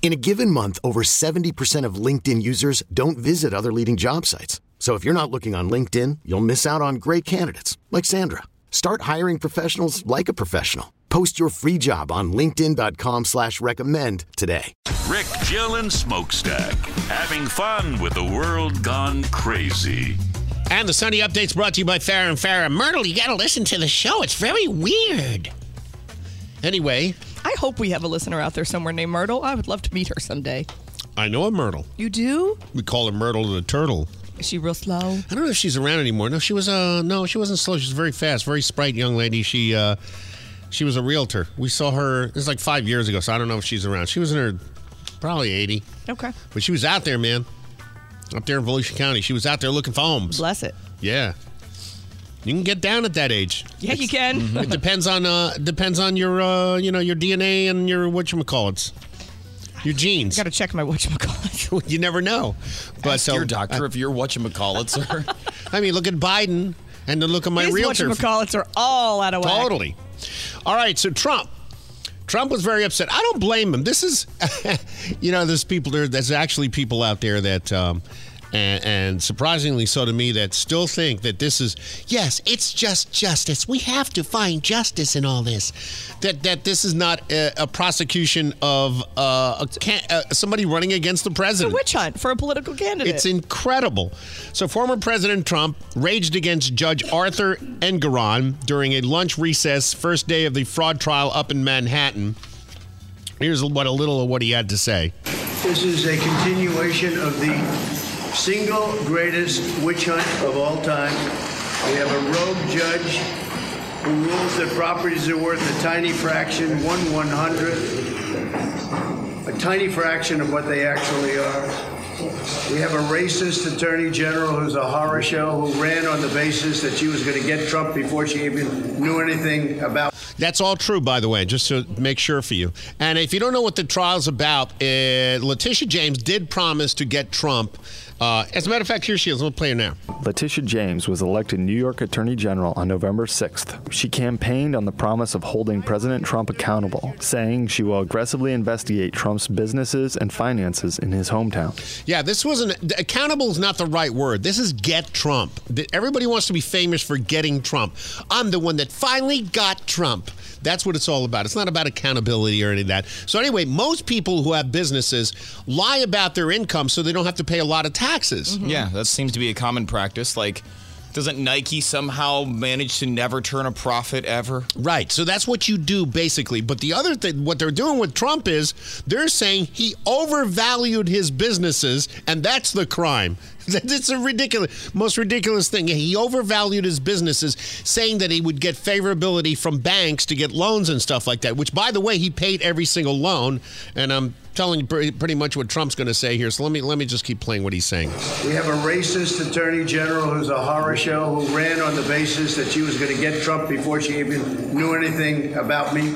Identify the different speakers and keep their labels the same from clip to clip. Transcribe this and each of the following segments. Speaker 1: In a given month, over 70% of LinkedIn users don't visit other leading job sites. So if you're not looking on LinkedIn, you'll miss out on great candidates like Sandra. Start hiring professionals like a professional. Post your free job on LinkedIn.com slash recommend today.
Speaker 2: Rick, Jill, and Smokestack. Having fun with the world gone crazy.
Speaker 3: And the Sunday Update's brought to you by Farrah and Farrah. Myrtle, you gotta listen to the show. It's very weird. Anyway,
Speaker 4: I hope we have a listener out there somewhere named Myrtle. I would love to meet her someday.
Speaker 3: I know a Myrtle.
Speaker 4: You do?
Speaker 3: We call her Myrtle the Turtle.
Speaker 4: Is she real slow?
Speaker 3: I don't know if she's around anymore. No, she was uh no, she wasn't slow. She was very fast, very sprite young lady. She uh she was a realtor. We saw her it was like five years ago, so I don't know if she's around. She was in her probably eighty.
Speaker 4: Okay.
Speaker 3: But she was out there, man. Up there in Volusia County. She was out there looking for homes.
Speaker 4: Bless it.
Speaker 3: Yeah. You can get down at that age.
Speaker 4: Yeah, you can.
Speaker 3: It depends on uh depends on your uh you know your DNA and your whatchamacallits. Your genes.
Speaker 4: Got to check my whatchamacallit.
Speaker 3: you never know. But
Speaker 5: Ask
Speaker 3: so
Speaker 5: your doctor if you're watching McCall sir.
Speaker 3: I mean, look at Biden and then look at my
Speaker 4: These
Speaker 3: realtor.
Speaker 4: whatchamacallits are all out of whack.
Speaker 3: Totally. All right, so Trump. Trump was very upset. I don't blame him. This is, you know, there's people there. There's actually people out there that, um, and, and surprisingly so to me, that still think that this is yes, it's just justice. We have to find justice in all this. That that this is not a, a prosecution of uh, a can, uh, somebody running against the
Speaker 4: A
Speaker 3: president.
Speaker 4: witch hunt for a political candidate.
Speaker 3: It's incredible. So, former President Trump raged against Judge Arthur Engeron during a lunch recess, first day of the fraud trial up in Manhattan. Here's what a little of what he had to say.
Speaker 6: This is a continuation of the single greatest witch hunt of all time. We have a rogue judge who rules that properties are worth a tiny fraction, one one hundredth, a tiny fraction of what they actually are. We have a racist attorney general who's a horror show who ran on the basis that she was going to get Trump before she even knew anything about.
Speaker 3: That's all true, by the way, just to make sure for you. And if you don't know what the trial's about, uh, Letitia James did promise to get Trump. Uh, as a matter of fact, here she is. We'll play her now.
Speaker 7: Letitia James was elected New York Attorney General on November 6th. She campaigned on the promise of holding President Trump accountable, saying she will aggressively investigate Trump's businesses and finances in his hometown.
Speaker 3: Yeah, this wasn't accountable is not the right word. This is get Trump. Th- Everybody wants to be famous for getting Trump. I'm the one that finally got Trump. That's what it's all about. It's not about accountability or any of that. So anyway, most people who have businesses lie about their income so they don't have to pay a lot of taxes.
Speaker 5: yeah, that seems to be a common practice. Like, doesn't Nike somehow manage to never turn a profit ever?
Speaker 3: Right. So that's what you do basically. But the other thing, what they're doing with Trump is they're saying he overvalued his businesses, and that's the crime. It's a ridiculous, most ridiculous thing. He overvalued his businesses, saying that he would get favorability from banks to get loans and stuff like that. Which, by the way, he paid every single loan. And I'm telling you pretty pretty much what Trump's going to say here. So let me let me just keep playing what he's saying.
Speaker 6: We have a racist attorney general who's a horror show who ran on the basis that she was going to get Trump before she even knew anything about me.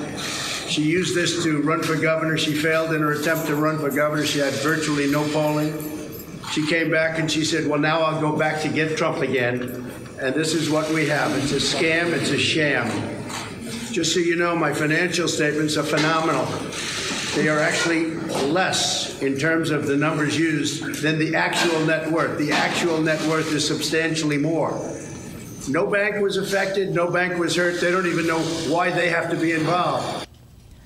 Speaker 6: She used this to run for governor. She failed in her attempt to run for governor. She had virtually no polling. She came back and she said, Well, now I'll go back to get Trump again. And this is what we have it's a scam, it's a sham. Just so you know, my financial statements are phenomenal. They are actually less in terms of the numbers used than the actual net worth. The actual net worth is substantially more. No bank was affected, no bank was hurt. They don't even know why they have to be involved.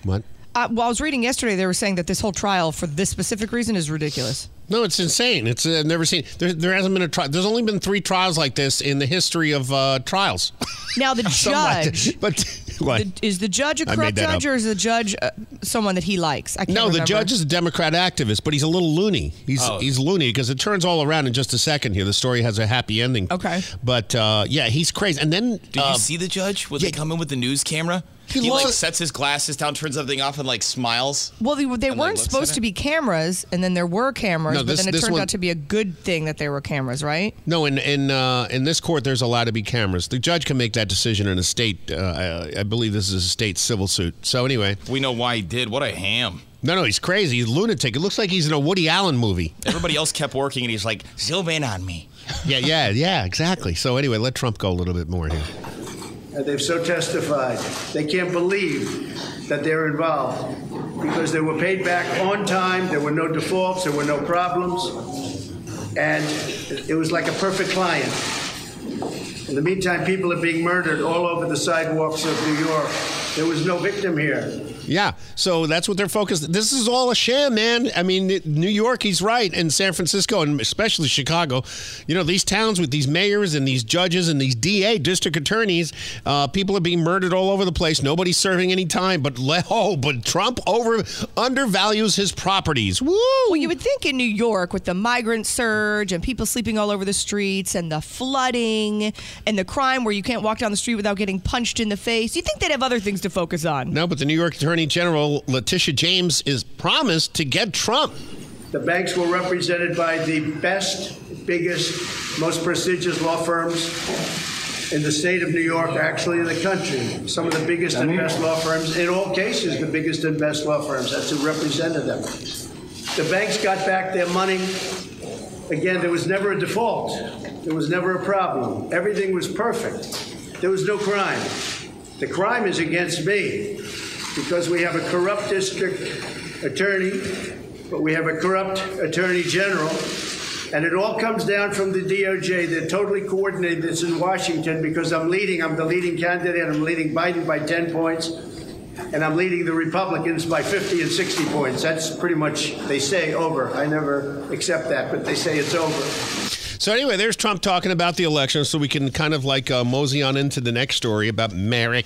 Speaker 3: What?
Speaker 4: Uh, well, I was reading yesterday, they were saying that this whole trial for this specific reason is ridiculous.
Speaker 3: No, it's insane. It's uh, I've never seen. There, there hasn't been a trial. There's only been three trials like this in the history of uh, trials.
Speaker 4: Now, the
Speaker 3: Something like
Speaker 4: judge
Speaker 3: that. but What?
Speaker 4: The- is the judge a
Speaker 3: I made
Speaker 4: corrupt
Speaker 3: that
Speaker 4: judge,
Speaker 3: up.
Speaker 4: or is the judge uh, someone that he likes? I can't
Speaker 3: No, the
Speaker 4: remember.
Speaker 3: judge is a Democrat activist, but he's a little loony. He's
Speaker 5: Oh.
Speaker 3: he's loony because it turns all around in just a second here. The story has a happy ending.
Speaker 4: Okay.
Speaker 3: But uh, yeah, he's crazy. And then
Speaker 5: Did
Speaker 3: uh,
Speaker 5: you see the judge when
Speaker 3: yeah.
Speaker 5: they come in with the news camera?
Speaker 3: He
Speaker 5: He, like
Speaker 3: lost-
Speaker 5: sets his glasses down, turns everything off, and like smiles.
Speaker 4: Well, they, they
Speaker 5: like,
Speaker 4: weren't
Speaker 5: looks at
Speaker 4: supposed
Speaker 5: it.
Speaker 4: to be cameras, and then there were cameras,
Speaker 3: No, this-
Speaker 4: but then it
Speaker 3: this
Speaker 4: turned
Speaker 3: one-
Speaker 4: out to be a good thing that there were cameras, right?
Speaker 3: no, in in uh, in this court, there's allowed to be cameras. The judge can make that decision in a state. Uh, I- I believe this is a state civil suit. So anyway,
Speaker 5: We know why he did. What a ham.
Speaker 3: no, no, he's crazy. He's a lunatic. It looks like he's in a Woody Allen movie.
Speaker 5: Everybody else kept working, and he's like, zoom in on me.
Speaker 3: yeah, yeah, yeah, exactly. So anyway, let Trump go a little bit more here.
Speaker 6: and they've so testified. They can't believe that they're involved because they were paid back on time, there were no defaults, there were no problems, and it was like a perfect client. In the meantime, people are being murdered all over the sidewalks of New York. There was no victim here.
Speaker 3: Yeah, so that's what they're focused. This is all a sham, man. I mean, it- New York, he's right, and San Francisco, and especially Chicago. You know, these towns with these mayors and these judges and these DA district attorneys, uh, people are being murdered all over the place. Nobody's serving any time. But le- oh, but Trump over undervalues his properties. Woo!
Speaker 4: Well, you would think in New York, with the migrant surge and people sleeping all over the streets and the flooding and the crime where you can't walk down the street without getting punched in the face, you'd think they'd have other things to focus on.
Speaker 3: no, but the New York Attorney General Letitia James is promised to get Trump.
Speaker 6: The banks were represented by the best, biggest, most prestigious law firms in the state of New York, actually in the country. Some of the biggest and best law firms, in all cases, the biggest and best law firms. That's who represented them. The banks got back their money. Again, there was never a default. There was never a problem. Everything was perfect. There was no crime. The crime is against me because we have a corrupt district attorney, but we have a corrupt attorney general, and it all comes down from the DOJ. They're totally coordinated. It's in Washington because I'm leading. I'm the leading candidate. I'm leading Biden by 10 points, and I'm leading the Republicans by 50 and 60 points. That's pretty much, they say, over. I never accept that, but they say it's over.
Speaker 3: So anyway, there's Trump talking about the election, so we can kind of like uh, mosey on into the next story about Merrick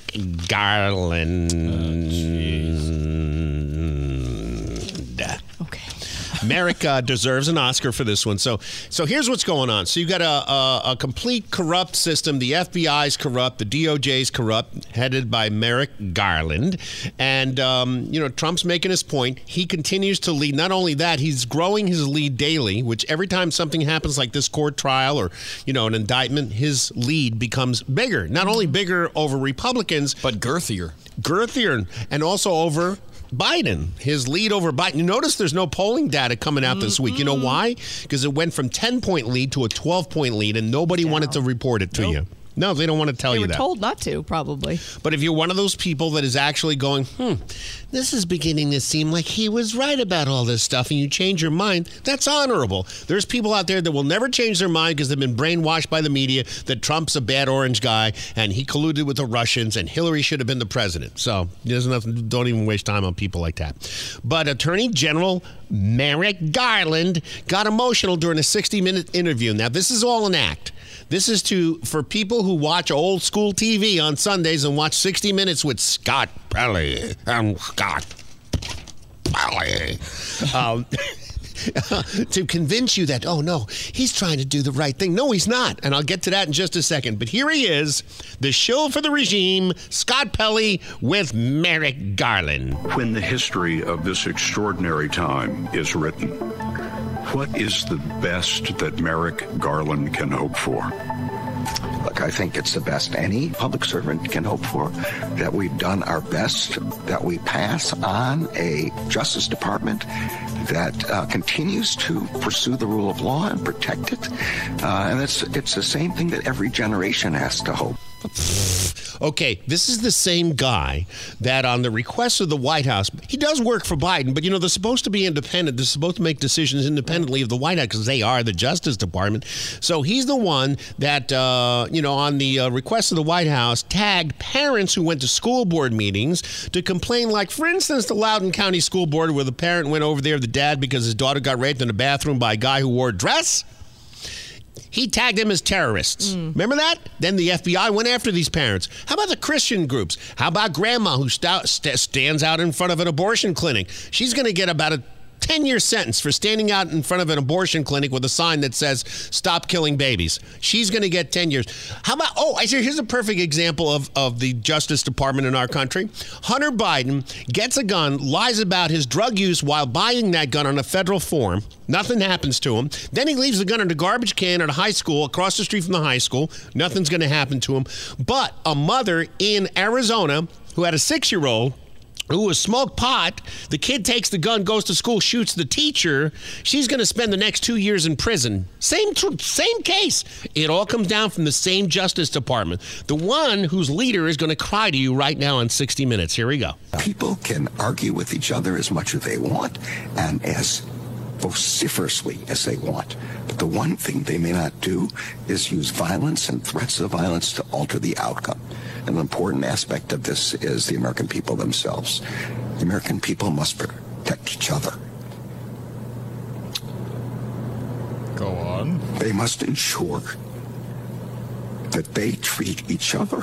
Speaker 3: Garland.
Speaker 4: Okay.
Speaker 3: Merrick uh, deserves an Oscar for this one. So, so here's what's going on. So you got a, a, a complete corrupt system. The FBI's corrupt. The DOJ's corrupt, headed by Merrick Garland. And um, you know, Trump's making his point. He continues to lead. Not only that, he's growing his lead daily. Which every time something happens like this court trial or you know an indictment, his lead becomes bigger. Not only bigger over Republicans,
Speaker 5: But girthier.
Speaker 3: girthier and also over Biden. His lead over Biden. You notice there's no polling data coming out this week. You
Speaker 4: Mm-hmm.
Speaker 3: know why? Because it went from 10 point lead to a 12 point lead, and nobody wanted to report it to you. No, they don't want to tell
Speaker 4: They
Speaker 3: you
Speaker 4: were
Speaker 3: that.
Speaker 4: told not to, probably.
Speaker 3: But if you're one of those people that is actually going, hmm, this is beginning to seem like he was right about all this stuff, and you change your mind, that's honorable. There's people out there that will never change their mind because they've been brainwashed by the media that Trump's a bad orange guy and he colluded with the Russians and Hillary should have been the president. So there's nothing, don't even waste time on people like that. But Attorney General Merrick Garland got emotional during a 60 minute interview. Now, this is all an act. This is to for people who watch old school TV on Sundays and watch 60 Minutes with Scott Pelley. I'm Scott Pelley. Um, to convince you that oh no, he's trying to do the right thing. No, he's not, and I'll get to that in just a second. But here he is, the shill for the regime, Scott Pelley with Merrick Garland.
Speaker 8: when the history of this extraordinary time is written, what is the best that Merrick Garland can hope for?
Speaker 9: Look, I think it's the best any public servant can hope for that we've done our best, that we pass on a Justice Department that uh, continues to pursue the rule of law and protect it. Uh, and it's, it's the same thing that every generation has to hope.
Speaker 3: Okay, this is the same guy that, on the request of the White House, he does work for Biden, but you know, they're supposed to be independent. They're supposed to make decisions independently of the White House because they are the Justice Department. So he's the one that, uh, you know, on the uh, request of the White House, tagged parents who went to school board meetings to complain, like, for instance, the Loudoun County School Board, where the parent went over there, the dad, because his daughter got raped in the bathroom by a guy who wore a dress He tagged them as terrorists. Remember that? Then the FBI went after these parents. How about the Christian groups? How about grandma who sta sta stands out in front of an abortion clinic? She's going to get about a 10 year sentence for standing out in front of an abortion clinic with a sign that says, Stop killing babies. She's going to get 10 years. How about, oh, I see, here's a perfect example of, of the Justice Department in our country. Hunter Biden gets a gun, lies about his drug use while buying that gun on a federal form. Nothing happens to him. Then he leaves the gun in a garbage can at a high school across the street from the high school. Nothing's going to happen to him. But a mother in Arizona who had a six year old who was smoked pot. The kid takes the gun, goes to school, shoots the teacher. She's going to spend the next two years in prison. Same tr- same case. It all comes down from the same Justice Department. The one whose leader is going to cry to you right now on 60 Minutes. Here we go.
Speaker 9: People can argue with each other as much as they want and as vociferously as they want. But the one thing they may not do is use violence and threats of violence to alter the outcome. An important aspect of this is the American people themselves. The American people must protect each other.
Speaker 5: Go on.
Speaker 9: They must ensure that they treat each other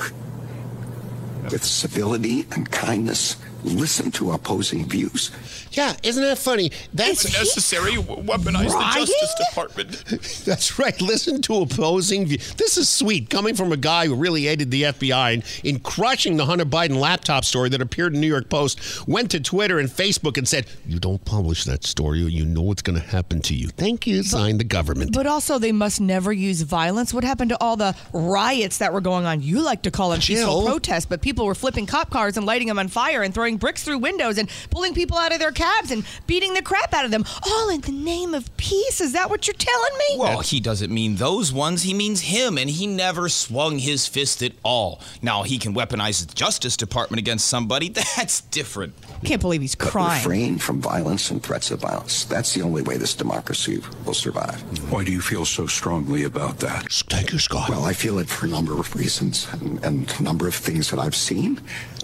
Speaker 9: with civility and kindness, listen to opposing views,
Speaker 3: Yeah, isn't that funny? That's
Speaker 5: It's necessary. W- Weaponize the Justice Department.
Speaker 3: That's right. Listen to opposing view. This is sweet coming from a guy who really aided the FBI in, in crushing the Hunter Biden laptop story that appeared in New York Post. Went to Twitter and Facebook and said, "You don't publish that story, or you know what's going to happen to you." Thank you. Signed the government.
Speaker 4: But also, they must never use violence. What happened to all the riots that were going on? You like to call them peaceful
Speaker 3: Jill.
Speaker 4: protests, but people were flipping cop cars and lighting them on fire and throwing bricks through windows and pulling people out of their cabs and beating the crap out of them, all in the name of peace. Is that what you're telling me?
Speaker 5: Well, he doesn't mean those ones. He means him, and he never swung his fist at all. Now, he can weaponize the Justice Department against somebody. That's different.
Speaker 4: I can't believe he's
Speaker 9: but
Speaker 4: crying.
Speaker 9: refrain from violence and threats of violence. That's the only way this democracy will survive.
Speaker 10: Why do you feel so strongly about that?
Speaker 3: Thank you, Scott.
Speaker 9: Well, I feel it for a number of reasons and, and a number of things that I've seen.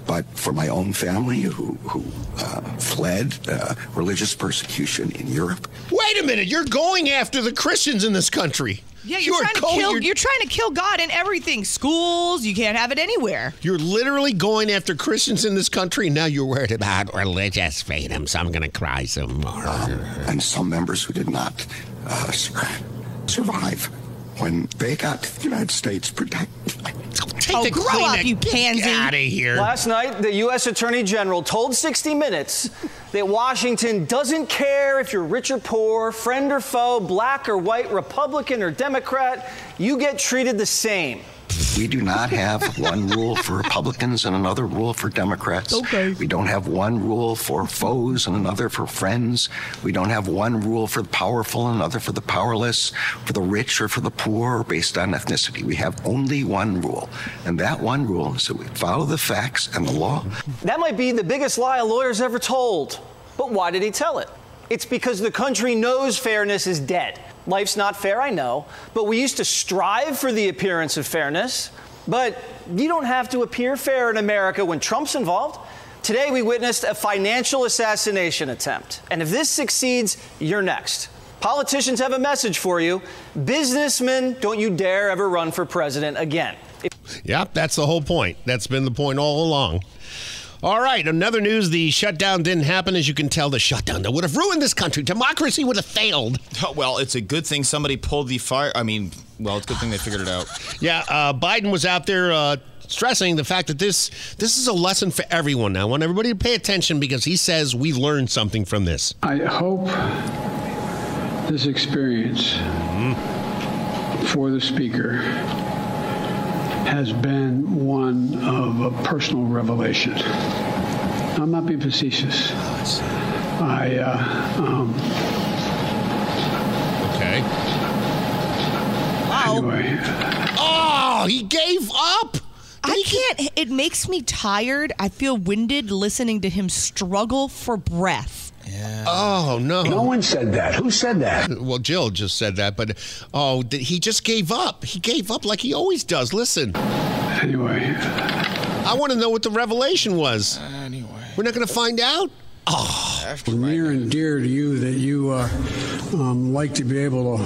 Speaker 9: But for my own family, who, who uh, fled uh, religious persecution in Europe,
Speaker 3: Wait a minute. You're going after the Christians in this country.
Speaker 4: yeah, you're,
Speaker 3: You are
Speaker 4: trying to
Speaker 3: going-
Speaker 4: kill.
Speaker 3: you're-
Speaker 4: You're trying to kill God in everything. Schools, you can't have it anywhere.
Speaker 3: You're literally going after Christians in this country, and now you're worried about religious freedom, so I'm going to cry some more.
Speaker 9: and some members who did not uh, sur- survive when they got to the United States, protect.
Speaker 3: Take
Speaker 4: oh, grow up, you pansy!
Speaker 3: outta here.
Speaker 11: Last night, the U.S. Attorney General told 60 Minutes that Washington doesn't care if you're rich or poor, friend or foe, black or white, Republican or Democrat, you get treated the same.
Speaker 9: We do not have one rule for Republicans and another rule for Democrats.
Speaker 11: Okay.
Speaker 9: We don't have one rule for foes and another for friends. We don't have one rule for the powerful and another for the powerless, for the rich or for the poor based on ethnicity. We have only one rule. And that one rule is that we follow the facts and the law.
Speaker 11: That might be the biggest lie a lawyer's ever told. But why did he tell it? It's because the country knows fairness is dead. Life's not fair, I know, but we used to strive for the appearance of fairness. But you don't have to appear fair in America when Trump's involved. Today, we witnessed a financial assassination attempt. And if this succeeds, you're next. Politicians have a message for you. Businessmen, don't you dare ever run for president again.
Speaker 3: Yep, that's the whole point. That's been the point all along. All right, another news. The shutdown didn't happen. As you can tell, the shutdown that would have ruined this country. Democracy would have failed.
Speaker 5: Oh, Well, it's a good thing somebody pulled the fire. I mean, well, it's a good thing they figured it out.
Speaker 3: Yeah, uh, Biden was out there uh, stressing the fact that this this is a lesson for everyone. Now, I want everybody to pay attention because he says we learned something from this.
Speaker 12: I hope this experience for the speaker has been one of a personal revelation. I'm not being facetious. I, uh, um,
Speaker 3: okay.
Speaker 12: Anyway,
Speaker 3: Oh, he gave up.
Speaker 4: I can't. It makes me tired. I feel winded listening to him struggle for breath.
Speaker 3: Oh no! No
Speaker 12: one said that. Who said that?
Speaker 3: Well, Jill just said that, but oh, th- he just gave up. He gave up like he always does. Listen,
Speaker 12: anyway,
Speaker 3: I want to know what the revelation was. Anyway, we're not going to find out.
Speaker 12: near and dear to you that you uh, um, like to be able to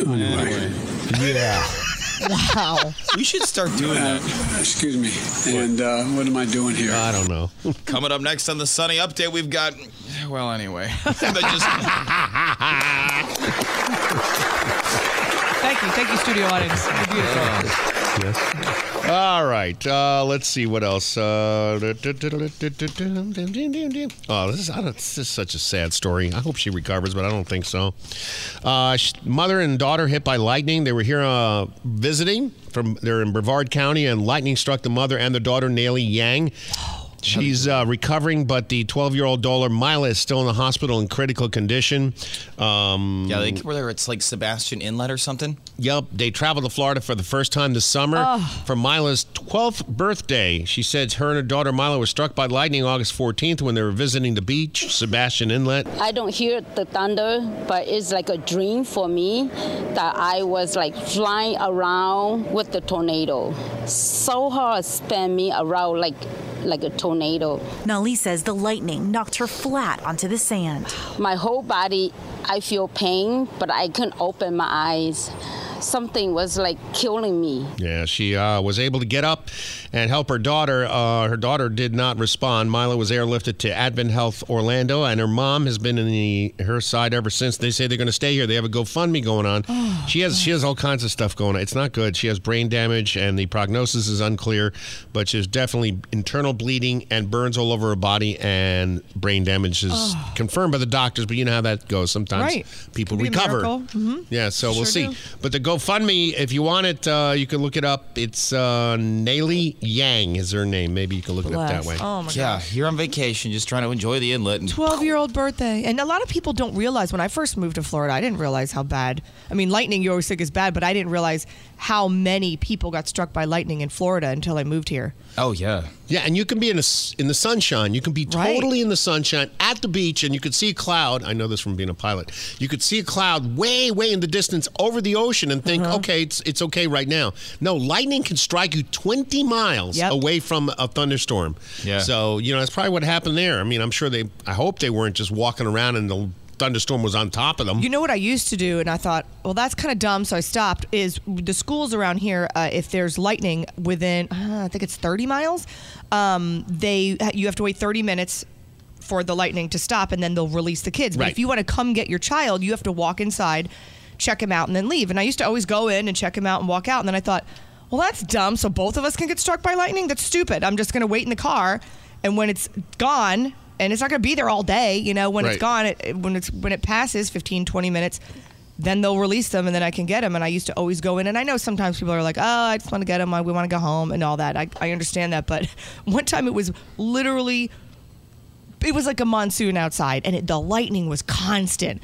Speaker 13: Anyway. Yeah.
Speaker 4: Wow.
Speaker 5: We should start doing that.
Speaker 13: Excuse me. And uh, what am I doing here? I
Speaker 3: don't know.
Speaker 5: Coming up next on the Sunny Update, we've got. Well, anyway. But just-
Speaker 4: Thank you. Thank you, studio audience. You're beautiful.
Speaker 3: Yes. All right. Uh, let's see what else. Uh, oh, this is, I don't, this is such a sad story. I hope she recovers, but I don't think so. Uh, sh- mother and daughter hit by lightning. They were here uh, visiting from. They're in Brevard County, and lightning struck the mother and the daughter, Nellie Yang. She's uh, recovering, but the 12 year old daughter, Mila, is still in the hospital in critical condition. Um,
Speaker 5: yeah, like whether it's like Sebastian Inlet or something.
Speaker 3: Yep, they traveled to Florida for the first time this summer for Mila's 12th birthday. She said her and her daughter Mila were struck by lightning August 14th when they were visiting the beach, Sebastian Inlet.
Speaker 14: I don't hear the thunder, but it's like a dream for me that I was like flying around with the tornado. So hard spun me around like like a tornado.
Speaker 15: Nali says the lightning knocked her flat onto the sand.
Speaker 14: My whole body I feel pain, but I couldn't open my eyes. Something was like killing me.
Speaker 3: Yeah, she uh, was able to get up and help her daughter. Uh, her daughter did not respond. Mila was airlifted to Advent Health Orlando, and her mom has been in the her side ever since. They say they're going to stay here. They have a GoFundMe going on.
Speaker 4: Oh,
Speaker 3: she has she has all kinds of stuff going on. It's not good. She has brain damage, and the prognosis is unclear. But she's definitely internal bleeding and burns all over her body, and brain damage is
Speaker 4: Oh.
Speaker 3: confirmed by the doctors. But you know how that goes. Sometimes
Speaker 4: Right.
Speaker 3: people
Speaker 4: Could be a
Speaker 3: recover.
Speaker 4: miracle. Mhm.
Speaker 3: Yeah, so we'll
Speaker 4: Sure
Speaker 3: see.
Speaker 4: do.
Speaker 3: But the GoFundMe, if you want it, uh, you can look it up. It's uh, Nayli Yang is her name. Maybe you can look it up that
Speaker 4: Bless.
Speaker 3: way.
Speaker 4: Oh, my
Speaker 5: Yeah, you're on vacation, just trying to enjoy the inlet. And
Speaker 4: 12 year old birthday. And a lot of people don't realize when I first moved to Florida, I didn't realize how bad. I mean, lightning you always think is bad, but I didn't realize how many people got struck by lightning in Florida until I moved here.
Speaker 5: Oh yeah.
Speaker 3: Yeah, and you can be in the in the sunshine. You can be totally in the sunshine at the beach, and you could see a cloud. I know this from being a pilot. You could see a cloud way, way in the distance over the ocean, and think,
Speaker 4: Uh-huh.
Speaker 3: okay, it's it's okay right now. No, lightning can strike you twenty miles away from a thunderstorm.
Speaker 5: Yeah.
Speaker 3: So you know that's probably what happened there. I mean, I'm sure they. I hope they weren't just walking around and the thunderstorm was on top of them.
Speaker 4: You know what I used to do, and I thought, well, that's kind of dumb, so I stopped. Is the schools around here, uh, if there's lightning within, uh, I think it's 30 miles, um, they you have to wait 30 minutes for the lightning to stop, and then they'll release the kids. But
Speaker 16: Right.
Speaker 4: if you want to come get your child, you have to walk inside, check him out, and then leave. And I used to always go in and check him out and walk out, and then I thought, well, that's dumb. So both of us can get struck by lightning. That's stupid. I'm just going to wait in the car, and when it's gone. And it's not going to be there all day, you know, when it's
Speaker 17: Right.
Speaker 4: gone on it when it's when it passes 15 20 minutes then they'll release them and then i can get them and i used to always go in and i know sometimes people are like oh i just want to get them I, we want to go home and all that I, I understand that but one time it was literally it was like a monsoon outside and it, the lightning was constant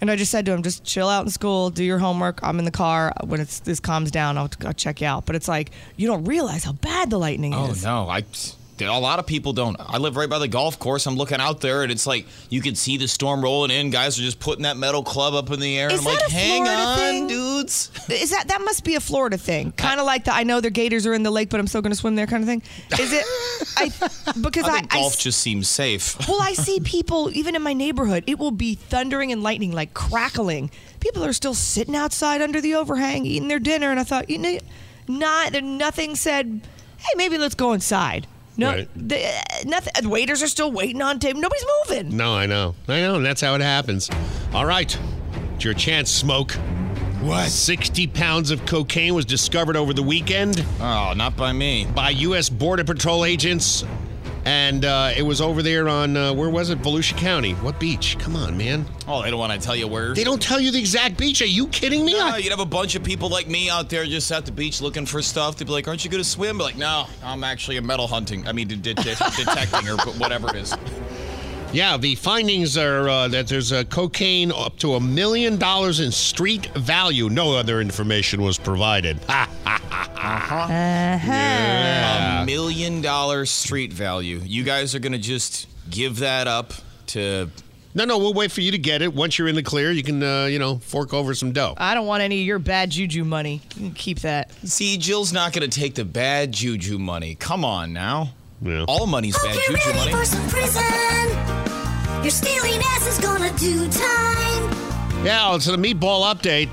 Speaker 4: and i just said to him just chill out in school do your homework i'm in the car when it's this calms down i'll, I'll check you out but it's like you don't realize how bad the lightning
Speaker 5: Oh
Speaker 4: is
Speaker 5: no, I. A lot of people don't. I live right by the golf course. I'm looking out there, and it's like you can see the storm rolling in. Guys are just putting that metal club up in the air.
Speaker 4: Is
Speaker 5: and I'm
Speaker 4: that
Speaker 5: like,
Speaker 4: a
Speaker 5: hang
Speaker 4: Florida
Speaker 5: on,
Speaker 4: thing,
Speaker 5: dudes?
Speaker 4: Is that that must be a Florida thing? Kind of like the I know the Gators are in the lake, but I'm still going to swim there kind of thing. Is it? I because
Speaker 5: I
Speaker 4: I,
Speaker 5: think
Speaker 4: I
Speaker 5: golf just seems safe.
Speaker 4: well, I see people even in my neighborhood. It will be thundering and lightning, like crackling. People are still sitting outside under the overhang eating their dinner, and I thought you know, not there nothing said. Hey, maybe let's go inside. No,
Speaker 3: Right.
Speaker 4: the, nothing. The waiters are still waiting on table. Nobody's moving.
Speaker 3: No, I know. I know, and that's how it happens. All right. It's your chance, Smoke. What? 60 pounds of cocaine was discovered over the weekend.
Speaker 5: Oh, not by me.
Speaker 3: By U.S. Border Patrol agents. And uh, it was over there on, uh, where was it? Volusia County. What beach? Come on, man.
Speaker 5: Oh, they don't want to tell you where.
Speaker 3: They don't tell you the exact beach. Are you kidding me?
Speaker 5: No, you'd have a bunch of people like me out there just at the beach looking for stuff. They'd be like, "Aren't you going to swim?" Be like, "No, I'm actually a metal hunting. I mean, de- de- de- detecting or but whatever it is."
Speaker 3: Yeah, the findings are uh, that there's uh, cocaine up to a million dollars in street value. No other information was provided. Ha ha ha ha.
Speaker 18: Uh,
Speaker 3: Yeah.
Speaker 5: A million dollar street value. You guys are going to just give that up to.
Speaker 3: No, no, we'll wait for you to get it. Once you're in the clear, you can, uh, you know, fork over some dough.
Speaker 4: I don't want any of your bad juju money. You can keep that.
Speaker 5: See, Jill's not going to take the bad juju money. Come on now. All money's bad
Speaker 19: Get
Speaker 5: juju
Speaker 19: ready
Speaker 5: money.
Speaker 19: for some prison. Your stealing ass is gonna do time.
Speaker 3: Yeah, so the meatball update.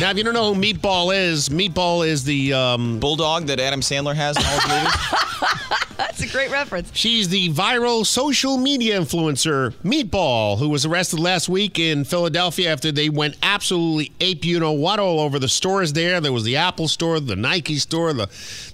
Speaker 3: Now, if you don't know who Meatball is, Meatball is the um,
Speaker 5: bulldog that Adam Sandler has in all his movies.
Speaker 3: That's
Speaker 4: a great reference.
Speaker 3: She's the viral social media influencer Meatball, who was arrested last week in Philadelphia after they went absolutely ape you know what all over the stores there. There was the Apple store, the Nike store, the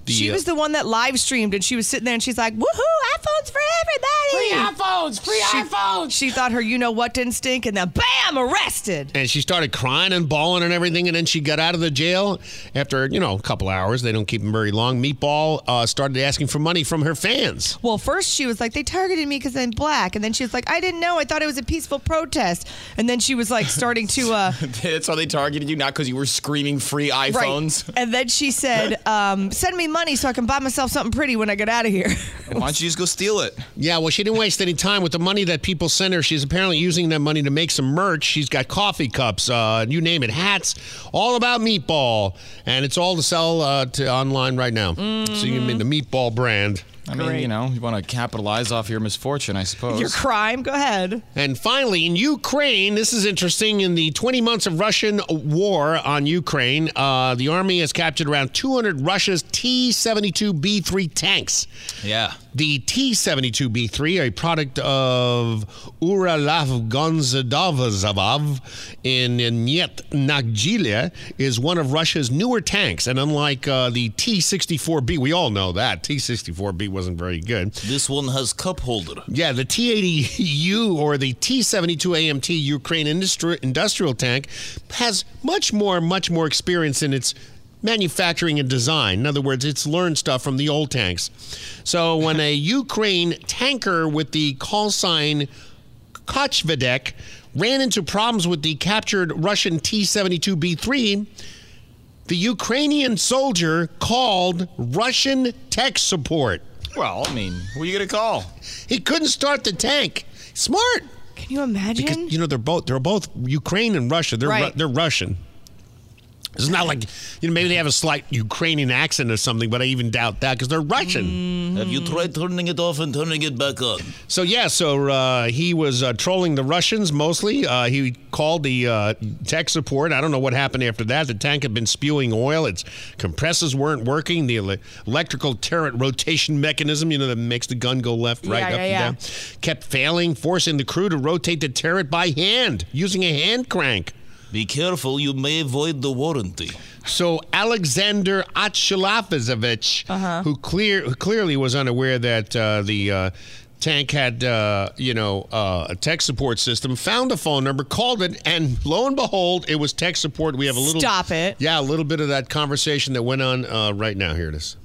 Speaker 3: the uh,
Speaker 4: She was the one that live streamed and she was sitting there and she's like, woohoo, iPhones for everybody.
Speaker 16: Free iPhones, free
Speaker 4: iPhones. She thought her you know what didn't stink and then bam, arrested.
Speaker 3: and she started crying and bawling and everything. And then she got out of the jail after, you know, a couple hours. They don't keep them very long. Meatball uh, started asking for money from her fans.
Speaker 4: Well, first she was like, they targeted me because I'm black. And then she was like, I didn't know. I thought it was a peaceful protest. And then she was like, starting to. Uh,
Speaker 5: That's why they targeted you, not because you were screaming free iPhones.
Speaker 4: Right. And then she said, um, send me money so I can buy myself something pretty when I get out of here.
Speaker 5: Why don't you just go steal it?
Speaker 3: Yeah, well, she didn't waste any time with the money that people sent her. She's apparently using that money to make some merch. She's got coffee cups, uh, you name it, hats, all about meatball, and it's all to sell uh, to online right now. So you mean the meatball brand?
Speaker 5: I mean, you know, you want to capitalize off your misfortune, I suppose.
Speaker 4: Your crime, go ahead.
Speaker 3: And finally, in Ukraine, this is interesting. In the 20 months of Russian war on Ukraine, uh, the army has captured around 200 Russia's T 72B3 tanks.
Speaker 5: Yeah.
Speaker 3: The T 72B3, a product of Uralav Gonzadovazavov in Nyetnagilya, is one of Russia's newer tanks. And unlike uh, the T 64B, we all know that. T 64B wasn't very good.
Speaker 5: This one has cup holder.
Speaker 3: Yeah, the T-80U or the T-72AMT Ukraine industri- industrial tank has much more, much more experience in its manufacturing and design. In other words, it's learned stuff from the old tanks. So when a Ukraine tanker with the call sign Kochvedek ran into problems with the captured Russian T-72B3, the Ukrainian soldier called Russian tech support.
Speaker 5: Well, I mean, who are you going to call?
Speaker 3: He couldn't start the tank. Smart.
Speaker 4: Can you imagine?
Speaker 3: Because you know they're both they're both Ukraine and Russia. They're
Speaker 4: Right.
Speaker 3: Ru- they're Russian. It's not like you know maybe they have a slight Ukrainian accent or something, but I even doubt that because they're Russian.
Speaker 5: Mm-hmm. Have you tried turning it off and turning it back on?
Speaker 3: So yeah, so uh, he was uh, trolling the Russians mostly. Uh, he called the uh, tech support. I don't know what happened after that. The tank had been spewing oil. Its compressors weren't working. The ele- electrical turret rotation mechanism, you know, that makes the gun go left, right,
Speaker 4: Yeah,
Speaker 3: up,
Speaker 4: yeah,
Speaker 3: and
Speaker 4: yeah.
Speaker 3: down, kept failing, forcing the crew to rotate the turret by hand using a hand crank.
Speaker 5: Be careful, you may void the warranty.
Speaker 3: So Alexander Atshilafizovich,
Speaker 4: Uh-huh.
Speaker 3: who clear who clearly was unaware that uh, the uh, tank had uh, you know uh, a tech support system, found a phone number, called it, and lo and behold, it was tech support. We have a little
Speaker 4: Stop it.
Speaker 3: Yeah, a little bit of that conversation that went on uh, right now. Here it is.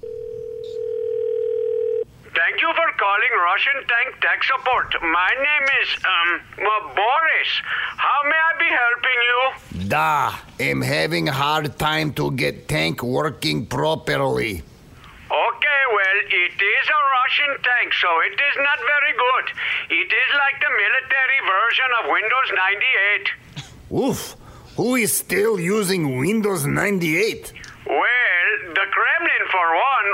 Speaker 17: Thank you for calling Russian Tank Tech Support. My name is um uh, Boris. How may I be helping you?
Speaker 12: Da, I'm having hard time to get tank working properly.
Speaker 17: Okay, well, it is a Russian tank, so it is not very good. It is like the military version of Windows 98.
Speaker 12: Oof, who is still using Windows 98?
Speaker 17: Well, the Kremlin for one.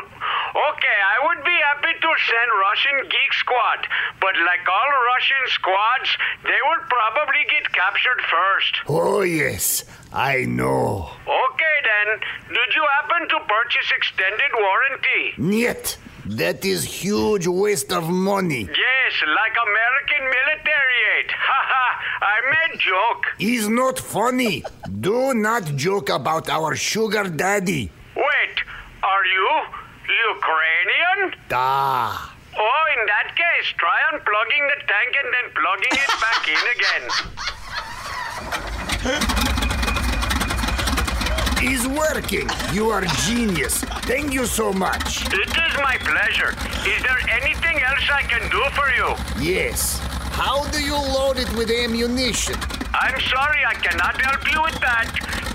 Speaker 17: Okay, I would be happy to send Russian Geek Squad, but like all Russian squads, they will probably get captured first.
Speaker 12: Oh yes, I know.
Speaker 17: Okay then, did you happen to purchase extended warranty?
Speaker 12: Niet, that is huge waste of money.
Speaker 17: Yes, like American military aid. Haha, I made joke.
Speaker 12: Is not funny. Do not joke about our sugar daddy.
Speaker 17: Wait, are you Ukrainian?
Speaker 12: Da.
Speaker 17: Oh, in that case, try unplugging the tank and then plugging it back in again.
Speaker 12: Is working. You are genius. Thank you so much.
Speaker 17: It is my pleasure. Is there anything else I can do for you?
Speaker 12: Yes. How do you load it with ammunition?
Speaker 17: I'm sorry, I cannot help you with that.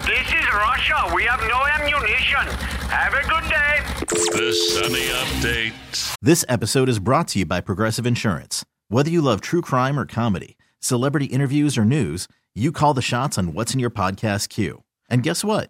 Speaker 17: This is Russia. We have no ammunition. Have a good day.
Speaker 2: The Sunny Update.
Speaker 20: This episode is brought to you by Progressive Insurance. Whether you love true crime or comedy, celebrity interviews or news, you call the shots on what's in your podcast queue. And guess what?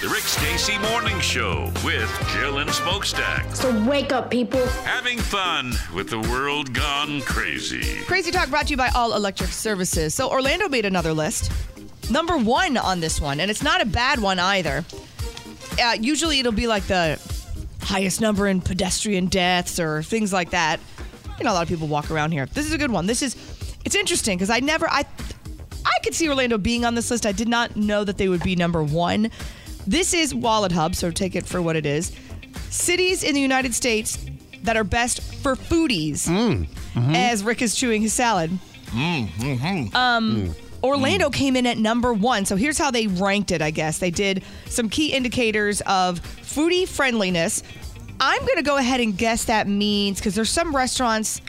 Speaker 2: The Rick Stacy Morning Show with Jill and Smokestack.
Speaker 19: So wake up, people.
Speaker 2: Having fun with the world gone crazy.
Speaker 4: Crazy Talk brought to you by All Electric Services. So Orlando made another list, number one on this one, and it's not a bad one either. Uh, usually it'll be like the highest number in pedestrian deaths or things like that. You know, a lot of people walk around here. This is a good one. This is, it's interesting because I never, I, I could see Orlando being on this list. I did not know that they would be number one. This is Wallet Hub, so take it for what it is. Cities in the United States that are best for foodies. As Rick is chewing his salad. Um, Orlando came in at number one. So here's how they ranked it, I guess. They did some key indicators of foodie friendliness. I'm going to go ahead and guess that means because there's some restaurants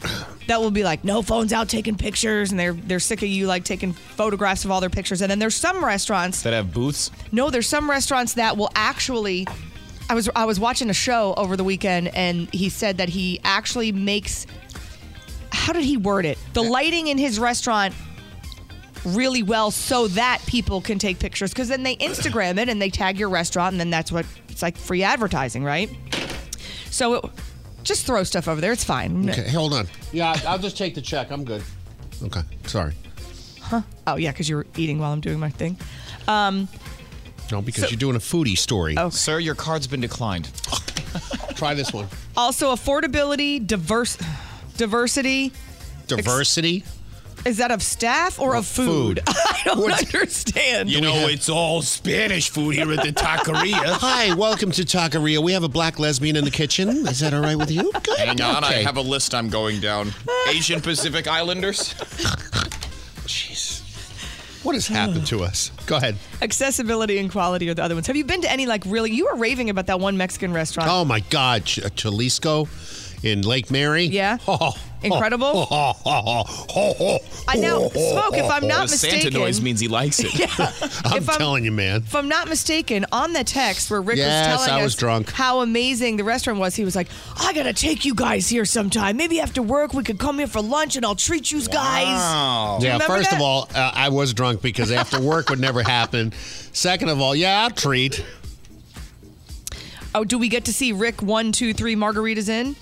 Speaker 4: that will be like, no phones out taking pictures, and they're they're sick of you like taking photographs of all their pictures. And then there's some restaurants
Speaker 5: That have booths?
Speaker 4: no, there's some restaurants that will actually. I was I was watching a show over the weekend, and he said that he actually makes. How did he word it? The lighting in his restaurant really well so that people can take pictures because then they Instagram it and they tag your restaurant and then that's what it's like free advertising, right? So it, just throw stuff over there. It's fine.
Speaker 3: Okay, hold on.
Speaker 4: Yeah, I'll just take the check. I'm good.
Speaker 3: Okay, sorry.
Speaker 4: Huh? Oh yeah, because you were eating while I'm doing my thing. Um,
Speaker 3: No, because
Speaker 4: So-
Speaker 3: you're doing a foodie story.
Speaker 4: Oh.
Speaker 5: Sir, your card's been declined.
Speaker 3: Try this one.
Speaker 4: also, affordability, diverse, diversity.
Speaker 3: Diversity.
Speaker 4: Is that of staff or of food? I don't understand.
Speaker 5: You know, it's all Spanish food here at the taqueria.
Speaker 3: Hi, welcome to Taqueria. We have a black lesbian in the kitchen. Is that all right with you? Good.
Speaker 5: Hang on, I
Speaker 3: Okay.
Speaker 5: have a list I'm going down. Asian Pacific Islanders.
Speaker 3: What has happened to us? Go ahead.
Speaker 4: Accessibility and quality are the other ones. Have you been to any like really? You were raving about that one Mexican restaurant.
Speaker 3: Oh my God, Ch- Jalisco in Lake Mary. Oh, Yeah.
Speaker 4: Incredible.
Speaker 3: oh,
Speaker 4: I know. Smoke, if I'm not
Speaker 5: the Santa
Speaker 4: mistaken-
Speaker 5: noise means he likes it.
Speaker 3: I'm telling you, man.
Speaker 4: If I'm not mistaken, on the text where Rick
Speaker 3: Yes,
Speaker 4: was telling
Speaker 3: I was
Speaker 4: us
Speaker 3: drunk.
Speaker 4: how amazing the restaurant was, he was like, "I gotta take you guys here sometime. Maybe after work we could come here for lunch and I'll treat you guys."
Speaker 5: Oh.
Speaker 4: Do you
Speaker 3: Yeah,
Speaker 4: Oh. remember
Speaker 3: first
Speaker 4: that?
Speaker 3: of all, uh, I was drunk because after work would never happen. Second of all, yeah, I'll treat.
Speaker 4: Oh, do we get to see Rick one, two, three margaritas in?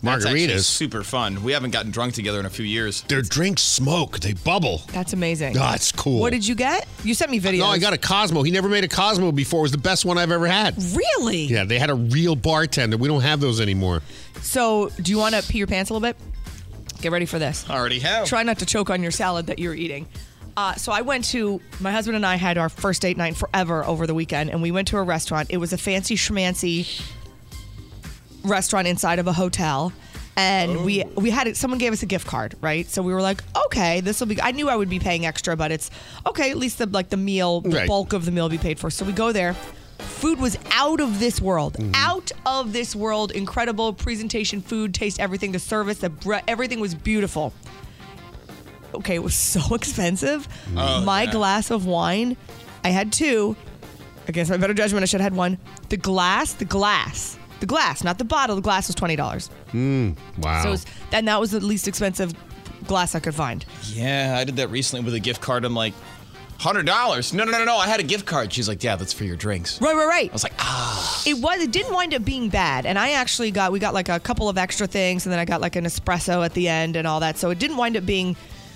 Speaker 5: That's actually
Speaker 3: Margaritas.
Speaker 5: super fun. We haven't gotten drunk together in a few years.
Speaker 3: Their drinks smoke, they bubble.
Speaker 4: That's amazing.
Speaker 3: That's cool.
Speaker 4: What did you get? You sent me videos.
Speaker 3: No, I got a Cosmo. He never made a Cosmo before. It was the best one I've ever had.
Speaker 4: Really?
Speaker 3: Yeah, they had a real bartender. We don't have those anymore.
Speaker 4: So, do you want to pee your pants a little bit? Get ready for this.
Speaker 5: Already have.
Speaker 4: Try not to choke on your salad that you're eating. Uh, so I went to my husband and I had our first date night forever over the weekend, and we went to a restaurant. It was a fancy schmancy restaurant inside of a hotel, and
Speaker 21: Oh.
Speaker 4: we we had it. Someone gave us a gift card, right? So we were like, okay, this will be. I knew I would be paying extra, but it's okay. At least the like the meal, the
Speaker 21: Right.
Speaker 4: bulk of the meal, will be paid for. So we go there. Food was out of this world,
Speaker 21: Mm-hmm.
Speaker 4: out of this world. Incredible presentation, food, taste, everything, the service, the bre- everything was beautiful okay, it was so expensive.
Speaker 21: Oh,
Speaker 4: my
Speaker 21: yeah.
Speaker 4: glass of wine, I had two. Against my better judgment, I should have had one. The glass, the glass, the glass, not the bottle. The glass was twenty dollars.
Speaker 3: Mm, wow.
Speaker 4: So, it was, and that was the least expensive glass I could find.
Speaker 5: yeah, I did that recently with a gift card. I'm like, hundred dollars. No, no, no, no. I had a gift card. She's like, yeah, that's for your drinks.
Speaker 4: Right, right, right. I
Speaker 5: was like, ah.
Speaker 4: It was. It didn't wind up being bad, and I actually got we got like a couple of extra things, and then I got like an espresso at the end and all that. So it didn't wind up being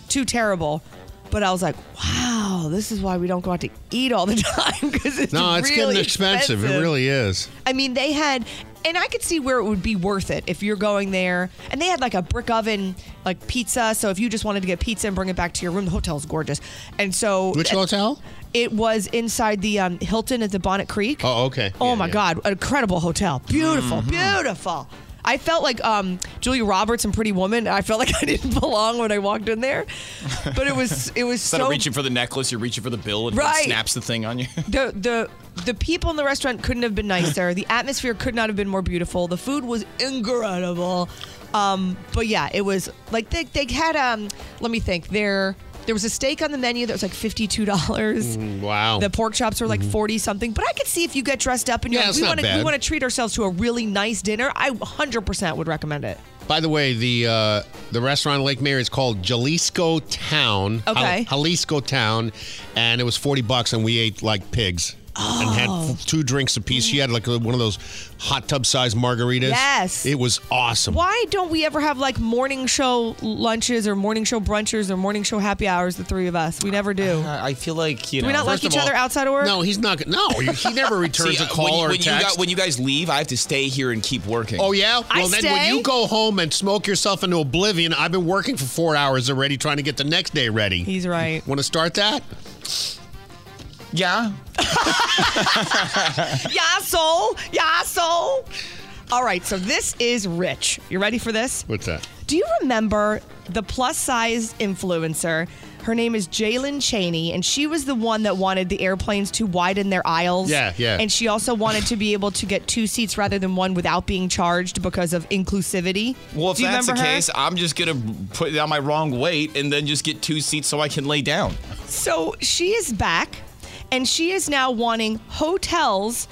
Speaker 4: too terrible. But I was like, wow, this is why we don't go out to eat all the time because it's
Speaker 3: no, it's
Speaker 4: really
Speaker 3: getting expensive. It really is.
Speaker 4: I mean, they had, and I could see where it would be worth it if you're going there. And they had like a brick oven, like pizza. So if you just wanted to get pizza and bring it back to your room, the hotel's gorgeous. And so,
Speaker 3: Which hotel?
Speaker 4: It was inside the um, Hilton at the Bonnet Creek.
Speaker 3: Oh, okay.
Speaker 4: Oh my God! An incredible hotel. Beautiful,
Speaker 3: Mhm.
Speaker 4: beautiful. I felt like um, Julia Roberts and Pretty Woman. I felt like I didn't belong when I walked in there, but it was it was
Speaker 5: Instead of
Speaker 4: so
Speaker 5: reaching for the necklace, you're reaching for the bill, and
Speaker 4: Right.
Speaker 5: it snaps the thing on you.
Speaker 4: the the the people in the restaurant couldn't have been nicer. The atmosphere could not have been more beautiful. The food was incredible. Um, but yeah, it was like they they had um. Let me think. There there was a steak on the menu that was like fifty two dollars.
Speaker 3: Wow.
Speaker 4: The pork chops were like
Speaker 3: Mhm.
Speaker 4: forty something, but I could see if you get dressed up and you're
Speaker 3: Yeah,
Speaker 4: like,
Speaker 3: it's
Speaker 4: we
Speaker 3: not
Speaker 4: want to we
Speaker 3: bad.
Speaker 4: want to treat ourselves to a really nice dinner. I 100% would recommend it.
Speaker 3: By the way, the uh, the restaurant in Lake Mary is called Jalisco Town. Jal-
Speaker 4: Okay.
Speaker 3: Jalisco Town, and it was forty bucks, and we ate like pigs. And had
Speaker 4: Oh.
Speaker 3: f- two drinks apiece. She had like a- one of those hot tub sized margaritas.
Speaker 4: Yes.
Speaker 3: It was awesome.
Speaker 4: Why don't we ever have like morning show lunches or morning show brunches or morning show happy hours? The three of us, we never do.
Speaker 5: I feel like you
Speaker 4: Do we not like each other outside of work?
Speaker 3: No, he's not. No, he never returns
Speaker 5: See,
Speaker 3: a
Speaker 5: uh,
Speaker 3: call
Speaker 5: when,
Speaker 3: or a
Speaker 5: when You
Speaker 3: text.
Speaker 5: guys, when you guys leave, I have to stay here and keep working.
Speaker 3: Oh yeah. Well,
Speaker 5: I
Speaker 3: then when
Speaker 5: stay.
Speaker 3: you go home and smoke yourself into oblivion, I've been working for four hours already, trying to get the next day ready.
Speaker 4: He's right.
Speaker 3: Want to start that?
Speaker 5: Yeah.
Speaker 4: yeah, soul. Yeah, soul. All right, so this is Rich. You ready for this?
Speaker 3: What's that?
Speaker 4: Do you remember the plus size influencer? Her name is Jalen Cheney, and she was the one that wanted the airplanes to widen their aisles.
Speaker 3: Yeah, yeah.
Speaker 4: And she also wanted to be able to get two seats rather than one without being charged because of inclusivity.
Speaker 5: Well, if
Speaker 4: Do you
Speaker 5: that's the
Speaker 4: remember her?
Speaker 5: case, I'm just gonna put down my wrong weight and then just get two seats so I can lay down.
Speaker 4: So she is back, and she is now wanting hotels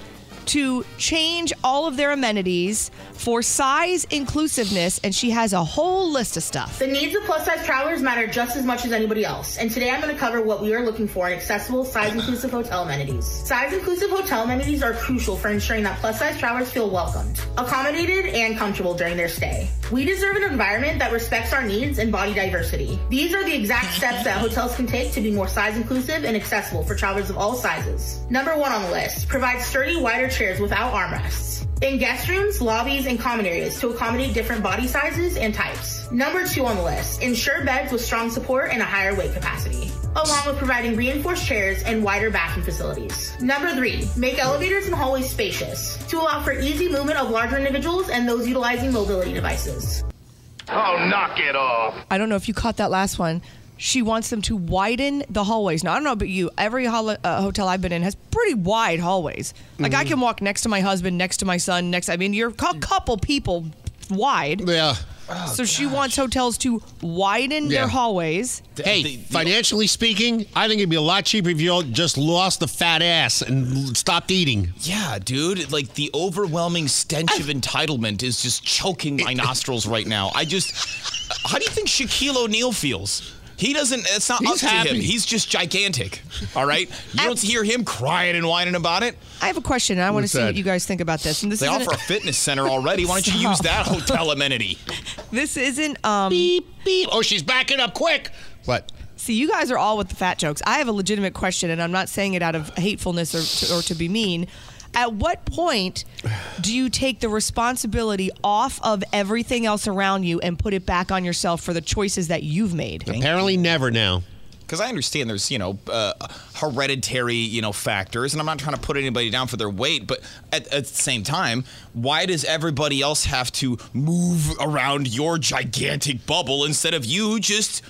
Speaker 4: to change all of their amenities for size inclusiveness, and she has a whole list of stuff.
Speaker 21: The needs of plus size travelers matter just as much as anybody else, and today I'm going to cover what we are looking for in accessible, size inclusive hotel amenities. Size inclusive hotel amenities are crucial for ensuring that plus size travelers feel welcomed, accommodated, and comfortable during their stay. We deserve an environment that respects our needs and body diversity. These are the exact steps that hotels can take to be more size inclusive and accessible for travelers of all sizes. Number one on the list provide sturdy, wider chairs without armrests. In guest rooms, lobbies, and common areas to accommodate different body sizes and types. Number two on the list, ensure beds with strong support and a higher weight capacity, along with providing reinforced chairs and wider bathroom facilities. Number three, make elevators and hallways spacious to allow for easy movement of larger individuals and those utilizing mobility devices.
Speaker 22: Oh, knock it off.
Speaker 4: I don't know if you caught that last one. She wants them to widen the hallways. Now, I don't know about you. Every hol- uh, hotel I've been in has pretty wide hallways. Like,
Speaker 3: Mm-hmm.
Speaker 4: I can walk next to my husband, next to my son, next. I mean, you're a couple people wide.
Speaker 3: Yeah. Oh,
Speaker 4: so she wants hotels to widen
Speaker 3: Yeah.
Speaker 4: their hallways.
Speaker 3: Hey, financially speaking, I think it'd be a lot cheaper if you all just lost the fat ass and l- stopped eating.
Speaker 5: Yeah, dude. Like the overwhelming stench of entitlement is just choking my nostrils right now. I just. How do you think Shaquille O'Neal feels? He doesn't. It's not
Speaker 4: He's
Speaker 5: up to him.
Speaker 4: happy.
Speaker 5: He's just gigantic. All right. You don't hear him crying and whining about it.
Speaker 4: I have a question. And I want to
Speaker 5: What's
Speaker 4: see
Speaker 5: that?
Speaker 4: what you guys think about this. And this
Speaker 5: they
Speaker 4: isn't
Speaker 5: offer a fitness center already. Why don't you use that
Speaker 4: Stop.
Speaker 5: hotel amenity?
Speaker 4: this isn't um
Speaker 3: beep. Oh, she's backing up quick. What?
Speaker 4: See, you guys are all with the fat jokes. I have a legitimate question, and I'm not saying it out of hatefulness or to, or to be mean. At what point do you take the responsibility off of everything else around you and put it back on yourself for the choices that you've made?
Speaker 3: Apparently, never now.
Speaker 5: Because I understand there's, you know, uh, hereditary, you know, factors, and I'm not trying to put anybody down for their weight, but at, at the same time, why does everybody else have to move around your gigantic bubble instead of you just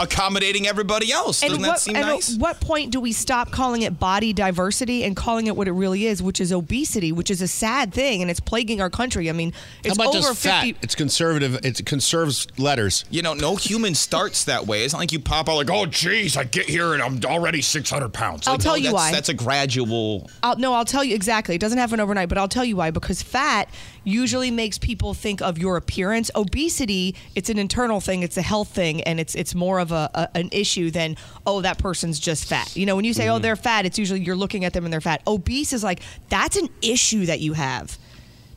Speaker 5: accommodating everybody else?
Speaker 4: And,
Speaker 5: Doesn't
Speaker 4: what,
Speaker 5: that seem
Speaker 4: and
Speaker 5: nice?
Speaker 4: at what point do we stop calling it body diversity and calling it what it really is, which is obesity, which is a sad thing, and it's plaguing our country? I mean, it's
Speaker 3: How about
Speaker 4: over
Speaker 3: just fat?
Speaker 4: 50.
Speaker 3: It's conservative. It conserves letters.
Speaker 5: You know, no human starts that way. It's not like you pop out like, oh, geez, I get here and I'm already 600 pounds.
Speaker 4: I'll
Speaker 5: Like,
Speaker 4: tell
Speaker 5: no,
Speaker 4: you
Speaker 5: that's,
Speaker 4: why.
Speaker 5: That's a gradual.
Speaker 4: I'll, no, I'll tell you exactly. It doesn't happen overnight, but I'll tell you why. Because fat usually makes people think of your appearance. Obesity, it's an internal thing. It's a health thing, and it's it's more more of a, a an issue than oh that person's just fat. You know, when you say oh
Speaker 5: Mm-hmm.
Speaker 4: they're fat, it's usually you're looking at them and they're fat. Obese is like that's an issue that you have.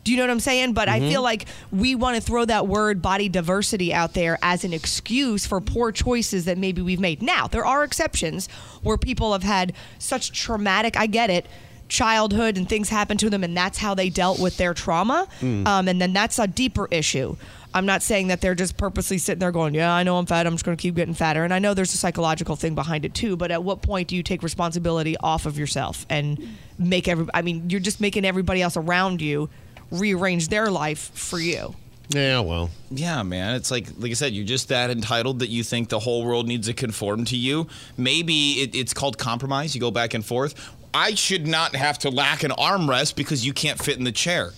Speaker 4: Do you know what I'm saying? But I
Speaker 23: Mhm.
Speaker 4: feel like we want to throw that word body diversity out there as an excuse for poor choices that maybe we've made. Now, there are exceptions where people have had such traumatic, I get it, childhood and things happen to them, and that's how they dealt with their trauma.
Speaker 7: Mm.
Speaker 4: Um, and then that's a deeper issue. I'm not saying that they're just purposely sitting there going, Yeah, I know I'm fat. I'm just going to keep getting fatter. And I know there's a psychological thing behind it too. But at what point do you take responsibility off of yourself and make every, I mean, you're just making everybody else around you rearrange their life for you.
Speaker 3: Yeah, well.
Speaker 5: Yeah, man. It's like, like I said, you're just that entitled that you think the whole world needs to conform to you. Maybe it, it's called compromise. You go back and forth. I should not have to lack an armrest because you can't fit in the chair.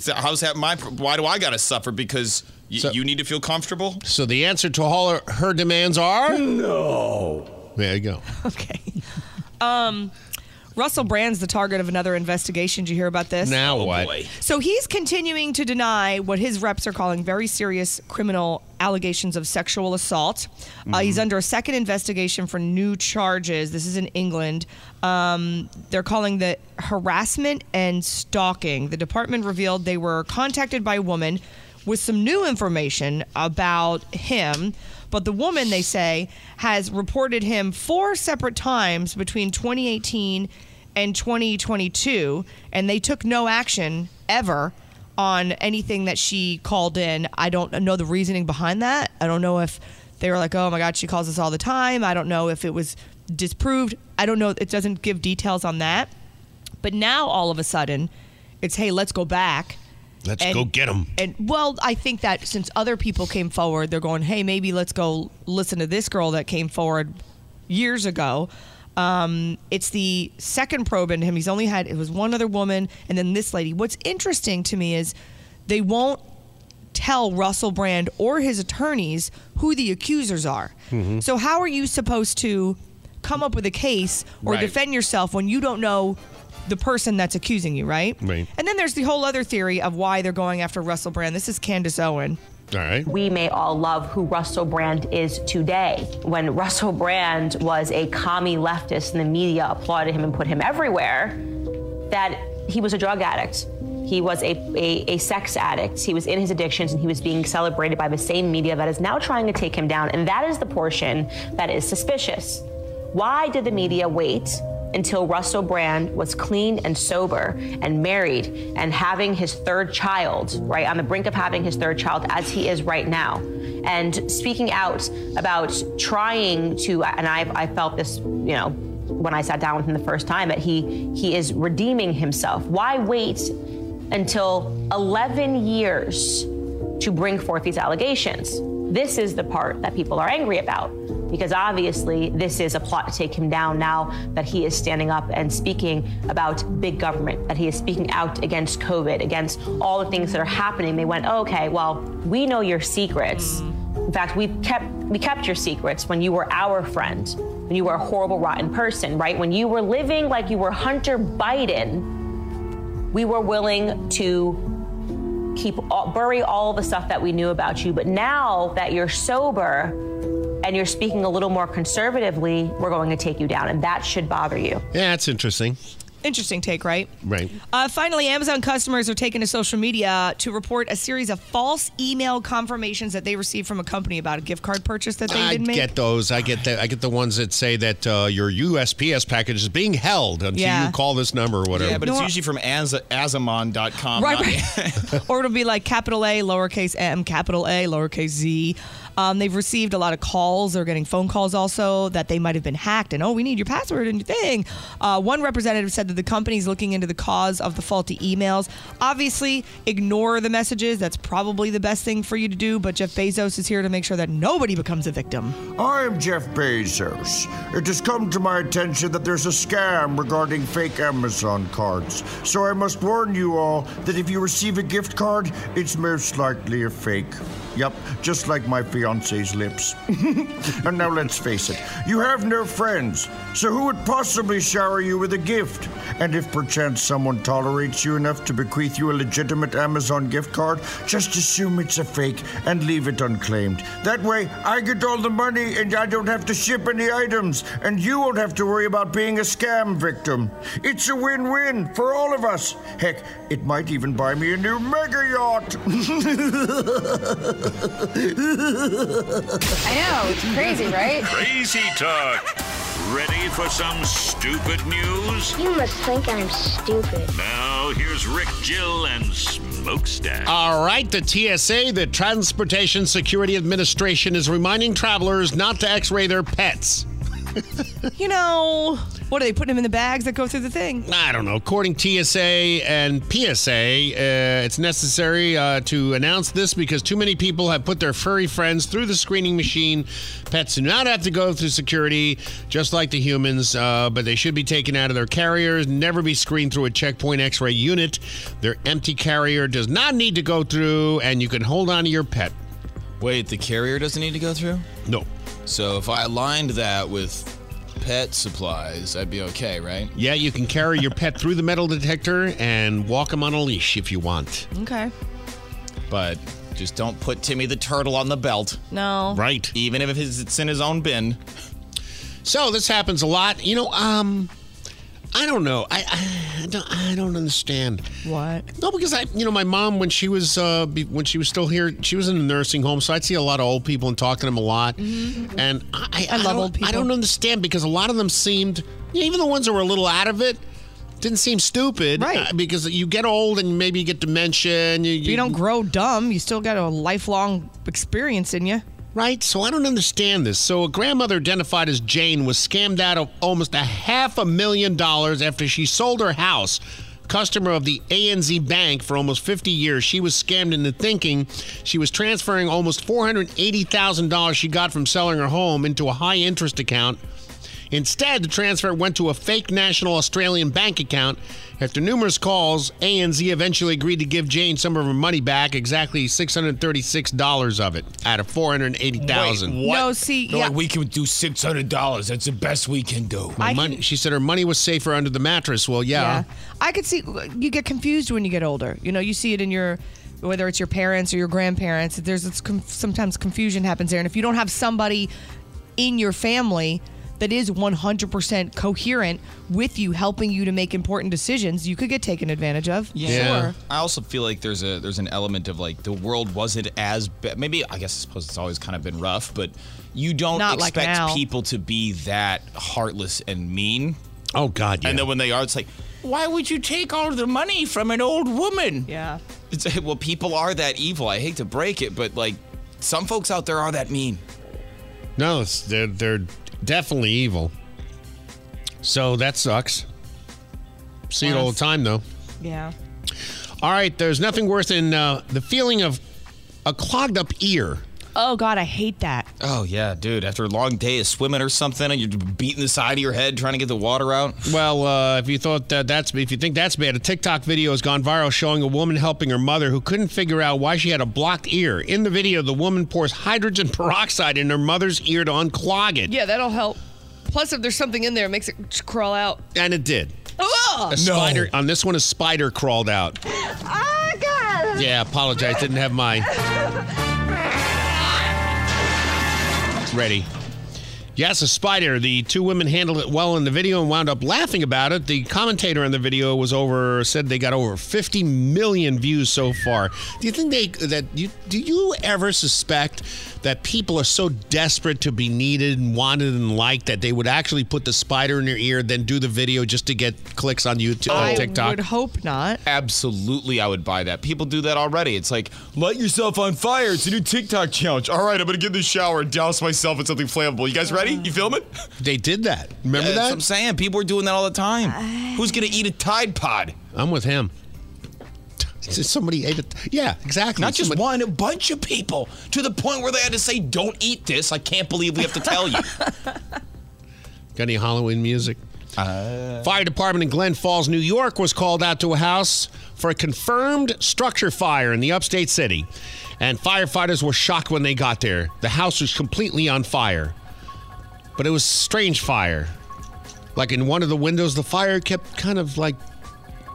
Speaker 5: So How's that my? pr- Why do I gotta suffer because y- you need to feel comfortable?
Speaker 3: So the answer to all her, her demands are no. There you go.
Speaker 4: Um, Russell Brand's the target of another investigation. Did you hear about this?
Speaker 3: Now Oh, what? boy.
Speaker 4: So he's continuing to deny what his reps are calling very serious criminal allegations of sexual assault. Uh, he's under a second investigation for new charges. This is in England. Um, they're calling the harassment and stalking. The department revealed they were contacted by a woman with some new information about him. But the woman, they say, has reported him four separate times between 2018 and 2022, and they took no action ever on anything that she called in. I don't know the reasoning behind that. I don't know if they were like, oh my God, she calls us all the time. I don't know if it was disproved. I don't know. It doesn't give details on that. But now all of a sudden, it's, hey, let's go back.
Speaker 3: Let's
Speaker 4: and-
Speaker 3: go get him.
Speaker 4: and well, I think that since other people came forward, they're going, hey, maybe let's go listen to this girl that came forward years ago. Um, it's the second probe into him. He's only had it was one other woman and then this lady. What's interesting to me is they won't tell Russell Brand or his attorneys who the accusers are.
Speaker 24: Mhm.
Speaker 4: So how are you supposed to come up with a case or
Speaker 24: Right.
Speaker 4: defend yourself when you don't know the person that's accusing you, right?
Speaker 3: Mm-hmm.
Speaker 24: Right.
Speaker 4: And then there's the whole other theory of why they're going after Russell Brand. This is Candace Owen.
Speaker 3: All right.
Speaker 24: We may all love who Russell Brand is today. When Russell Brand was a commie leftist and the media applauded him and put him everywhere, that he was a drug addict. He was a, a, a sex addict. He was in his addictions and he was being celebrated by the same media that is now trying to take him down. And that is the portion that is suspicious. Why did the media wait until Russell Brand was clean and sober and married and having his third child, right? On the brink of having his third child as he is right now. And speaking out about trying to, and I, I felt this, you know, when I sat down with him the first time, that he he is redeeming himself. Why wait until 11 years to bring forth these allegations. This is the part that people are angry about because obviously this is a plot to take him down now that he is standing up and speaking about big government, that he is speaking out against COVID, against all the things that are happening. They went, okay, well, we know your secrets. In fact, we kept we kept your secrets when you were our friend, when you were a horrible, rotten person, right? When you were living like you were Hunter Biden, we were willing to keep all, bury all the stuff that we knew about you. But now that you're sober and you're speaking a little more conservatively, we're going to take you down, and that should bother you.
Speaker 3: Yeah, it's interesting.
Speaker 4: Interesting take, right?
Speaker 3: Right.
Speaker 4: Uh, finally, Amazon customers are taking to social media to report a series of false email confirmations that they received from a company about a gift card purchase that they
Speaker 3: I
Speaker 4: didn't make.
Speaker 3: get those. I get the I get the ones that say that uh, your USPS package is being held until
Speaker 4: Yeah.
Speaker 3: you call this number or whatever.
Speaker 5: Yeah, but it's usually from Az- Azamon.com.
Speaker 4: Right,
Speaker 5: not-
Speaker 4: or it'll be like capital A, lowercase m, capital A, lowercase z. Um, they've received a lot of calls. They're getting phone calls also that they might have been hacked and, oh, we need your password and your thing. Uh, one representative said that the company's looking into the cause of the faulty emails. Obviously, ignore the messages. That's probably the best thing for you to do. But Jeff Bezos is here to make sure that nobody becomes a victim.
Speaker 25: I'm Jeff Bezos. It has come to my attention that there's a scam regarding fake Amazon cards. So I must warn you all that if you receive a gift card, it's most likely a fake. Yep, just like my fiance's lips. and now let's face it, you have no friends, so who would possibly shower you with a gift? And if perchance someone tolerates you enough to bequeath you a legitimate Amazon gift card, just assume it's a fake and leave it unclaimed. That way, I get all the money and I don't have to ship any items, and you won't have to worry about being a scam victim. It's a win win for all of us. Heck, it might even buy me a new mega yacht.
Speaker 23: I know, it's crazy, right?
Speaker 2: Crazy talk. Ready for some stupid news?
Speaker 19: You must think I'm stupid.
Speaker 2: Now here's Rick, Jill, and Smokestack.
Speaker 3: All right, the TSA, the Transportation Security Administration, is reminding travelers not to x ray their pets.
Speaker 4: you know, what are they putting them in the bags that go through the thing?
Speaker 3: I don't know. According to TSA and PSA, uh, it's necessary uh, to announce this because too many people have put their furry friends through the screening machine. Pets do not have to go through security, just like the humans, uh, but they should be taken out of their carriers, never be screened through a checkpoint x ray unit. Their empty carrier does not need to go through, and you can hold on to your pet.
Speaker 5: Wait, the carrier doesn't need to go through?
Speaker 3: No.
Speaker 5: So if I aligned that with pet supplies, I'd be okay, right?
Speaker 3: Yeah, you can carry your pet through the metal detector and walk him on a leash if you want.
Speaker 4: Okay.
Speaker 5: But just don't put Timmy the turtle on the belt.
Speaker 4: No.
Speaker 3: Right.
Speaker 5: Even if it's it's in his own bin.
Speaker 3: So this happens a lot. You know, um, I don't know. I, I, I don't, I don't understand.
Speaker 4: What?
Speaker 3: No, because I, you know, my mom when she was uh, be- when she was still here, she was in a nursing home, so I'd see a lot of old people and talk to them a lot. And I, I,
Speaker 4: Mm-hmm. I love
Speaker 3: don't-
Speaker 4: old people.
Speaker 3: I don't understand because a lot of them seemed, yeah, even the ones that were a little out of it, didn't seem stupid. Uh, Right. because you get old and maybe you get dementia and you,
Speaker 4: If you don't grow dumb, you still got a lifelong experience in you.
Speaker 3: Right, so I don't understand this. So, a grandmother identified as Jane was scammed out of almost a half a million dollars after she sold her house. Customer of the ANZ Bank for almost 50 years, she was scammed into thinking she was transferring almost $480,000 she got from selling her home into a high interest account. Instead, the transfer went to a fake national Australian bank account. After numerous calls, ANZ eventually agreed to give Jane some of her money back, exactly $636 of it out of $480,000.
Speaker 4: No, see, yeah.
Speaker 3: we can do $600. That's the best we can do. My
Speaker 4: I
Speaker 3: money, she said her money was safer under the mattress. Well, yeah.
Speaker 4: I could see you get confused when you get older. You know, you see it in your whether it's your parents or your grandparents. There's it's com- sometimes confusion happens there, and if you don't have somebody in your family that is 100% coherent with you, helping you to make important decisions, you could get taken advantage of. Sure.
Speaker 5: I also feel like there's a there's an element of like the world wasn't as ba- maybe I guess I suppose it's always kind of been rough, but you don't
Speaker 4: Not like
Speaker 5: expect
Speaker 4: now.
Speaker 5: people to be that heartless and mean.
Speaker 3: Oh God,
Speaker 5: And then when they are, it's like Why would you take all the money from an old woman?
Speaker 4: Yeah.
Speaker 5: it's, well, people are that evil. I hate to break it, but like some folks out there are that mean.
Speaker 3: No, it's, they're, they're definitely evil. So that sucks. See it all the time, though.
Speaker 4: Yeah.
Speaker 3: All right, there's nothing worse than uh, the feeling of a clogged up ear.
Speaker 4: Oh God, I hate that.
Speaker 5: Oh yeah, dude. After a long day of swimming or something, and you're beating the side of your head trying to get the water out.
Speaker 3: Well, uh, if you thought that that's if you think that's bad, a TikTok video has gone viral showing a woman helping her mother who couldn't figure out why she had a blocked ear. In the video, the woman pours hydrogen peroxide in her mother's ear to unclog it,
Speaker 4: Yeah, that'll help. Plus, if there's something in there, it makes it crawl out.
Speaker 3: and it did.
Speaker 4: Oh,
Speaker 3: A spider on this one, a spider crawled out.
Speaker 5: Ah,
Speaker 4: oh God.
Speaker 3: Yeah, apologize, didn't have my ready. Yes, a spider. The two women handled it well in the video and wound up laughing about it. The commentator in the video was over said they got over 50 million views so far. Do you think they that you do you ever suspect that people are so desperate to be needed and wanted and liked that they would actually put the spider in their ear then do the video just to get clicks on YouTube
Speaker 5: I
Speaker 3: on TikTok?
Speaker 5: would
Speaker 4: hope not.
Speaker 5: Absolutely, I would buy that. People do that already. It's like light yourself on fire. It's a new TikTok challenge. All right, I'm gonna get in the shower and douse myself in something flammable. You guys ready? You filming?
Speaker 3: They did that. Remember that?
Speaker 5: That's what I'm saying. People are doing that all the time. Who's gonna eat a Tide Pod?
Speaker 3: I'm with him. Somebody ate it. Yeah, exactly.
Speaker 5: Not just one, a bunch of people to the point where they had to say, "Don't eat this." I can't believe we have to tell you.
Speaker 3: Got any Halloween music? Fire department in Glen Falls, New York was called out to a house for a confirmed structure fire in the upstate city. And firefighters were shocked when they got there. The house was completely on fire. But it was strange fire. Like in one of the windows, the fire kept kind of like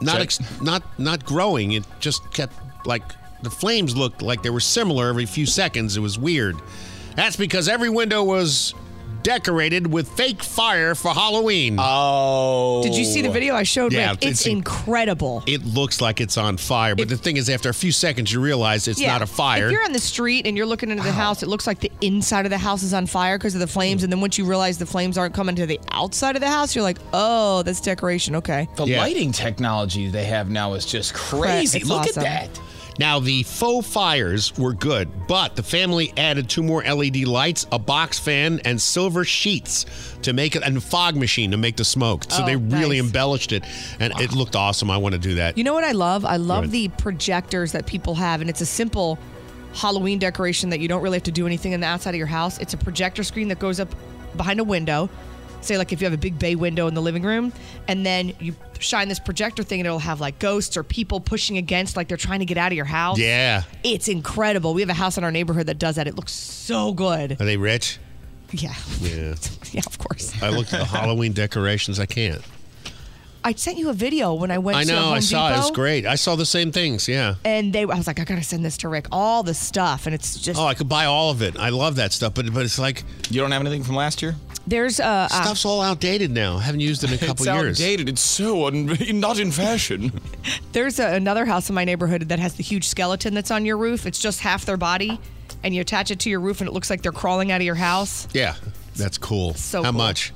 Speaker 3: not
Speaker 5: Check.
Speaker 3: ex- not not growing. It just kept like the flames looked like they were similar every few seconds. It was weird. That's because every window was decorated with fake fire for Halloween. Oh.
Speaker 4: Did you see the video I showed?
Speaker 3: Yeah,
Speaker 4: Rick? It's, incredible.
Speaker 3: It looks like it's on fire, but the thing is, after a few seconds, you realize it's
Speaker 4: Yeah.
Speaker 3: not a fire.
Speaker 4: If you're on the street and you're looking into the house, it looks like the inside of the house is on fire because of the flames. And then once you realize the flames aren't coming to the outside of the house, you're like, oh, that's decoration. Okay.
Speaker 5: The lighting technology they have now is just
Speaker 4: Right,
Speaker 5: crazy.
Speaker 4: it's
Speaker 5: Look
Speaker 4: awesome.
Speaker 5: at that.
Speaker 3: Now, the faux fires were good, but the family added two more LED lights, a box fan, and silver sheets to make it, and a fog machine to make the smoke. So
Speaker 4: Oh,
Speaker 3: they really embellished it, and it looked awesome. I want to do that.
Speaker 4: You know what I love? I love
Speaker 3: Right.
Speaker 4: the projectors that people have, and it's a simple Halloween decoration that you don't really have to do anything on the outside of your house. It's a projector screen that goes up behind a window. Say, like, if you have a big bay window in the living room, and then you shine this projector thing, and it'll have like ghosts or people pushing against, like they're trying to get out of your house.
Speaker 3: Yeah.
Speaker 4: It's incredible. We have a house in our neighborhood that does that. It looks so good.
Speaker 3: Are they rich?
Speaker 4: Yeah.
Speaker 3: Yeah.
Speaker 4: Yeah, of course.
Speaker 3: I looked at the Halloween decorations. I can't.
Speaker 4: I sent you a video when I went
Speaker 3: I
Speaker 4: to
Speaker 3: know.
Speaker 4: Home
Speaker 3: I saw it. It's
Speaker 4: Depot.
Speaker 3: great. I saw the same things. Yeah.
Speaker 4: And they, I was like, I gotta send this to Rick. All the stuff, and it's just
Speaker 3: Oh, I could buy all of it. I love that stuff, but but it's like
Speaker 5: you don't have anything from last year.
Speaker 4: there's uh, uh
Speaker 3: Stuff's all outdated now. Haven't used it in a
Speaker 5: it's
Speaker 3: couple years.
Speaker 5: outdated. It's so un- not in fashion.
Speaker 4: There's a, another house in my neighborhood that has the huge skeleton that's on your roof. It's just half their body, and you attach it to your roof, and it looks like they're crawling out of your house.
Speaker 3: Yeah, that's cool.
Speaker 4: So
Speaker 3: how
Speaker 4: cool.
Speaker 3: much?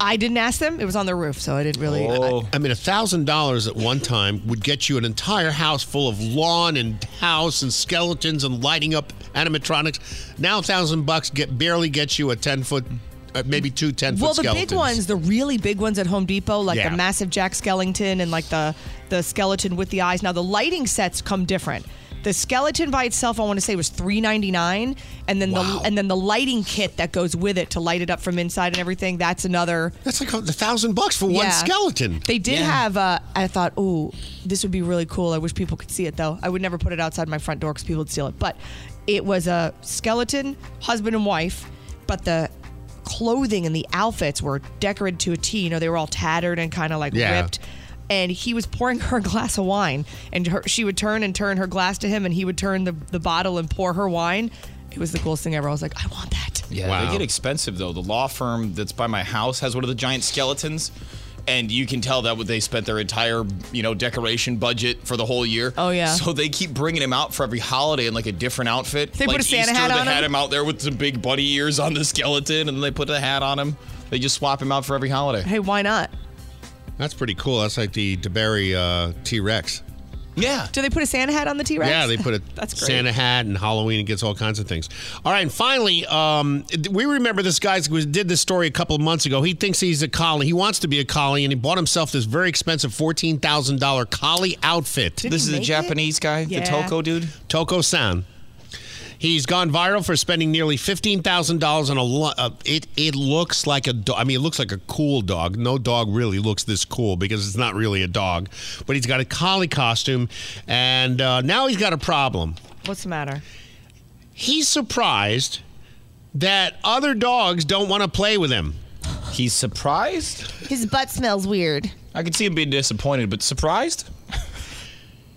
Speaker 4: I didn't ask them; it was on their roof, so I didn't really.
Speaker 3: I, I mean, a thousand dollars at one time would get you an entire house full of lawn and house and skeletons and lighting up animatronics. Now, a thousand bucks get barely gets you a ten foot, uh, maybe two 10 foot.
Speaker 4: well, the
Speaker 3: skeletons.
Speaker 4: big ones, the really big ones at Home Depot, like
Speaker 3: Yeah.
Speaker 4: the massive Jack Skellington and like the the skeleton with the eyes. Now the lighting sets come different. The skeleton by itself, I want to say, was three ninety nine, and then the and then the lighting kit that goes with it to light it up from inside and everything. That's another.
Speaker 3: That's like a thousand bucks for one
Speaker 4: Yeah.
Speaker 3: skeleton.
Speaker 4: They did have. Uh, I thought, ooh, this would be really cool. I wish people could see it though. I would never put it outside my front door because people would steal it. But it was a skeleton husband and wife, but the clothing and the outfits were decorated to a T. You know, they were all tattered and kind of like
Speaker 6: Yeah.
Speaker 4: ripped. And he was pouring her a glass of wine, and her, she would turn and turn her glass to him, and he would turn the, the bottle and pour her wine. It was the coolest thing ever. I was like, I want that.
Speaker 5: Yeah,
Speaker 4: Wow.
Speaker 5: they get expensive though. The law firm that's by my house has one of the giant skeletons, and you can tell that what they spent their entire you know decoration budget for the whole year. Oh
Speaker 4: yeah.
Speaker 5: So they keep bringing him out for every holiday in like a different outfit.
Speaker 4: They
Speaker 5: like
Speaker 4: put a Santa
Speaker 5: Easter,
Speaker 4: hat
Speaker 5: they
Speaker 4: on
Speaker 5: had
Speaker 4: him?
Speaker 5: him out there with some big bunny ears on the skeleton, and they put a hat on him. They just swap him out for every holiday.
Speaker 4: Hey, why not?
Speaker 3: That's pretty cool. That's like the DeBerry uh, T Rex.
Speaker 5: Yeah.
Speaker 4: Do they put a Santa hat on the T Rex?
Speaker 3: Yeah, they put a
Speaker 4: That's great.
Speaker 3: Santa hat and Halloween. It gets all kinds of things. All right, and finally, um, we remember this guy who did this story a couple of months ago. He thinks he's a collie. He wants to be a collie, and he bought himself this very expensive fourteen thousand dollar collie outfit.
Speaker 5: Did This he is a make it? Japanese guy, the Yeah. Toko dude.
Speaker 3: Toko San. He's gone viral for spending nearly fifteen thousand dollars on a. Lo- uh, it it looks like a. Do- I mean, it looks like a cool dog. No dog really looks this cool because it's not really a dog. But he's got a collie costume, and uh, now he's got a problem.
Speaker 4: What's the matter?
Speaker 3: He's surprised that other dogs don't want to play with him.
Speaker 5: He's surprised.
Speaker 4: His butt smells weird.
Speaker 5: I could see him being disappointed, but surprised.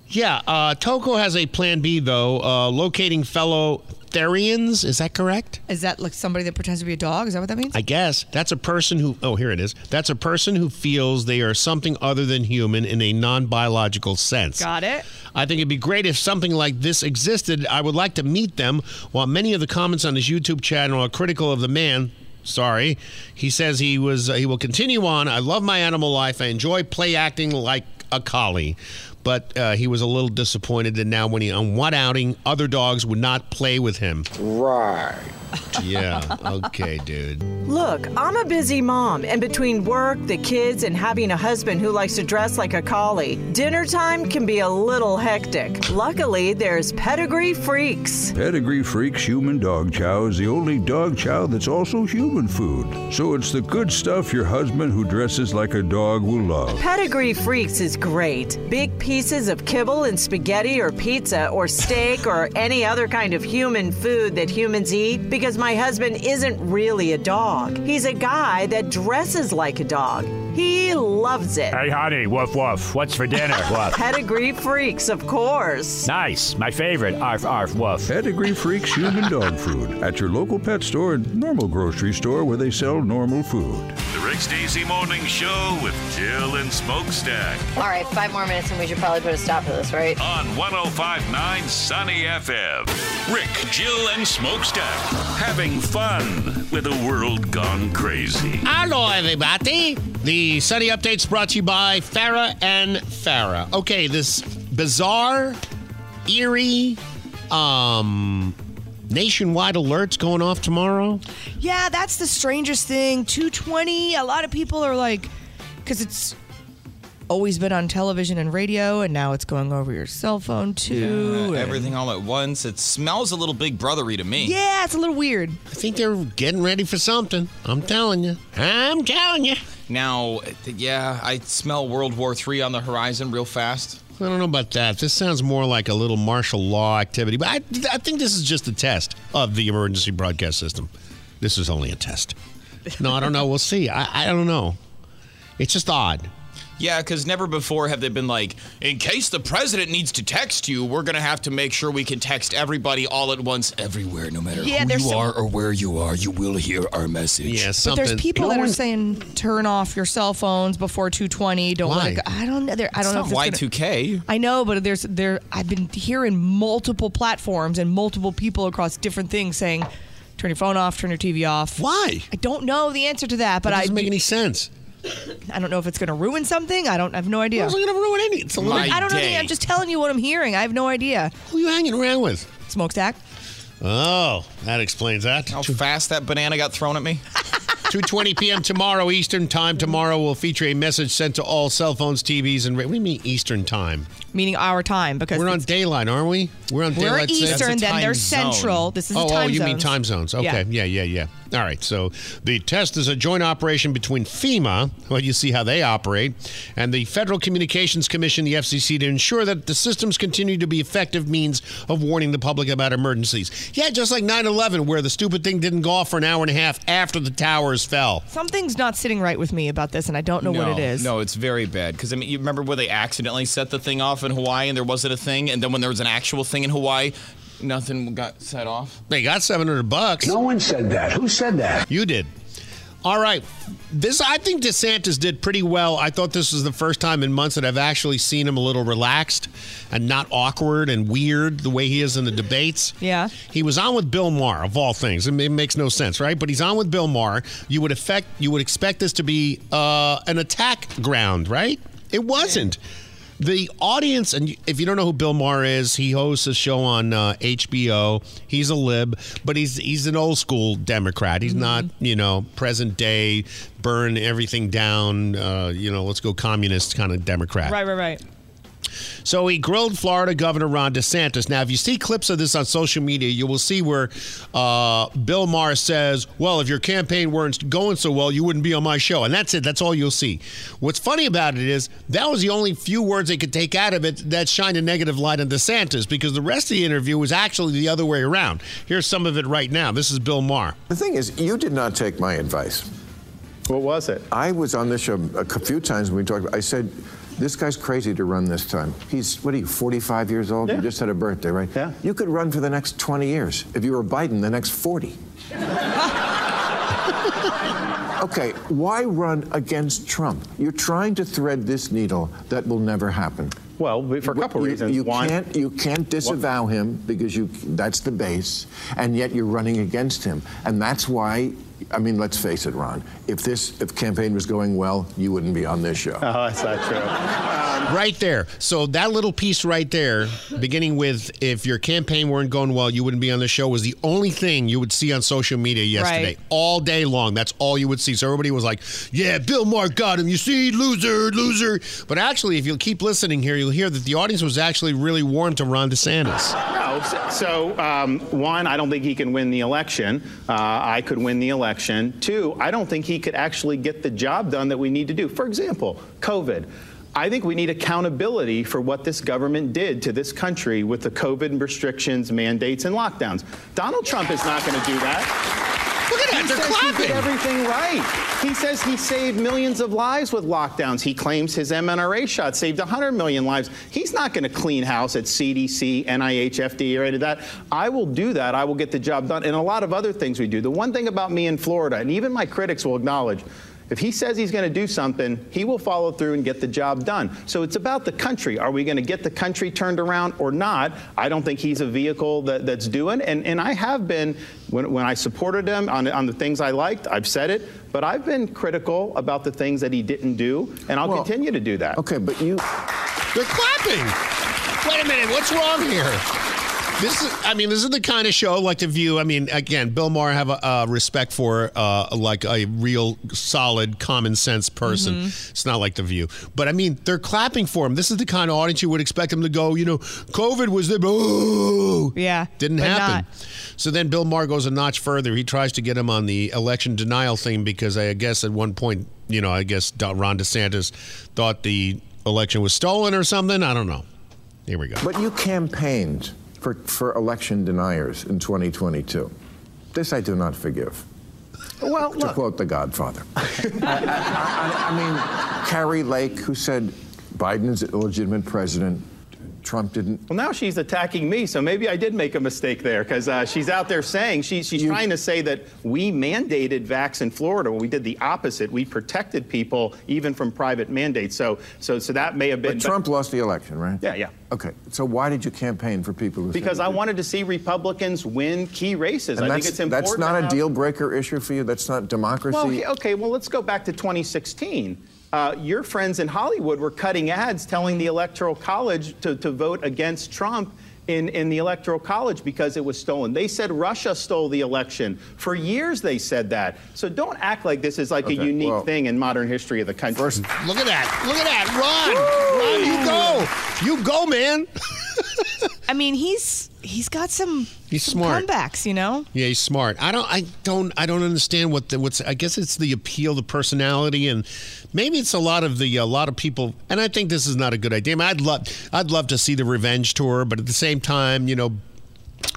Speaker 3: Yeah, uh, Toko has a plan B though. Uh, locating fellow Therians, is that correct?
Speaker 4: Is that like somebody that pretends to be a dog? Is that what that means?
Speaker 3: I guess that's a person who. Oh, here it is. That's a person who feels they are something other than human in a non-biological sense.
Speaker 4: Got it.
Speaker 3: I think it'd be great if something like this existed. I would like to meet them. While many of the comments on his YouTube channel are critical of the man, sorry, he says he was he will continue on. I love my animal life. I enjoy play acting like a collie. but uh, he was a little disappointed that now when he on one outing, other dogs would not play with him. Right. Yeah. Okay, dude.
Speaker 26: Look, I'm a busy mom, and between work, the kids, and having a husband who likes to dress like a collie, dinner time can be a little hectic. Luckily, there's Pedigree Freaks.
Speaker 7: Pedigree Freaks Human Dog Chow is the only dog chow that's also human food. So it's the good stuff your husband who dresses like a dog will love.
Speaker 26: Pedigree Freaks is great. Big pieces of kibble and spaghetti or pizza or steak or any other kind of human food that humans eat because my husband isn't really a dog. He's a guy that dresses like a dog. He loves it.
Speaker 17: Hey, honey, woof woof. What's for dinner? Woof.
Speaker 26: Pedigree Freaks, of course.
Speaker 17: nice. My favorite. Arf, arf, woof.
Speaker 7: Pedigree Freaks Human Dog Food at your local pet store and normal grocery store where they sell normal food.
Speaker 2: The Rick Stacy Morning Show with Jill and Smokestack
Speaker 23: All right, five more minutes and we should probably put a stop to this, right?
Speaker 2: on 1059 Sunny FM. Rick, Jill, and Smokestack having fun with a world gone crazy.
Speaker 3: Hello, everybody. The Sunny Updates brought to you by Farah and Farah. Okay, this bizarre, eerie, um, nationwide alerts going off tomorrow.
Speaker 4: Yeah, that's the strangest thing. 220, a lot of people are like, because it's always been on television and radio, and now it's going over your cell phone too.
Speaker 5: Uh,
Speaker 4: and-
Speaker 5: everything all at once. It smells a little big brothery to me.
Speaker 4: Yeah, it's a little weird.
Speaker 3: I think they're getting ready for something. I'm telling you. I'm telling you.
Speaker 5: Now, th- yeah, I smell World War III on the horizon real fast.
Speaker 3: I don't know about that. This sounds more like a little martial law activity, but I, I think this is just a test of the emergency broadcast system. This is only a test. No, I don't know. We'll see. I, I don't know. It's just odd.
Speaker 5: Yeah, because never before have they been like, in case the president needs to text you, we're going to have to make sure we can text everybody all at once, everywhere, no matter
Speaker 4: Yeah,
Speaker 5: who you
Speaker 4: there's some-
Speaker 5: are or where you are. You will hear our message.
Speaker 3: Yeah,
Speaker 4: But there's people that are saying turn off your cell phones before 220. Don't
Speaker 5: Why?
Speaker 4: let it go. I don't know. There, I
Speaker 5: It's
Speaker 4: don't know.
Speaker 5: not
Speaker 4: if it's gonna-
Speaker 5: Y2K.
Speaker 4: I know, but there's there. I've been hearing multiple platforms and multiple people across different things saying, "Turn your phone off. Turn your TV off."
Speaker 3: Why?
Speaker 4: I don't know the answer to that, but
Speaker 3: That
Speaker 4: I
Speaker 3: doesn't make any sense.
Speaker 4: I don't know if it's going to ruin something. I don't. I have no idea.
Speaker 3: How's it gonna ruin any- it's a little-
Speaker 4: I don't know. The,
Speaker 3: My
Speaker 4: I'm just telling you what I'm hearing. I have no idea.
Speaker 3: Who are you hanging around with?
Speaker 4: Smokestack.
Speaker 3: Oh, that explains that. How
Speaker 5: fast that banana got thrown at me.
Speaker 3: 2:20 p.m. tomorrow Eastern Time. Tomorrow will feature a message sent to all cell phones, TVs, and ra- what do you mean Eastern Time?
Speaker 4: Meaning our time because
Speaker 3: we're on daylight, aren't we? We're on
Speaker 4: We're
Speaker 3: daylight. savings-
Speaker 4: Eastern, That's a then time they're zone. Central. This is a
Speaker 3: oh, oh,
Speaker 4: time
Speaker 3: you mean
Speaker 4: zones.
Speaker 3: time zones?
Speaker 4: Yeah.
Speaker 3: Okay, yeah. yeah, yeah, All right. So the test is a joint operation between FEMA. Well, you see how they operate, and the Federal Communications Commission, the FCC, to ensure that the systems continue to be effective means of warning the public about emergencies. Yeah, just like 9/11, where the stupid thing didn't go off for an hour and a half after the towers fell.
Speaker 4: something's not sitting right with me about this, and I don't know what it is.
Speaker 5: No, it's very bad. Because I mean, you remember where they accidentally set the thing off in Hawaii, and there wasn't a thing, and then when there was an actual thing in Hawaii, nothing got set off.
Speaker 3: They got 700 bucks. No one said that. Who said that? You did. All right. This I think DeSantis did pretty well. I thought this was the first time in months that I've actually seen him a little relaxed and not awkward and weird the way he is in the debates.
Speaker 4: Yeah.
Speaker 3: He was on with Bill Maher of all things. It ma- it makes no sense, right? But he's on with Bill Maher. You would affect you would expect this to be uh, an attack ground, right? It wasn't. The audience, and if you don't know who Bill Maher is, he hosts a show on uh, HBO. He's a lib, but he's he's an old school Democrat. He's not,
Speaker 4: Mm-hmm.
Speaker 3: you know, present day, burn everything down, uh, you know, let's go communist kind of Democrat.
Speaker 4: Right, right, right.
Speaker 3: So he grilled Florida Governor Ron DeSantis. Now, if you see clips of this on social media, you will see where uh, Bill Maher says, Well, if your campaign weren't going so well, you wouldn't be on my show. And that's it. That's all you'll see. What's funny about it is that was the only few words they could take out of it that shined a negative light on DeSantis because the rest of the interview was actually the other way around. Here's some of it right now. This is Bill Maher.
Speaker 27: The thing is, you did not take my advice. What was it? I was on this show a c- few times when we talked. About, I said, "This guy's crazy to run this time. He's what are you, 45 years old? You just had a birthday, right? Yeah. You could run for the next 20 years if you were Biden, the next 40." okay, why run against Trump? You're trying to thread this needle that will never happen.
Speaker 28: Well, but for a couple
Speaker 27: you,
Speaker 28: reasons.
Speaker 27: You
Speaker 28: One-
Speaker 27: can't you can't disavow him because you that's the base, and yet you're running against him, and that's why
Speaker 9: I mean, let's face it, Ron. If this if campaign was going well, you wouldn't be on this show. Oh, that's not true.
Speaker 3: Right there. So that little piece right there, beginning with if your campaign weren't going well, you wouldn't be on the show, was the only thing you would see on social media yesterday.
Speaker 4: Right.
Speaker 3: All day long. That's all you would see. So everybody was like, yeah, Bill Maher got him. You see, loser, loser. But actually, if you'll keep listening here, you'll hear that the audience was actually really warm to Ron DeSantis.
Speaker 28: No. Oh, so- So, um, one, I don't think he can win the election. Uh, I could win the election. Two, I don't think he could actually get the job done that we need to do. For example, COVID. I think we need accountability for what this government did to this country with the COVID restrictions, mandates, and lockdowns. Donald Trump is not going to do that.
Speaker 3: Look at that,
Speaker 28: he
Speaker 3: they're
Speaker 28: says He
Speaker 3: clapping.
Speaker 28: did everything right. He says he saved millions of lives with lockdowns. He claims his MNRA shot saved 100 million lives. He's not going to clean house at CDC, NIH, FDA, or any of that. I will do that. I will get the job done. And a lot of other things we do. The one thing about me in Florida, and even my critics will acknowledge, if he says he's going to do something, he will follow through and get the job done. So it's about the country. Are we going to get the country turned around or not? I don't think he's a vehicle that, that's doing. And and I have been when, when I supported him on on the things I liked. I've said it, but I've been critical about the things that he didn't do, and I'll continue to do that.
Speaker 9: Okay, but you.
Speaker 3: They're clapping. Wait a minute, what's wrong here? This is, I mean, this is the kind of show like to view. I mean, again, Bill Maher I have a, uh respect for uh, like a real solid common sense person.
Speaker 4: Mm-hmm.
Speaker 13: Mhm.
Speaker 3: It's not like the View, but I mean, they're clapping for him. This is the kind of audience you would expect him to go. You know, COVID was the boo.
Speaker 4: Yeah,
Speaker 3: didn't
Speaker 4: but
Speaker 3: happen. So then Bill Maher goes a notch further. He tries to get him on the election denial thing because I guess at one point, you know, I guess Don- Ron DeSantis thought the election was stolen or something. I don't know. Here we go.
Speaker 9: But you campaigned for, for election deniers in 2022. This I do not forgive.
Speaker 28: Well,
Speaker 9: to quote The Godfather. I, I- I- I mean, Carrie Lake, who said Biden's an illegitimate president, Trump didn't.
Speaker 28: Well, now she's attacking me, so maybe I did make a mistake there because uh, she's out there saying she, she's trying to say that we mandated vax in Florida when we did the opposite. We protected people even from private mandates. So, so, so that may have been.
Speaker 9: But Trump lost the election, right?
Speaker 28: Yeah, yeah.
Speaker 9: Okay, so why did you campaign for people who said
Speaker 28: Because
Speaker 9: he
Speaker 28: I
Speaker 9: didn't?
Speaker 28: wanted to see Republicans win key races.
Speaker 9: And
Speaker 28: I think
Speaker 9: that's,
Speaker 28: it's important.
Speaker 9: that's not
Speaker 28: to
Speaker 9: a
Speaker 28: have-
Speaker 9: deal breaker issue for you. That's not democracy.
Speaker 28: Well, okay, okay, well, let's go back to 2016. Uh, your friends in Hollywood were cutting ads telling the Electoral College to, to vote against Trump in, in the Electoral College because it was stolen. They said Russia stole the election. For years, they said that. So don't act like this is like a
Speaker 9: Okay,
Speaker 28: unique
Speaker 9: well-
Speaker 28: thing in modern history of the country.
Speaker 3: Look at that. Look at that. Ron. Ron, you go. You go, man.
Speaker 4: I mean, he's he's got some
Speaker 3: He's
Speaker 4: some
Speaker 3: smart.
Speaker 4: comebacks, you know.
Speaker 3: Yeah, he's smart. I don't. I don't. I don't understand what the, what's. I guess it's the appeal, the personality, and maybe it's a lot of the a lot of people. And I think this is not a good idea. I mean, I'd love. I'd love to see the revenge tour, but at the same time, you know.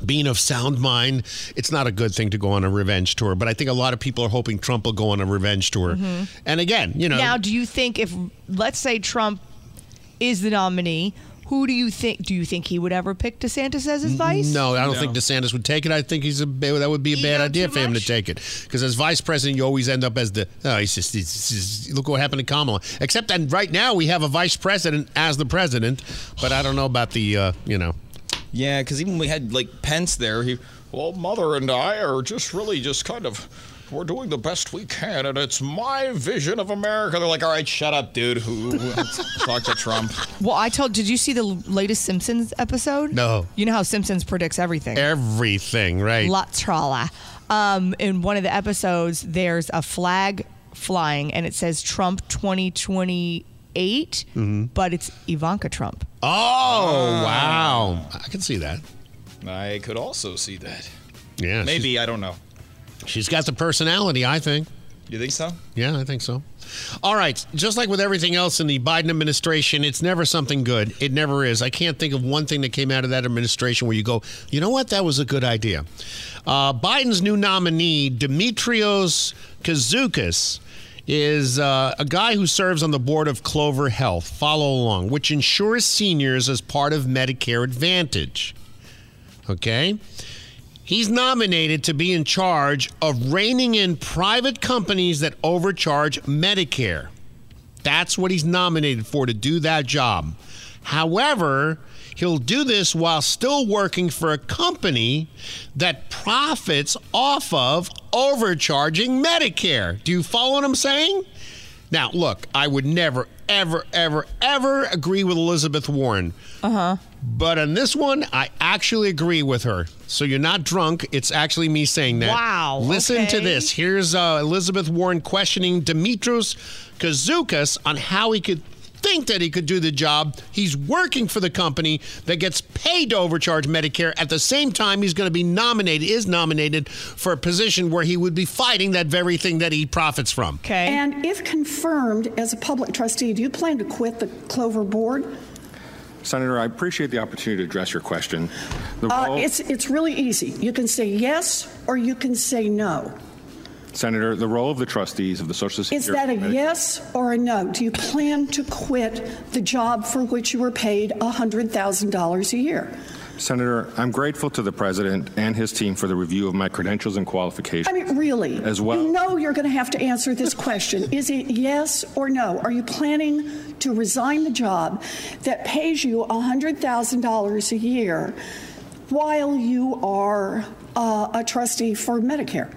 Speaker 3: Being of sound mind, it's not a good thing to go on a revenge tour. But I think a lot of people are hoping Trump will go on a revenge tour.
Speaker 4: Mhm.
Speaker 3: And again, you know,
Speaker 4: Now, do you think if let's say Trump is the nominee, who do you think do you think he would ever pick DeSantis as his vice?
Speaker 3: No, I don't think DeSantis would take it. I think he's a ba- that would be a bad idea for him to take it because as vice president, you always end up as the oh, he's just, he's just- look what happened to Kamala. Except that right now we have a vice president as the president, but I don't know about the uh, you know.
Speaker 5: Yeah, because even we had like Pence there. He, well, mother and I are just really just kind of. We're doing the best we can, and it's my vision of America. They're like, all right, shut up, dude. Who talk to Trump?
Speaker 4: Well, I told. Did you see the latest Simpsons episode?
Speaker 3: No.
Speaker 4: You know how Simpsons predicts everything.
Speaker 3: Everything, right?
Speaker 4: Lots trala. Um, in one of the episodes, there's a flag flying, and it says Trump 2028,
Speaker 3: Mhm.
Speaker 4: but it's Ivanka Trump.
Speaker 3: Oh wow, I can see that.
Speaker 5: I could also see that.
Speaker 3: Yeah,
Speaker 5: Maybe I don't know.
Speaker 3: She's got the personality, I think.
Speaker 5: You think so?
Speaker 3: Yeah, I think so. All right. Just like with everything else in the Biden administration, it's never something good. It never is. I can't think of one thing that came out of that administration where you go, you know what? That was a good idea. Uh, Biden's new nominee, Demetrios Kazookas, is uh, a guy who serves on the board of Clover Health, follow along, which insures seniors as part of Medicare Advantage. Okay? He's nominated to be in charge of reining in private companies that overcharge Medicare. That's what he's nominated for to do that job. However, He'll do this while still working for a company that profits off of overcharging Medicare. Do you follow what I'm saying? Now, look, I would never, ever, ever, ever agree with Elizabeth Warren. Uh
Speaker 13: Uh-huh.
Speaker 3: huh. But on this one, I actually agree with her. So you're not drunk. It's actually me saying that.
Speaker 13: Wow,
Speaker 3: Listen to
Speaker 13: okay.
Speaker 3: this. Here's uh, Elizabeth Warren questioning Dimitros Kazookas on how he could think that he could do the job. He's working for the company that gets paid to overcharge Medicare. At the same time, he's going to be nominated, is nominated for a position where he would be fighting that very thing that he profits from.
Speaker 14: And if confirmed as a public trustee, do you plan to quit the Clover board?
Speaker 15: Senator, I appreciate the opportunity to address your question. The
Speaker 14: Uh,
Speaker 15: role,
Speaker 14: it's it's really easy. You can say yes or you can say no.
Speaker 15: Senator, the role of the trustees of the Social Security
Speaker 14: Is that a
Speaker 15: Committee-
Speaker 14: yes or a no? Do you plan to quit the job for which you were paid $100,000 a year?
Speaker 15: Senator, I'm grateful to the president and his team for the review of my credentials and qualifications.
Speaker 14: I mean, really?
Speaker 15: As well.
Speaker 14: You know you're going to have to answer this question. Is it yes or no? Are you planning to resign the job that pays you $100,000 a year while you are uh, a trustee for Medicare?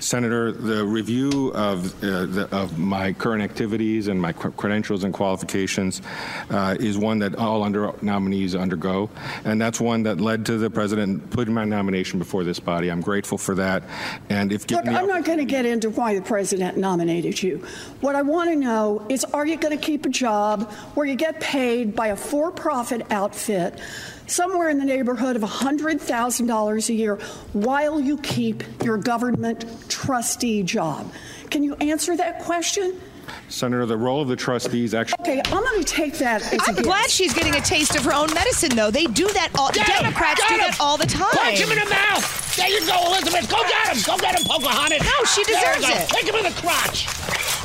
Speaker 15: Senator, the review of, uh, the, of my current activities and my cr- credentials and qualifications uh, is one that all under nominees undergo, and that's one that led to the president putting my nomination before this body. I'm grateful for that, and if
Speaker 14: Look,
Speaker 15: given the
Speaker 14: I'm not going to get into why the president nominated you. What I want to know is are you going to keep a job where you get paid by a for profit outfit somewhere in the neighborhood of $100,000 a year while you keep your government trustee job? Can you answer that question?
Speaker 15: Senator, the role of the trustees actually.
Speaker 14: Okay, I'm going to take that as a
Speaker 4: I'm glad she's getting a taste of her own medicine, though. They do that all.
Speaker 14: Get him!
Speaker 4: Democrats
Speaker 14: Get
Speaker 4: do
Speaker 14: him!
Speaker 4: that all the time.
Speaker 14: Punch him in the
Speaker 13: mouth! There you go, Elizabeth. Go get him. Go get him, Pocahontas.
Speaker 4: No, she
Speaker 13: There you
Speaker 4: deserves
Speaker 13: go.
Speaker 4: it.
Speaker 13: Kick him in the crotch.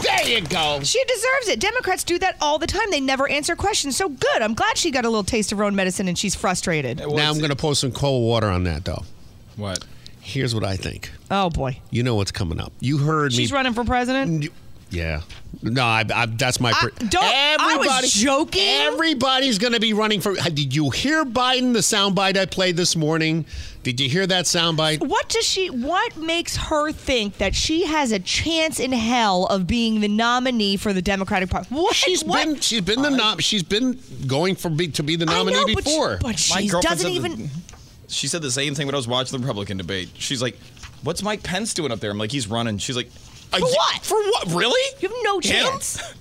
Speaker 13: There you go.
Speaker 4: She deserves it. Democrats do that all the time. They never answer questions. So good. I'm glad she got a little taste of her own medicine and she's frustrated.
Speaker 3: now I'm going to pour some cold water on that, though.
Speaker 5: What?
Speaker 3: Here's what I think.
Speaker 4: Oh boy.
Speaker 3: You know what's coming up. You heard
Speaker 4: She's
Speaker 3: me.
Speaker 4: running for president.
Speaker 3: yeah. No, I, I, that's my. Pre-
Speaker 4: don't- I was joking.
Speaker 3: Everybody's going to be running for. uh, Did you hear Biden? The soundbite I played this morning. Did you hear that soundbite?
Speaker 4: What does she? What makes her think that she has a chance in hell of being the nominee for the Democratic Party? What?
Speaker 3: She's
Speaker 4: what?
Speaker 3: been she's been the nom- she's been going for be, to be the
Speaker 4: I know,
Speaker 3: nominee
Speaker 4: but she-
Speaker 3: before.
Speaker 4: but she
Speaker 5: girlfriend
Speaker 4: doesn't
Speaker 5: said the-
Speaker 4: even-
Speaker 5: she said the same thing when I was watching the Republican debate. She's like, "What's Mike Pence doing up there?" I'm like, "He's running." She's like, "For
Speaker 4: what?
Speaker 5: For what? Really?
Speaker 4: You have no
Speaker 5: Him?"
Speaker 4: chance.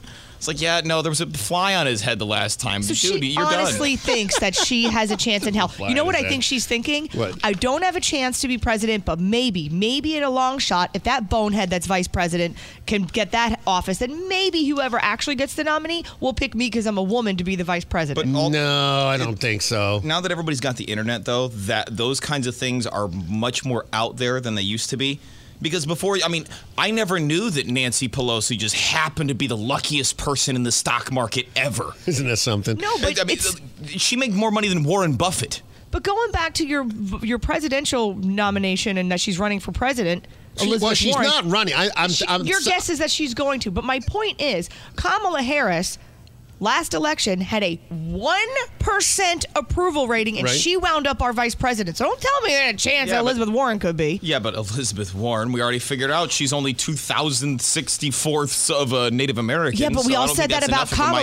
Speaker 5: It's like, "Yeah, no, there was a fly on his head the last time."
Speaker 4: So
Speaker 5: Dude,
Speaker 4: she
Speaker 5: you're
Speaker 4: honestly thinks that she has a chance in hell.
Speaker 5: Why
Speaker 4: You know
Speaker 5: is
Speaker 4: what I
Speaker 5: that?
Speaker 4: think she's thinking?
Speaker 5: What?
Speaker 4: I don't have a chance to be president, but maybe, maybe at a long shot, if that bonehead that's vice president can get that office, then maybe whoever actually gets the nominee will pick me because I'm a woman to be the vice president.
Speaker 3: no, I don't think so.
Speaker 5: Now that everybody's got the internet, though, that those kinds of things are much more out there than they used to be. Because before, I mean, I never knew that Nancy Pelosi just happened to be the luckiest person in the stock market ever.
Speaker 3: Isn't that something?
Speaker 4: No, but
Speaker 5: I mean, she made more money than Warren Buffett.
Speaker 4: But going back to your your presidential nomination and that she's running for president.
Speaker 3: She-
Speaker 4: Elizabeth
Speaker 3: well, she's
Speaker 4: Warren,
Speaker 3: not running. I, I'm,
Speaker 4: She-
Speaker 3: I'm
Speaker 4: your
Speaker 3: so-
Speaker 4: guess is that she's going to. But my point is, Kamala Harris last election had a 1% approval rating and
Speaker 5: Right.
Speaker 4: she wound up our vice president. So don't tell me that a chance
Speaker 5: Yeah,
Speaker 4: that
Speaker 5: but-
Speaker 4: Elizabeth Warren could be.
Speaker 5: Yeah, but Elizabeth Warren, we already figured out she's only 2,064ths of a Native American.
Speaker 4: Yeah, but we
Speaker 5: so I
Speaker 4: all
Speaker 5: don't
Speaker 4: said
Speaker 5: think
Speaker 4: that
Speaker 5: that's
Speaker 4: about
Speaker 5: enough of a
Speaker 4: Kamala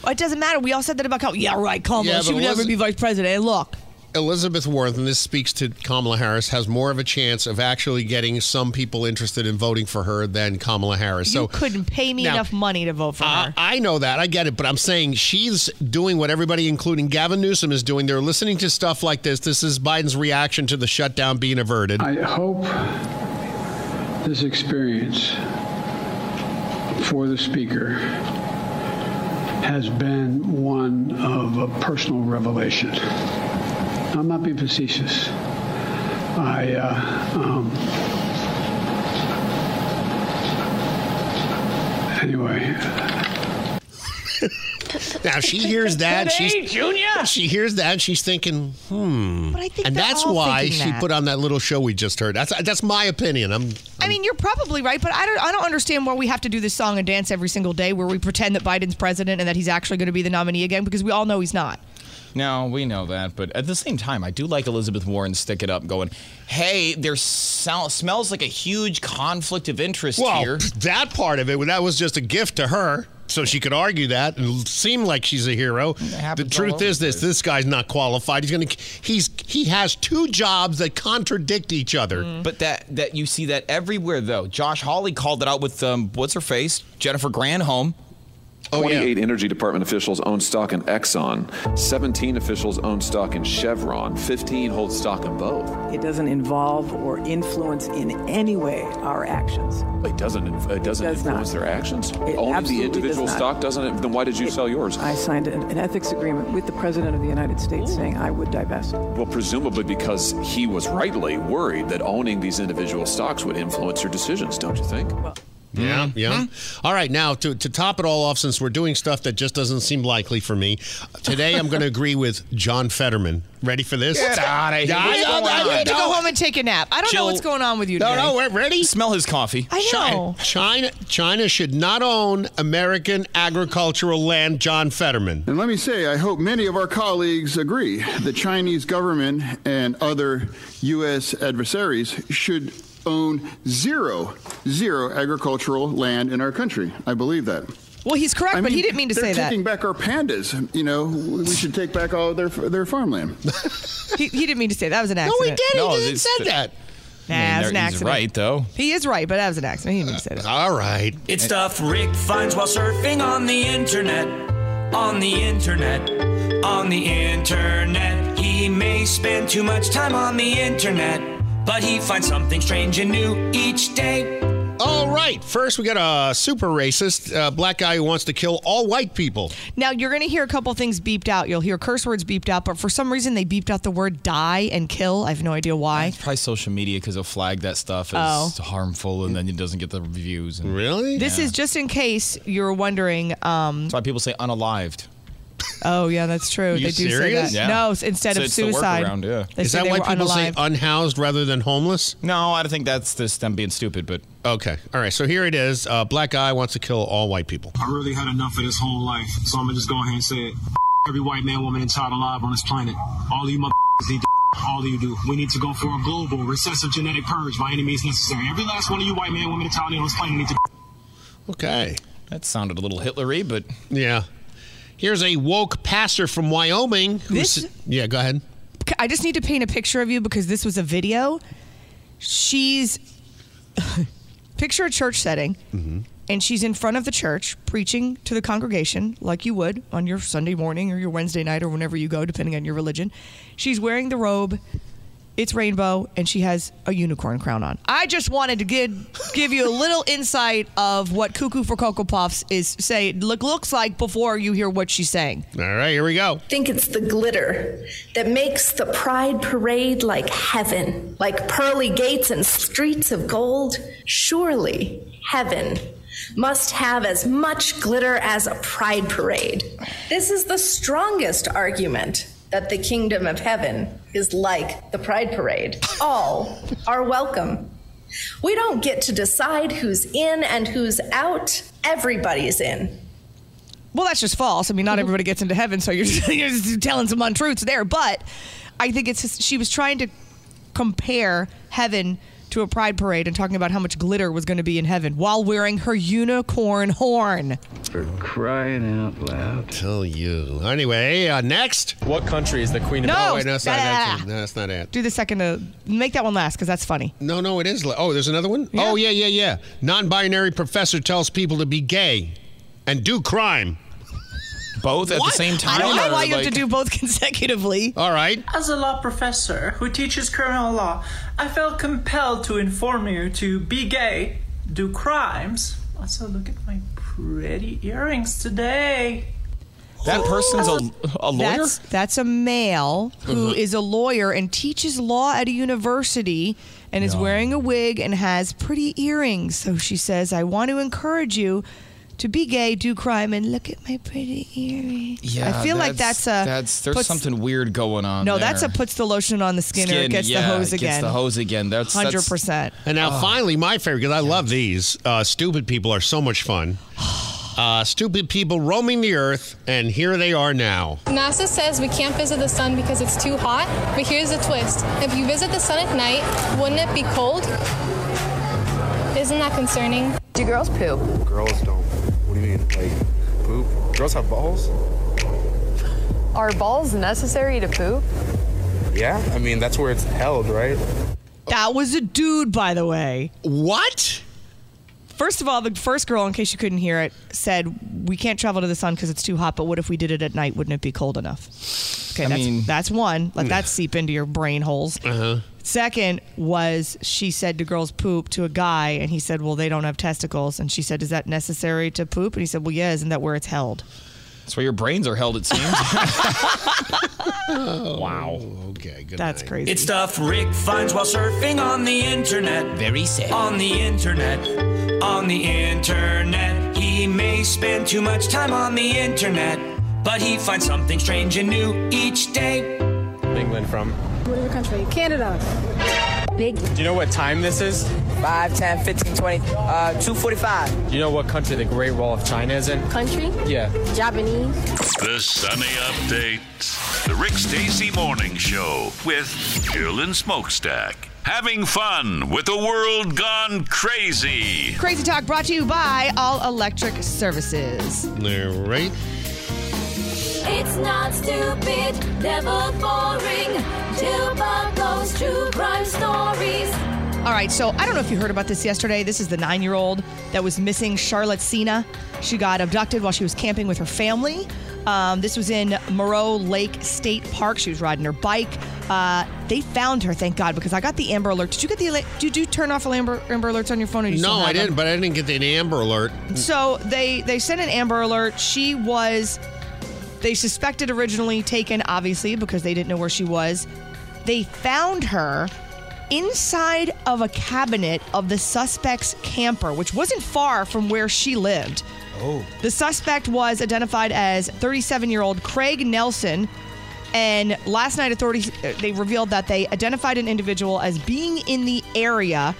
Speaker 4: too. It doesn't matter. We all said that about Kamala. Yeah, right, Kamala.
Speaker 3: Yeah,
Speaker 4: she
Speaker 3: but
Speaker 4: would never
Speaker 3: Eliz-
Speaker 4: be vice president. And look,
Speaker 3: Elizabeth Warren, and this speaks to Kamala Harris, has more of a chance of actually getting some people interested in voting for her than Kamala Harris.
Speaker 4: you
Speaker 3: so
Speaker 4: couldn't pay me
Speaker 3: Now- uh,
Speaker 4: enough money to vote for her.
Speaker 3: I know that. I get it. But I'm saying she's doing what everybody, including Gavin Newsom, is doing. They're listening to stuff like this. This is Biden's reaction to the shutdown being averted.
Speaker 12: I hope this experience for the speaker has been one of a personal revelation. I'm not being facetious. I, uh, um, anyway,
Speaker 3: now she hears that.
Speaker 12: Hey,
Speaker 3: she's,
Speaker 12: Junior!
Speaker 3: She hears that. and She's thinking, hmm.
Speaker 4: But I think
Speaker 3: and
Speaker 4: they're
Speaker 3: that's
Speaker 4: all
Speaker 3: why
Speaker 4: thinking
Speaker 3: she
Speaker 4: that.
Speaker 3: put on that little show we just heard. That's that's my opinion. I'm
Speaker 4: I mean, you're probably right, but I don't. I don't understand why we have to do this song and dance every single day, where we pretend that Biden's president and that he's actually going to be the nominee again, because we all know he's not.
Speaker 5: No, we know that, but at the same time, I do like Elizabeth Warren stick it up, going, "Hey, there sou- smells like a huge conflict of interest
Speaker 3: well,
Speaker 5: here."
Speaker 3: p- that part of it, that was just a gift to her. So she could argue that and seem like she's a hero. The
Speaker 5: happens all
Speaker 3: truth
Speaker 5: over
Speaker 3: is
Speaker 5: the
Speaker 3: this:
Speaker 5: place.
Speaker 3: this guy's not qualified. He's gonna he's he has two jobs that contradict each other.
Speaker 5: Mm-hmm. But that that you see that everywhere though. Josh Hawley called it out with um, what's her face, Jennifer Granholm.
Speaker 29: 28 Energy Department officials own stock in Exxon. 17 officials own stock in Chevron. 15 hold stock in both.
Speaker 19: It doesn't involve or influence in any way our actions.
Speaker 29: It doesn't. It doesn't
Speaker 19: Does not.
Speaker 29: influence their actions.
Speaker 19: It
Speaker 29: Only
Speaker 19: absolutely
Speaker 29: the individual
Speaker 19: does not.
Speaker 29: stock doesn't. Then why did you sell yours?
Speaker 19: I signed an, an ethics agreement with the President of the United States saying I would divest.
Speaker 29: Well, presumably because he was rightly worried that owning these individual stocks would influence your decisions, don't you think?
Speaker 3: Yeah, yeah. Hmm?
Speaker 5: Hmm?
Speaker 3: All right, now to, to top it all off, since we're doing stuff that just doesn't seem likely for me, today I'm going to agree with John Fetterman. Ready for this?
Speaker 5: Get outta here.
Speaker 3: Yeah, I-
Speaker 5: What's
Speaker 3: I-
Speaker 5: going
Speaker 3: I-
Speaker 5: on?
Speaker 3: I-
Speaker 4: to go home and take a nap. I don't know
Speaker 3: Jill-
Speaker 4: what's going on with you.
Speaker 3: No,
Speaker 4: today.
Speaker 3: no, we're ready.
Speaker 5: Smell his coffee.
Speaker 4: I know.
Speaker 3: China, China should not own American agricultural land. John Fetterman.
Speaker 30: And let me say, I hope many of our colleagues agree the Chinese government and other U.S. adversaries should own zero, zero agricultural land in our country. I believe that.
Speaker 4: Well, he's correct, but he didn't mean to say
Speaker 30: they're
Speaker 4: that.
Speaker 30: taking back our pandas. You know, we should take back all their their farmland.
Speaker 4: He, he didn't mean to say that. that was an accident.
Speaker 5: No, it's-
Speaker 4: Nah,
Speaker 5: I
Speaker 4: it
Speaker 5: mean,
Speaker 4: was an
Speaker 5: there- he's
Speaker 4: accident.
Speaker 5: right though.
Speaker 4: He is right, but that was an accident. He didn't mean to say that.
Speaker 3: All right.
Speaker 31: It's stuff Rick finds while surfing on the internet. On the internet. On the internet. He may spend too much time on the internet, but he finds something strange and new each day.
Speaker 3: All right, first we got a super racist uh, black guy who wants to kill all white people.
Speaker 4: Now you're going to hear a couple things beeped out. You'll hear curse words beeped out, but for some reason they beeped out the word "die" and "kill." I have no idea why.
Speaker 5: Probably social media because they'll flag that stuff as harmful, and then it doesn't get the reviews. And,
Speaker 3: really?
Speaker 4: Oh. This is just in case you're wondering. Um,
Speaker 5: That's why people say unalived.
Speaker 4: oh yeah, that's true.
Speaker 5: You
Speaker 4: they do
Speaker 5: serious?
Speaker 4: say that.
Speaker 5: Yeah.
Speaker 4: No, s- instead
Speaker 5: So
Speaker 4: of
Speaker 5: it's the
Speaker 4: suicide.
Speaker 5: workaround, yeah.
Speaker 4: they
Speaker 3: is
Speaker 4: say
Speaker 3: that
Speaker 4: they
Speaker 3: why
Speaker 4: were
Speaker 3: people say
Speaker 4: unalive.
Speaker 3: unhoused rather than homeless?
Speaker 5: No, I don't think that's just them being stupid. But
Speaker 3: okay, all right. So here it is: uh, black guy wants to kill all white people.
Speaker 32: I really had enough of this whole life, so I'm gonna just go ahead and say it. Every white man, woman, and child alive on this planet. All of you motherfuckers need to all of you do. We need to go for a global recessive genetic purge by any means necessary. Every last one of you white man, woman, and child on this planet need to
Speaker 3: Okay.
Speaker 5: That sounded a little Hitlery, but
Speaker 3: yeah. Here's a woke pastor from Wyoming. Who's,
Speaker 4: This-
Speaker 3: yeah, go ahead.
Speaker 4: I just need to paint a picture of you because this was a video. She's picture a church setting,
Speaker 33: Mm-hmm.
Speaker 4: and she's in front of the church preaching to the congregation like you would on your Sunday morning or your Wednesday night or whenever you go, depending on your religion. She's wearing the robe. It's rainbow, and she has a unicorn crown on. I just wanted to give give you a little insight of what Cuckoo for Cocoa Puffs is say look looks like before you hear what she's saying.
Speaker 3: All right, here we go.
Speaker 34: think it's the glitter that makes the pride parade like heaven, like pearly gates and streets of gold. Surely heaven must have as much glitter as a pride parade. This is the strongest argument that the kingdom of heaven is like the pride parade. All are welcome. We don't get to decide who's in and who's out. Everybody's in.
Speaker 4: Well, that's just false. I mean, not everybody gets into heaven, so you're just, you're just telling some untruths there. But I think it's just, she was trying to compare heaven to a pride parade and talking about how much glitter was going to be in heaven while wearing her unicorn horn.
Speaker 3: For crying out loud. Tell you. Anyway, uh, next. What country is the Queen
Speaker 4: of- No,
Speaker 3: Oh, wait, no, that's not,
Speaker 4: ah.
Speaker 3: that's, no, that's not it.
Speaker 4: Do the second to make that one last because that's funny.
Speaker 3: No, no, it is. la- Oh, there's another one? Oh, yeah, yeah, yeah. Non binary professor tells people to be gay and do crime.
Speaker 5: Both
Speaker 17: at the What? same
Speaker 4: I don't know why you have to
Speaker 17: like-
Speaker 4: do both consecutively.
Speaker 3: All right.
Speaker 17: As a law professor who teaches criminal law, I felt compelled to inform you to be gay, do crimes. Also, look at my pretty earrings today.
Speaker 5: that person's a, a lawyer.
Speaker 4: Oh, That's, that's a male who is
Speaker 3: Mm-hmm.
Speaker 5: Mhm.
Speaker 4: a lawyer and teaches law at a university and is
Speaker 5: No.
Speaker 4: wearing a wig and has pretty earrings. So she says, I want to encourage you to be gay, do crime, and look at my pretty earrings.
Speaker 5: yeah,
Speaker 4: I feel like that's a.
Speaker 5: that's there's
Speaker 4: puts-
Speaker 5: something weird going on.
Speaker 4: No,
Speaker 5: there.
Speaker 4: that's a puts the lotion on the skin, or uh, it gets
Speaker 5: yeah,
Speaker 4: the hose
Speaker 5: it
Speaker 4: again.
Speaker 5: Gets the hose again. That's that's-
Speaker 4: 100%.
Speaker 3: And now,
Speaker 5: Oh.
Speaker 3: finally, my favorite, because I love these. Uh, stupid people are so much fun. Uh, stupid people roaming the earth, and here they are now.
Speaker 6: NASA says we can't visit the sun because it's too hot, but here's the twist. If you visit the sun at night, wouldn't it be cold? Isn't that concerning? Do girls poop?
Speaker 16: Girls don't. What do you mean? Like poop? Girls have balls?
Speaker 23: Are balls necessary to poop?
Speaker 16: Yeah. I mean, that's where it's held, right?
Speaker 4: That was a dude, by the way.
Speaker 3: What?
Speaker 4: First of all, the first girl, in case you couldn't hear it, said, We can't travel to the sun because it's too hot, but what if we did it at night? Wouldn't it be cold enough? Okay,
Speaker 5: I
Speaker 4: that's,
Speaker 5: mean-
Speaker 4: that's one. Let that seep into your brain holes.
Speaker 3: Uh-huh.
Speaker 4: Second was she said, Do girls poop to a guy? And he said, Well, they don't have testicles. And she said, Is that necessary to poop? And he said, Well, yeah, isn't that where it's held?
Speaker 5: That's where your brains are held, it seems. Oh,
Speaker 3: wow. Okay, good.
Speaker 4: That's crazy.
Speaker 31: It's stuff Rick finds while surfing on the internet. Very sad. On the internet. On the internet. He may spend too much time on the internet, but he finds something strange and new each day.
Speaker 16: England from.
Speaker 19: Whatever country. Canada. Big.
Speaker 16: Do you know what time this is?
Speaker 19: 5, 10, 15, 20, uh, 245.
Speaker 16: Do you know what country the Great Wall of China is in?
Speaker 19: Country?
Speaker 16: Yeah.
Speaker 19: Japanese.
Speaker 2: The Sunny Update. The Rick Stacy Morning Show with Jill and Smokestack. Having fun with the world gone crazy.
Speaker 4: Crazy Talk brought to you by All Electric Services.
Speaker 3: All right.
Speaker 21: It's not stupid, never boring. Jill Bunko's true crime stories.
Speaker 4: All right, so I don't know if you heard about this yesterday. This is the nine year old that was missing, Charlotte Cena. She got abducted while she was camping with her family. Um, this was in Moreau Lake State Park. She was riding her bike. Uh, they found her, thank God, because I got the Amber Alert. Did you get the? ala- Did you turn off Amber, Amber Alerts on your phone? Or you
Speaker 3: No,
Speaker 4: still have
Speaker 3: I
Speaker 4: them?
Speaker 3: didn't, but I didn't get the Amber Alert.
Speaker 4: So they they sent an Amber Alert. She was they suspected originally taken, obviously, because they didn't know where she was. They found her inside of a cabinet of the suspect's camper, which wasn't far from where she lived.
Speaker 19: Oh.
Speaker 4: The suspect was identified as 37 year old Craig Nelson. And last night, authorities uh, they revealed that they identified an individual as being in the area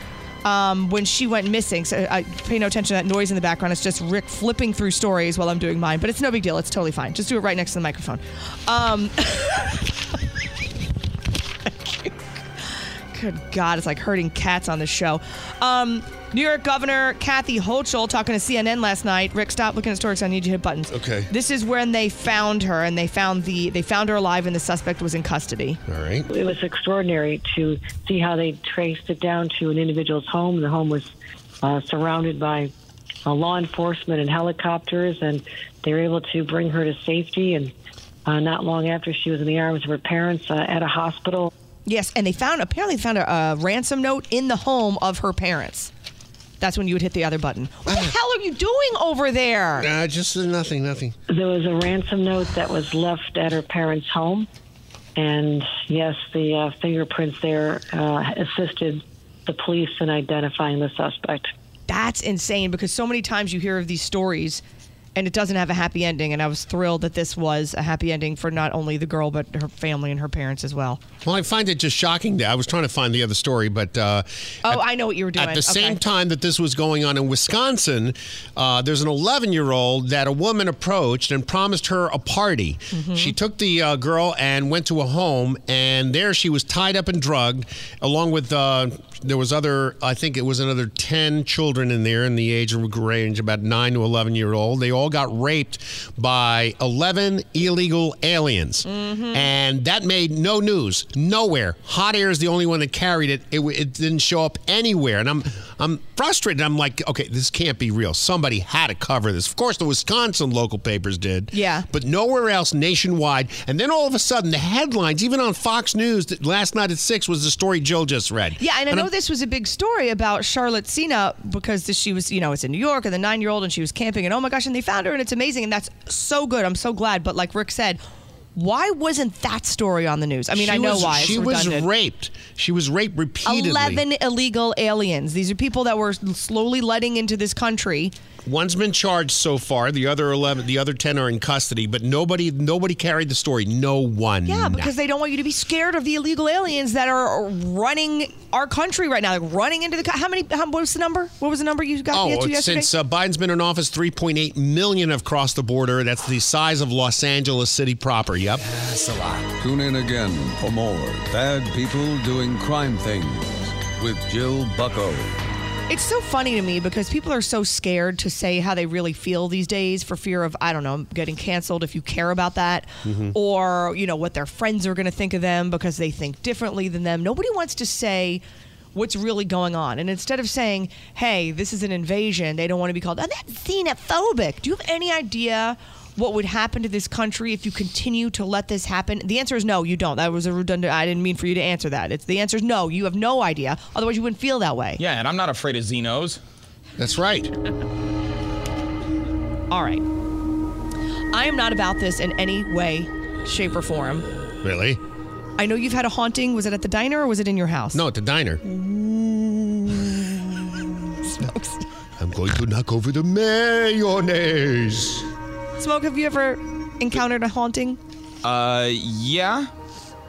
Speaker 4: um, when she went missing. So I pay no attention to that noise in the background. It's just Rick flipping through stories while I'm doing mine, but it's no big deal. It's totally fine. Just do it right next to the microphone. Um, Good God, it's like herding cats on this show. Um, New York Governor Kathy Hochul talking to CNN last night. Rick, stop looking at stories. I need you to hit buttons.
Speaker 3: Okay.
Speaker 4: This is when they found her, and they found the they found her alive, and the suspect was in custody.
Speaker 3: All right.
Speaker 22: It was extraordinary to see how they traced it down to an individual's home. The home was uh, surrounded by uh, law enforcement and helicopters, and they were able to bring her to safety. And uh, not long after, she was in the arms of her parents uh, at a hospital.
Speaker 4: Yes, and they found apparently found a, a ransom note in the home of her parents. That's when you would hit the other button. What the hell are you doing over there?
Speaker 3: Uh, just nothing, nothing.
Speaker 22: There was a ransom note that was left at her parents' home, and yes, the uh, fingerprints there uh, assisted the police in identifying the suspect.
Speaker 4: That's insane because so many times you hear of these stories and it doesn't have a happy ending. And I was thrilled that this was a happy ending for not only the girl, but her family and her parents as well.
Speaker 3: Well, I find it just shocking that I was trying to find the other story, but uh,
Speaker 4: Oh, I know what you were doing.
Speaker 3: At the same
Speaker 4: Okay.
Speaker 3: time that this was going on in Wisconsin, uh, there's an 11 year old that a woman approached and promised her a party.
Speaker 4: Mm-hmm.
Speaker 3: She took the uh, girl and went to a home, and there she was tied up and drugged, along with uh, there was other. I think it was another 10 children in there in the age of range about nine to 11 year old. They all got raped by 11 illegal aliens,
Speaker 4: Mm-hmm.
Speaker 3: and that made no news nowhere. Hot Air is the only one that carried it. It, w- it didn't show up anywhere, and I'm I'm frustrated. I'm like, okay, this can't be real. Somebody had to cover this. Of course, the Wisconsin local papers did.
Speaker 4: Yeah.
Speaker 3: but nowhere else nationwide. And then all of a sudden, the headlines, even on Fox News, that last night at six was the story Jill just read.
Speaker 4: Yeah, and I know
Speaker 3: I'm-
Speaker 4: this was a big story about Charlotte Cena because this, she was, you know, it's in New York and the nine year old and she was camping and oh my gosh, and they found her and it's amazing and that's so good. I'm so glad. But like Rick said, why wasn't that story on the news? I mean,
Speaker 3: She
Speaker 4: I know
Speaker 3: was-
Speaker 4: why. It's
Speaker 3: she was
Speaker 4: redundant.
Speaker 3: raped. She was raped repeatedly.
Speaker 4: 11 illegal aliens. These are people that were slowly letting into this country
Speaker 3: One's been charged so far. The other eleven, the other ten are in custody, but nobody, nobody carried the story. No one.
Speaker 4: Yeah, because they don't want you to be scared of the illegal aliens that are running our country right now, like running into the. co- How many? How, what was the number? What was the number you got me
Speaker 3: Oh,
Speaker 4: to yesterday?
Speaker 3: since uh, Biden's been in office, 3.8 million have crossed the border. That's the size of Los Angeles City proper. Yep.
Speaker 7: That's a lot. Tune in again for more Bad People Doing Crime Things with Jill Bucko.
Speaker 4: It's so funny to me because people are so scared to say how they really feel these days for fear of, I don't know, getting canceled if you care about that
Speaker 26: Mm.
Speaker 8: Mhm.
Speaker 4: or, you know, what their friends are going to think of them because they think differently than them. Nobody wants to say what's really going on. And instead of saying, hey, this is an invasion, they don't want to be called, oh, that's xenophobic. Do you have any idea? What would happen to this country if you continue to let this happen? The answer is no, you don't. That was a redundant. I didn't mean for you to answer that. It's the answer is no. You have no idea. Otherwise, you wouldn't feel that way.
Speaker 5: Yeah, and I'm not afraid of Xenos.
Speaker 3: That's right.
Speaker 4: All right. I am not about this in any way, shape, or form.
Speaker 3: Really?
Speaker 4: I know you've had a haunting. Was it at the diner or was it in your house?
Speaker 3: No, at the diner. I'm going to knock over the mayonnaise.
Speaker 4: Smoke, have you ever encountered a haunting?
Speaker 5: Uh, yeah,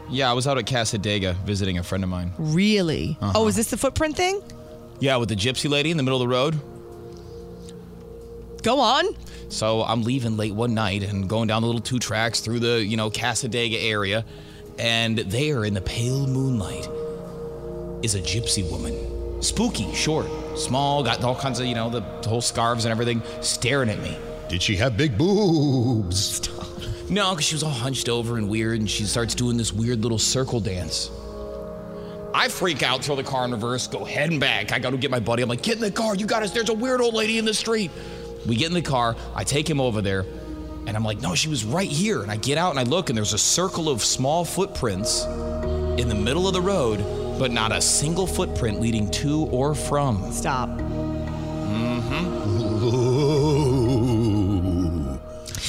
Speaker 5: yeah. I was out at Casadega visiting a friend of mine.
Speaker 4: Really?
Speaker 5: Uh-huh.
Speaker 4: Oh, is this the footprint thing?
Speaker 5: Yeah, with the gypsy lady in the middle of the road.
Speaker 4: Go on.
Speaker 5: So I'm leaving late one night and going down the little two tracks through the, you know, Casadega area. And there in the pale moonlight is a gypsy woman. Spooky, short, small, got all kinds of, you know, the whole scarves and everything staring at me.
Speaker 3: Did she have big boobs?
Speaker 5: No, because she was all hunched over and weird, and she starts doing this weird little circle dance. I freak out, throw the car in reverse, go heading back. I gotta get my buddy. I'm like, get in the car, you got us. There's a weird old lady in the street. We get in the car, I take him over there, and I'm like, no, she was right here. And I get out and I look, and there's a circle of small footprints in the middle of the road, but not a single footprint leading to or from.
Speaker 4: Stop.
Speaker 5: Mm-hmm.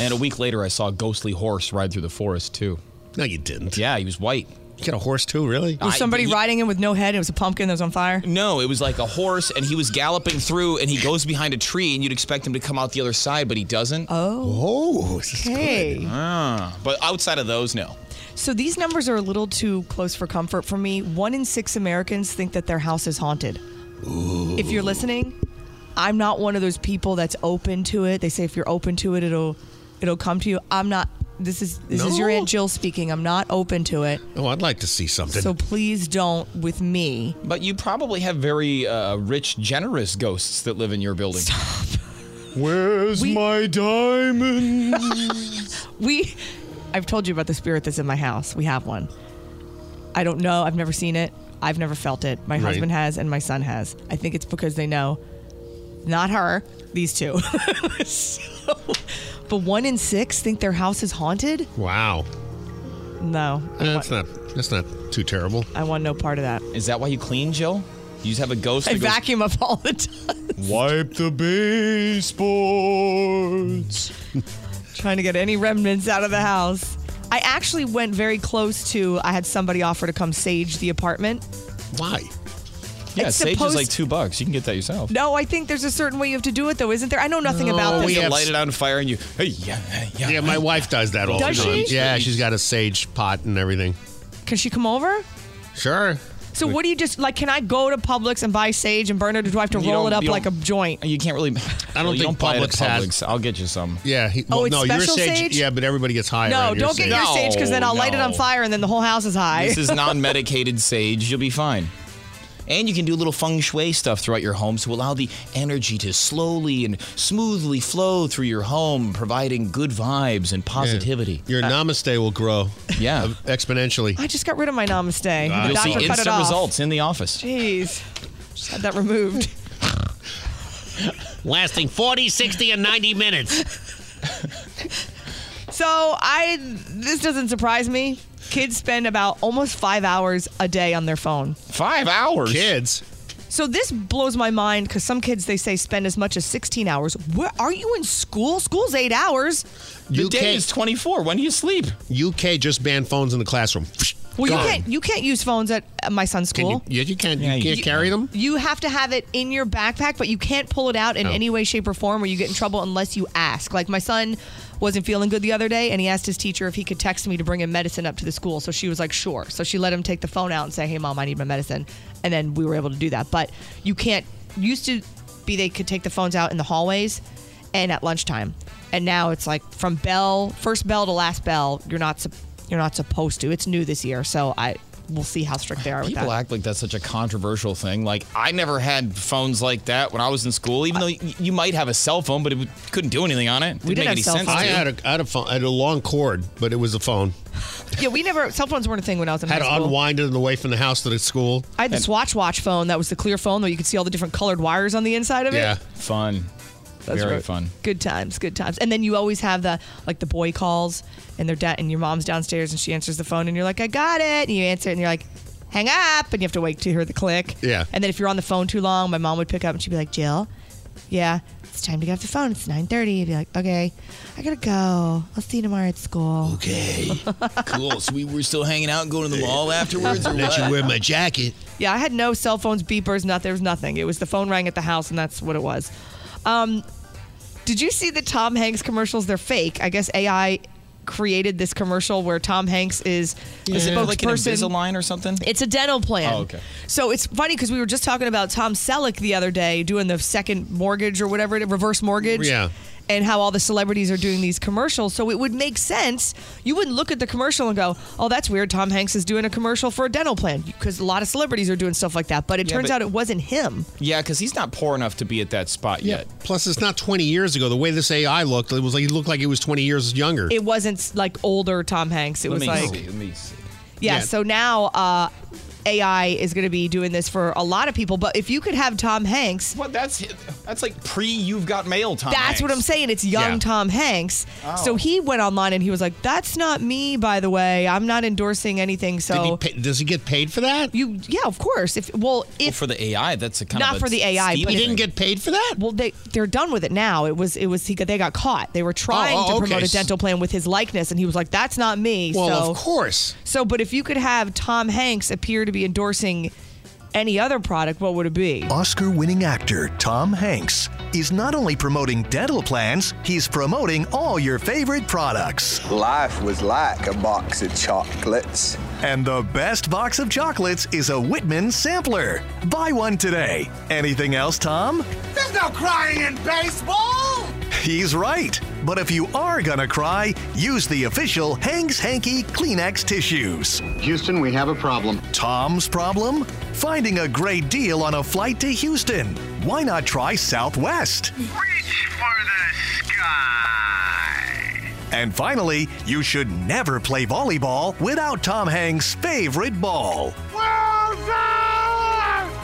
Speaker 5: And a week later, I saw a ghostly horse ride through the forest too.
Speaker 3: No, you didn't.
Speaker 5: Yeah, he was white.
Speaker 3: You got a horse too, really?
Speaker 4: Was somebody
Speaker 5: riding?
Speaker 4: riding in with no head? It was a pumpkin that was on fire?
Speaker 5: No, it was like a horse, and he was galloping through, and he goes behind a tree, and you'd expect him to come out the other side, but he doesn't.
Speaker 4: Oh.
Speaker 3: Oh,
Speaker 4: Okay. good.
Speaker 5: Ah, but outside of those, no.
Speaker 4: So these numbers are a little too close for comfort for me. One in six Americans think that their house is haunted. If you're listening, I'm not one of those people that's open to it. They say if you're open to it, it'll it'll come to you. I'm not. This is this is your
Speaker 3: No.
Speaker 4: aunt Jill speaking. I'm not open to it.
Speaker 3: Oh, I'd like to see something.
Speaker 4: So please don't with me.
Speaker 5: But you probably have very uh, rich, generous ghosts that live in your building.
Speaker 3: Where's my diamond?
Speaker 4: we, I've told you about the spirit that's in my house. We have one. I don't know. I've never seen it. I've never felt it. My
Speaker 9: Right.
Speaker 4: husband has, and my son has. I think it's because they know, not her, these two. so, but one in six think their house is haunted.
Speaker 3: Wow.
Speaker 4: No,
Speaker 3: That's not. That's not too terrible.
Speaker 4: I want no part of that.
Speaker 5: Is that why you clean, Jill? You just have a ghost.
Speaker 4: I
Speaker 5: that goes-
Speaker 4: vacuum up all the time,
Speaker 3: Wipe the baseboards.
Speaker 4: trying to get any remnants out of the house. I actually went very close to. I had somebody offer to come sage the apartment.
Speaker 3: Why?
Speaker 5: Yeah,
Speaker 4: It's
Speaker 5: sage
Speaker 4: supposed-
Speaker 5: is like two bucks. You can get that yourself.
Speaker 4: No, I think there's a certain way you have to do it, though, isn't there? I know nothing about this.
Speaker 5: We have light it on fire, and you. Hey, yeah, hey, yeah.
Speaker 3: Yeah, my wife does that all
Speaker 4: Does
Speaker 3: the time.
Speaker 4: she?
Speaker 3: Yeah, she's got a sage pot and everything.
Speaker 4: Can she come over?
Speaker 3: Sure.
Speaker 4: So what do you just like? Can I go to Publix and buy sage and burn it, or do I have to
Speaker 5: You
Speaker 4: roll
Speaker 5: don't-
Speaker 4: it up
Speaker 5: you
Speaker 4: like a
Speaker 5: don't-
Speaker 4: joint?
Speaker 5: You can't really.
Speaker 3: I don't
Speaker 5: Well, you don't
Speaker 3: think
Speaker 5: buy it at
Speaker 3: Publix has-
Speaker 5: Publix. I'll get you some.
Speaker 3: Yeah. He,
Speaker 4: Oh,
Speaker 3: well,
Speaker 4: it's
Speaker 3: no, your
Speaker 4: special
Speaker 3: sage,
Speaker 4: sage?
Speaker 3: Yeah, but everybody gets high.
Speaker 4: No,
Speaker 3: around
Speaker 4: don't get your sage because then I'll light it on
Speaker 5: No.
Speaker 4: fire and then the whole house is high.
Speaker 5: This is non-medicated sage. You'll be fine. And you can do little feng shui stuff throughout your home to allow the energy to slowly and smoothly flow through your home, providing good vibes and positivity.
Speaker 3: Your
Speaker 4: Uh,
Speaker 3: namaste will grow.
Speaker 5: Yeah.
Speaker 3: Exponentially.
Speaker 4: I just got rid of my namaste. The
Speaker 5: You'll
Speaker 4: doctor
Speaker 5: see
Speaker 4: cut it
Speaker 5: instant
Speaker 4: off.
Speaker 5: results in the office.
Speaker 4: Jeez, just had that removed.
Speaker 3: Lasting 40, 60, and 90 minutes.
Speaker 4: So I this doesn't surprise me. Kids spend about almost five hours a day on their phone.
Speaker 5: Five hours.
Speaker 3: Kids.
Speaker 4: So this blows my mind because some kids they say spend as much as 16 hours. Where are you in school? School's eight hours.
Speaker 3: UK,
Speaker 5: 24. When do you sleep?
Speaker 3: UK just banned phones in the classroom.
Speaker 4: Well, you
Speaker 3: God.
Speaker 4: can't you can't use phones at uh, my son's
Speaker 3: Can
Speaker 4: school.
Speaker 3: you, yeah, you can't. you can't carry them.
Speaker 4: You have to have it in your backpack, but you can't pull it out in
Speaker 3: Oh.
Speaker 4: any way, shape, or form, or you get in trouble unless you ask. Like my son wasn't feeling good the other day, and he asked his teacher if he could text me to bring him medicine up to the school. So she was like, "Sure." So she let him take the phone out and say, "Hey, mom, I need my medicine," and then we were able to do that. But you can't. Used to be they could take the phones out in the hallways and at lunchtime, and now it's like from bell first bell to last bell. You're not sup- you're not supposed to. It's new this year, so I. We'll see how strict they are with
Speaker 5: People
Speaker 4: that.
Speaker 5: act like that's such a controversial thing. Like I never had phones like that when I was in school. Even though y- you might have a cell phone, but it w- couldn't do anything on it. Didn't make any sense.
Speaker 3: I
Speaker 5: to.
Speaker 3: had a, I had a phone. I had a long cord, but it was a phone.
Speaker 4: Yeah, we never cell phones weren't a thing when I was in
Speaker 3: had
Speaker 4: high
Speaker 3: to
Speaker 4: school.
Speaker 3: unwind it on the way from the house to the school.
Speaker 4: I had the Swatch Watch phone that was the clear phone where you could see all the different colored wires on the inside of it.
Speaker 3: Yeah,
Speaker 5: fun.
Speaker 4: That's
Speaker 5: Very
Speaker 4: right.
Speaker 5: fun.
Speaker 4: Good times, good times. And then you always have the like the boy calls and their dad and your mom's downstairs and she answers the phone and you're like, I got it. And you answer it and you're like, hang up. And you have to wait to hear the click.
Speaker 3: Yeah.
Speaker 4: And then if you're on the phone too long, my mom would pick up and she'd be like, Jill, yeah, it's time to get off the phone. It's 9.30. You'd be like, okay, I got to go. I'll see you tomorrow at school.
Speaker 5: Okay. cool. So we were still hanging out and going to the mall afterwards, or
Speaker 3: Let
Speaker 5: what?
Speaker 3: you wear my jacket.
Speaker 4: Yeah, I had no cell phones, beepers, nothing. There was nothing. It was the phone rang at the house, and that's what it was. Um, did you see the Tom Hanks commercials? They're fake. I guess AI created this commercial where Tom Hanks is the
Speaker 5: Is it
Speaker 4: spokesperson.
Speaker 5: like an Invisalign or something?
Speaker 4: It's a dental plan.
Speaker 5: Oh, okay.
Speaker 4: So it's funny because we were just talking about Tom Selleck the other day doing the second mortgage or whatever, it- reverse mortgage.
Speaker 3: Yeah.
Speaker 4: And how all the celebrities are doing these commercials. So it would make sense. You wouldn't look at the commercial and go, oh, that's weird. Tom Hanks is doing a commercial for a dental plan because a lot of celebrities are doing stuff like that. But it
Speaker 5: Yeah,
Speaker 4: turns
Speaker 5: but-
Speaker 4: out it wasn't him.
Speaker 5: Yeah, because he's not poor enough to be at that spot yet.
Speaker 3: Plus, it's not 20 years ago. The way this AI looked, it was like he looked like he was 20 years younger.
Speaker 4: It wasn't like older Tom Hanks. It
Speaker 3: Let
Speaker 4: was
Speaker 3: me
Speaker 4: like.
Speaker 3: see,
Speaker 5: Let me see.
Speaker 4: Yeah,
Speaker 3: Yeah.
Speaker 4: so now uh, AI is going to be doing this for a lot of people. But if you could have Tom Hanks.
Speaker 5: What? That's that's like pre you've got mail time.
Speaker 4: That's what I'm saying. It's young
Speaker 5: Yeah.
Speaker 4: Tom Hanks.
Speaker 5: Oh.
Speaker 4: So he went online and he was like, "That's not me, by the way. I'm not endorsing anything." So
Speaker 3: does he get paid for that?
Speaker 4: You, yeah, of course. If well, if
Speaker 5: Well, for the AI, that's a kind of
Speaker 4: not
Speaker 5: a
Speaker 4: for the AI,
Speaker 5: steep
Speaker 4: but
Speaker 5: thing.
Speaker 3: paid for that.
Speaker 4: Well, they they're done with it now. It was it was he got they got caught. They were trying
Speaker 3: Oh, oh,
Speaker 4: to
Speaker 3: okay.
Speaker 4: promote a dental plan with his likeness, and he was like, "That's not me."
Speaker 3: Well,
Speaker 4: so,
Speaker 3: of course.
Speaker 4: So, but if you could have Tom Hanks appear to be endorsing any other product, what would it be?
Speaker 8: Oscar winning actor Tom Hanks is not only promoting dental plans, he's promoting all your favorite products. Life was like a box of chocolates. And the best box of chocolates is a Whitman sampler. Buy one today. Anything else, Tom?
Speaker 13: There's no crying in baseball!
Speaker 8: He's right. But if you are gonna cry, use the official Hanks Hanky Kleenex tissues. Houston, we have a problem. Tom's problem? Finding a great deal on a flight to Houston. Why not try Southwest?
Speaker 13: Reach for the sky!
Speaker 8: And finally, you should never play volleyball without Tom Hanks' favorite ball.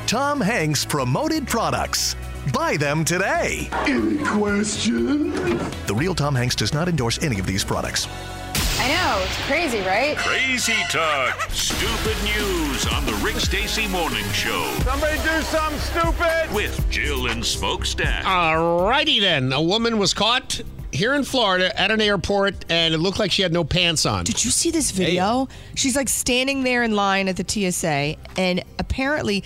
Speaker 8: Tom Hanks promoted products. Buy them today. Any question? The real Tom Hanks does not endorse any of these products.
Speaker 2: I know, it's crazy, right? Crazy talk, stupid news on the Rick Stacy Morning Show
Speaker 13: Somebody do something stupid!
Speaker 2: with Jill and Smokestack.
Speaker 3: Alrighty then. A woman was caught here in Florida at an airport, and it looked like she had no pants on.
Speaker 4: Did you see this video? Oh, She's like standing there in line at the TSA, and apparently,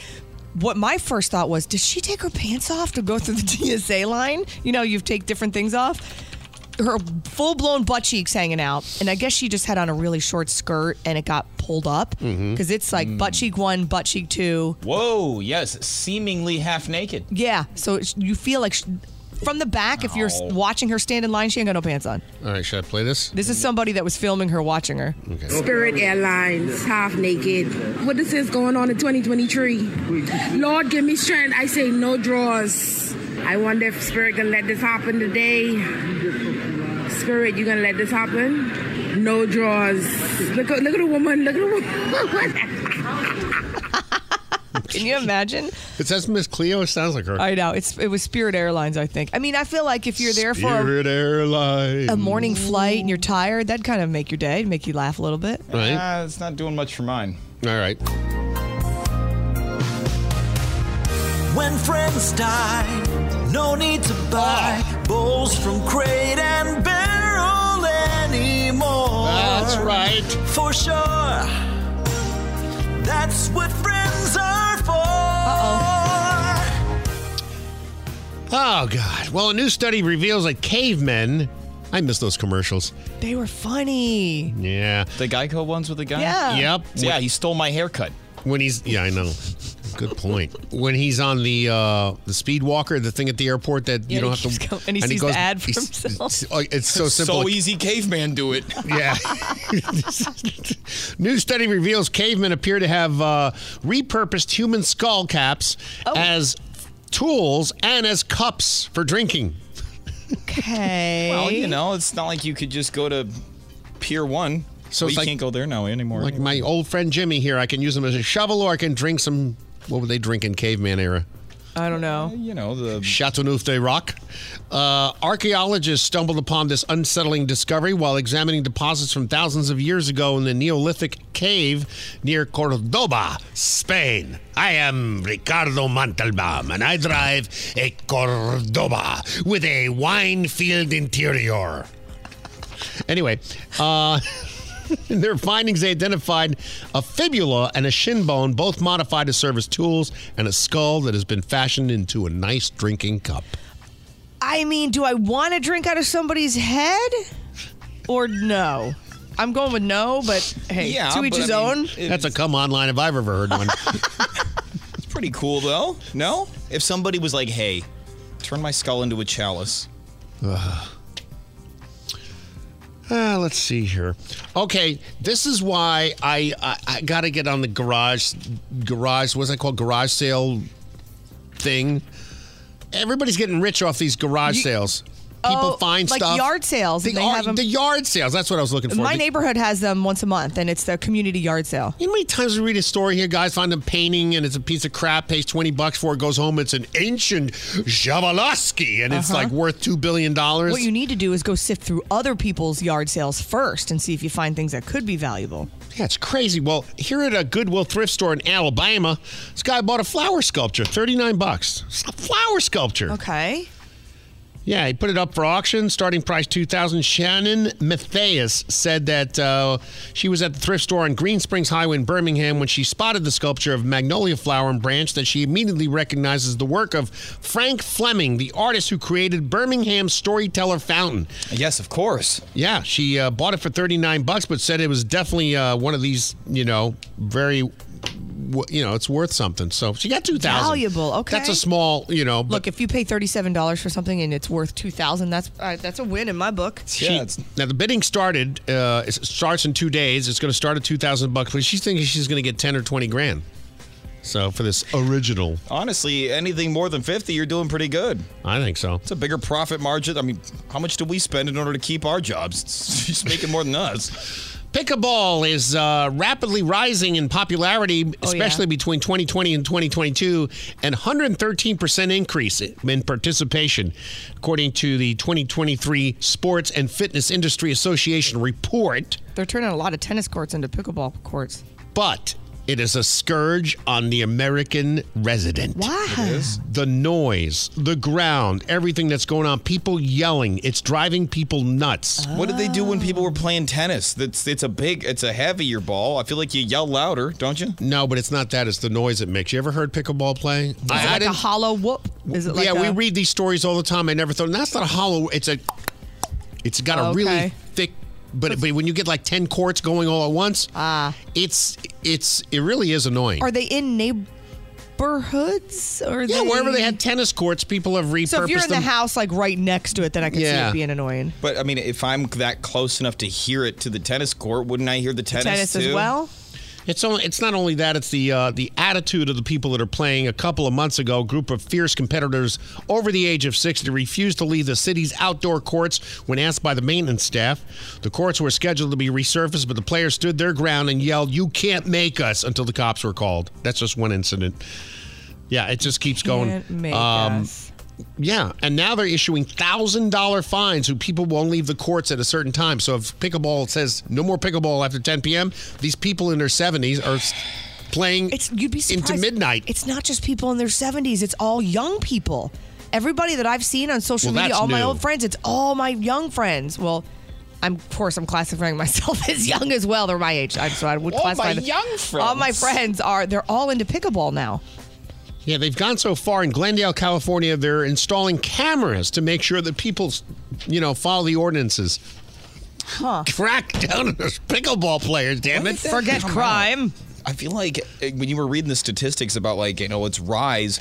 Speaker 4: what my first thought was, did she take her pants off to go through the TSA line? You know, you take different things off. Her full blown butt cheeks hanging out, and I guess she just had on a really short skirt, and it got pulled up because
Speaker 3: Mm-hmm.
Speaker 5: Mhm.
Speaker 4: it's like
Speaker 3: Mm.
Speaker 4: butt cheek one, butt cheek two.
Speaker 5: Whoa! Yes, seemingly half naked.
Speaker 4: Yeah, so it's- you feel like sh from the back, if you're s-
Speaker 5: Ow.
Speaker 4: watching her stand in line, she ain't got no pants on.
Speaker 3: All right, should I play this?
Speaker 4: This is somebody that was filming her watching her.
Speaker 9: Spirit Airlines, half naked. What is this going on in 2023? Lord, give me strength. I say no draws. I wonder if Spirit gonna let this happen today. Spirit, you gonna let this happen? No draws. Look at look at the woman. Look at the woman.
Speaker 4: Can you imagine?
Speaker 3: It says Miss Cleo. It sounds like her.
Speaker 4: I know it's it was Spirit Airlines, I think. I mean, I feel like if you're there for
Speaker 3: Spirit Airlines.
Speaker 4: a, a morning flight and you're tired, that'd kind of make your day, make you laugh a little bit.
Speaker 5: Uh, it's not doing much for mine.
Speaker 3: All right.
Speaker 28: When friends die, no need to buy bowls from crate and barrel anymore.
Speaker 3: That's right.
Speaker 28: For sure, That's what friends are for.
Speaker 3: Oh, God. Well, a new study reveals that cavemen. I miss those commercials.
Speaker 4: They were funny.
Speaker 3: Yeah.
Speaker 5: The Geico ones with the guy?
Speaker 4: Yeah.
Speaker 3: Yep.
Speaker 5: Yeah, he stole my haircut.
Speaker 3: When he's yeah, I know. Good point. When he's on the uh the speed walker, the thing at the airport that you
Speaker 5: Yeah,
Speaker 3: don't
Speaker 5: he
Speaker 3: have to
Speaker 5: keeps going- and he sees the ad for
Speaker 3: he's- It's, oh, it's so simple.
Speaker 5: So easy, caveman do it.
Speaker 3: Yeah. New study reveals cavemen appear to have uh, repurposed human skull caps
Speaker 5: Oh.
Speaker 3: as tools and as cups for drinking.
Speaker 4: Okay.
Speaker 5: Well, you know, it's not like you could just go to Pier One.
Speaker 3: So
Speaker 5: Well,
Speaker 3: it's
Speaker 5: you
Speaker 3: like-
Speaker 5: can't go there now anymore.
Speaker 3: Like my old friend Jimmy here, I can use them as a shovel or I can drink some. What would they drink in caveman era?
Speaker 4: I don't know.
Speaker 5: Uh, you know, the
Speaker 3: Chateauneuf de Rock. Uh, archaeologists stumbled upon this unsettling discovery while examining deposits from thousands of years ago in the Neolithic cave near Cordoba, Spain. I am Ricardo Montalbán, and I drive a Cordoba with a wine filled interior. Anyway, uh, in their findings, they identified a fibula and a shin bone, both modified to serve as tools, and a skull that has been fashioned into a nice drinking cup.
Speaker 4: I mean, do I want to drink out of somebody's head or no? I'm going with no, but hey, to each his own.
Speaker 3: That's a come on line if I've ever heard one.
Speaker 5: It's pretty cool though. No? If somebody was like, "Hey, turn my skull into a chalice."
Speaker 3: Ugh. Uh, let's see here. Okay, this is why I I, I got to get on the garage garage what's that called garage sale thing. Everybody's getting rich off these garage sales. People
Speaker 4: Oh,
Speaker 3: find
Speaker 4: like
Speaker 3: stuff
Speaker 4: yard sales,
Speaker 3: The,
Speaker 4: and they
Speaker 3: yard-
Speaker 4: have 'em-
Speaker 3: the yard sales. That's what I was looking for.
Speaker 4: My
Speaker 3: The-
Speaker 4: neighborhood has them once a month, and it's the community yard sale.
Speaker 3: You know how many times we read a story here, guys find a painting and it's a piece of crap, pays 20 bucks for it, goes home, it's an ancient Javalovsky, and it's
Speaker 4: Uh-huh.
Speaker 3: like worth $2 billion.
Speaker 4: What you need to do is go sift through other people's yard sales first and see if you find things that could be valuable.
Speaker 3: Yeah, it's crazy. Well, here at a Goodwill thrift store in Alabama, this guy bought a flower sculpture, 39 bucks. It's a flower sculpture.
Speaker 4: Okay.
Speaker 3: Yeah, he put it up for auction, starting price 2000 Shannon Matthias said that uh, she was at the thrift store on Green Springs Highway in Birmingham when she spotted the sculpture of Magnolia Flower and Branch that she immediately recognizes the work of Frank Fleming, the artist who created Birmingham's Storyteller Fountain.
Speaker 5: Yes, of course.
Speaker 3: Yeah, she uh, bought it for 39 bucks, but said it was definitely uh, one of these, you know, very, w- you know, it's worth something. So she got 2000
Speaker 4: Valuable, okay.
Speaker 3: That's a small, you know, but
Speaker 4: Look, if you pay thirty-seven dollars for something and it's worth two thousand, that's uh, that's a win in my book.
Speaker 3: She, now the bidding started. Uh, it starts in two days. It's going to start at two thousand bucks, but she's thinking she's going to get ten or twenty grand. So for this original,
Speaker 5: Honestly, anything more than 50, you're doing pretty good.
Speaker 3: I think so.
Speaker 5: It's a bigger profit margin. I mean, how much do we spend in order to keep our jobs? She's making more than us.
Speaker 3: pickleball is uh, rapidly rising in popularity, especially between 2020 and 2022, and 113 percent increase in participation, according to the 2023 Sports and Fitness Industry Association report.
Speaker 4: They're turning a lot of tennis courts into pickleball courts.
Speaker 3: but it is a scourge on the American resident.
Speaker 4: Why?
Speaker 3: The noise, the ground, everything that's going on, people yelling, it's driving people nuts.
Speaker 5: What did they do when people were playing tennis? That's it's a big, it's a heavier ball. I feel like you yell louder, don't you?
Speaker 3: No, but it's not that. It's the noise it makes. You ever heard pickleball play? Is
Speaker 4: Is it like a hollow whoop? Is it like
Speaker 3: yeah, we
Speaker 4: a-
Speaker 3: read these stories all the time. I never thought that's not a hollow. It's a. It's got a really
Speaker 4: Oh, Okay.
Speaker 3: thick. But, but when you get like ten courts going all at once, ah, it's it's it really is annoying.
Speaker 4: Are they in neighborhoods? Or
Speaker 3: yeah, wherever they had tennis courts, people have repurposed
Speaker 4: So if you're in the
Speaker 3: them.
Speaker 4: house, like right next to it, then I can see
Speaker 5: Yeah.
Speaker 4: it being annoying.
Speaker 5: But I mean, if I'm that close enough to hear it to the tennis court, wouldn't I hear the tennis,
Speaker 4: tennis as
Speaker 5: too?
Speaker 4: well?
Speaker 3: It's only, it's not only that; it's the uh, the attitude of the people that are playing. A couple of months ago, a group of fierce competitors over the age of sixty refused to leave the city's outdoor courts when asked by the maintenance staff. The courts were scheduled to be resurfaced, but the players stood their ground and yelled, "You can't make us!" until the cops were called. That's just one incident. Yeah, it just keeps
Speaker 4: Can't
Speaker 3: going. Um,
Speaker 4: make
Speaker 3: Yeah, and now they're issuing thousand dollar fines who people won't leave the courts at a certain time. So if pickleball says no more pickleball after 10 p.m., these people in their 70s are s- playing
Speaker 4: You'd be surprised.
Speaker 3: into midnight.
Speaker 4: It's not just people in their 70s. It's all young people. Everybody that I've seen on social
Speaker 3: Well,
Speaker 4: media,
Speaker 3: that's
Speaker 4: all my
Speaker 3: new.
Speaker 4: old friends, it's all my young friends. Well, I'm, of course, I'm classifying myself as young as well. They're my age, I'm, so I would
Speaker 5: All
Speaker 4: classify
Speaker 5: my
Speaker 4: them-
Speaker 5: young
Speaker 4: All my
Speaker 5: friends.
Speaker 4: friends are. They're all into pickleball now.
Speaker 3: Yeah, they've gone so far in Glendale, California, they're installing cameras to make sure that people, you know, follow the ordinances.
Speaker 4: Huh.
Speaker 3: Crack down on those pickleball players, damn it.
Speaker 5: I feel like uh, when you were reading the statistics about like you know its rise,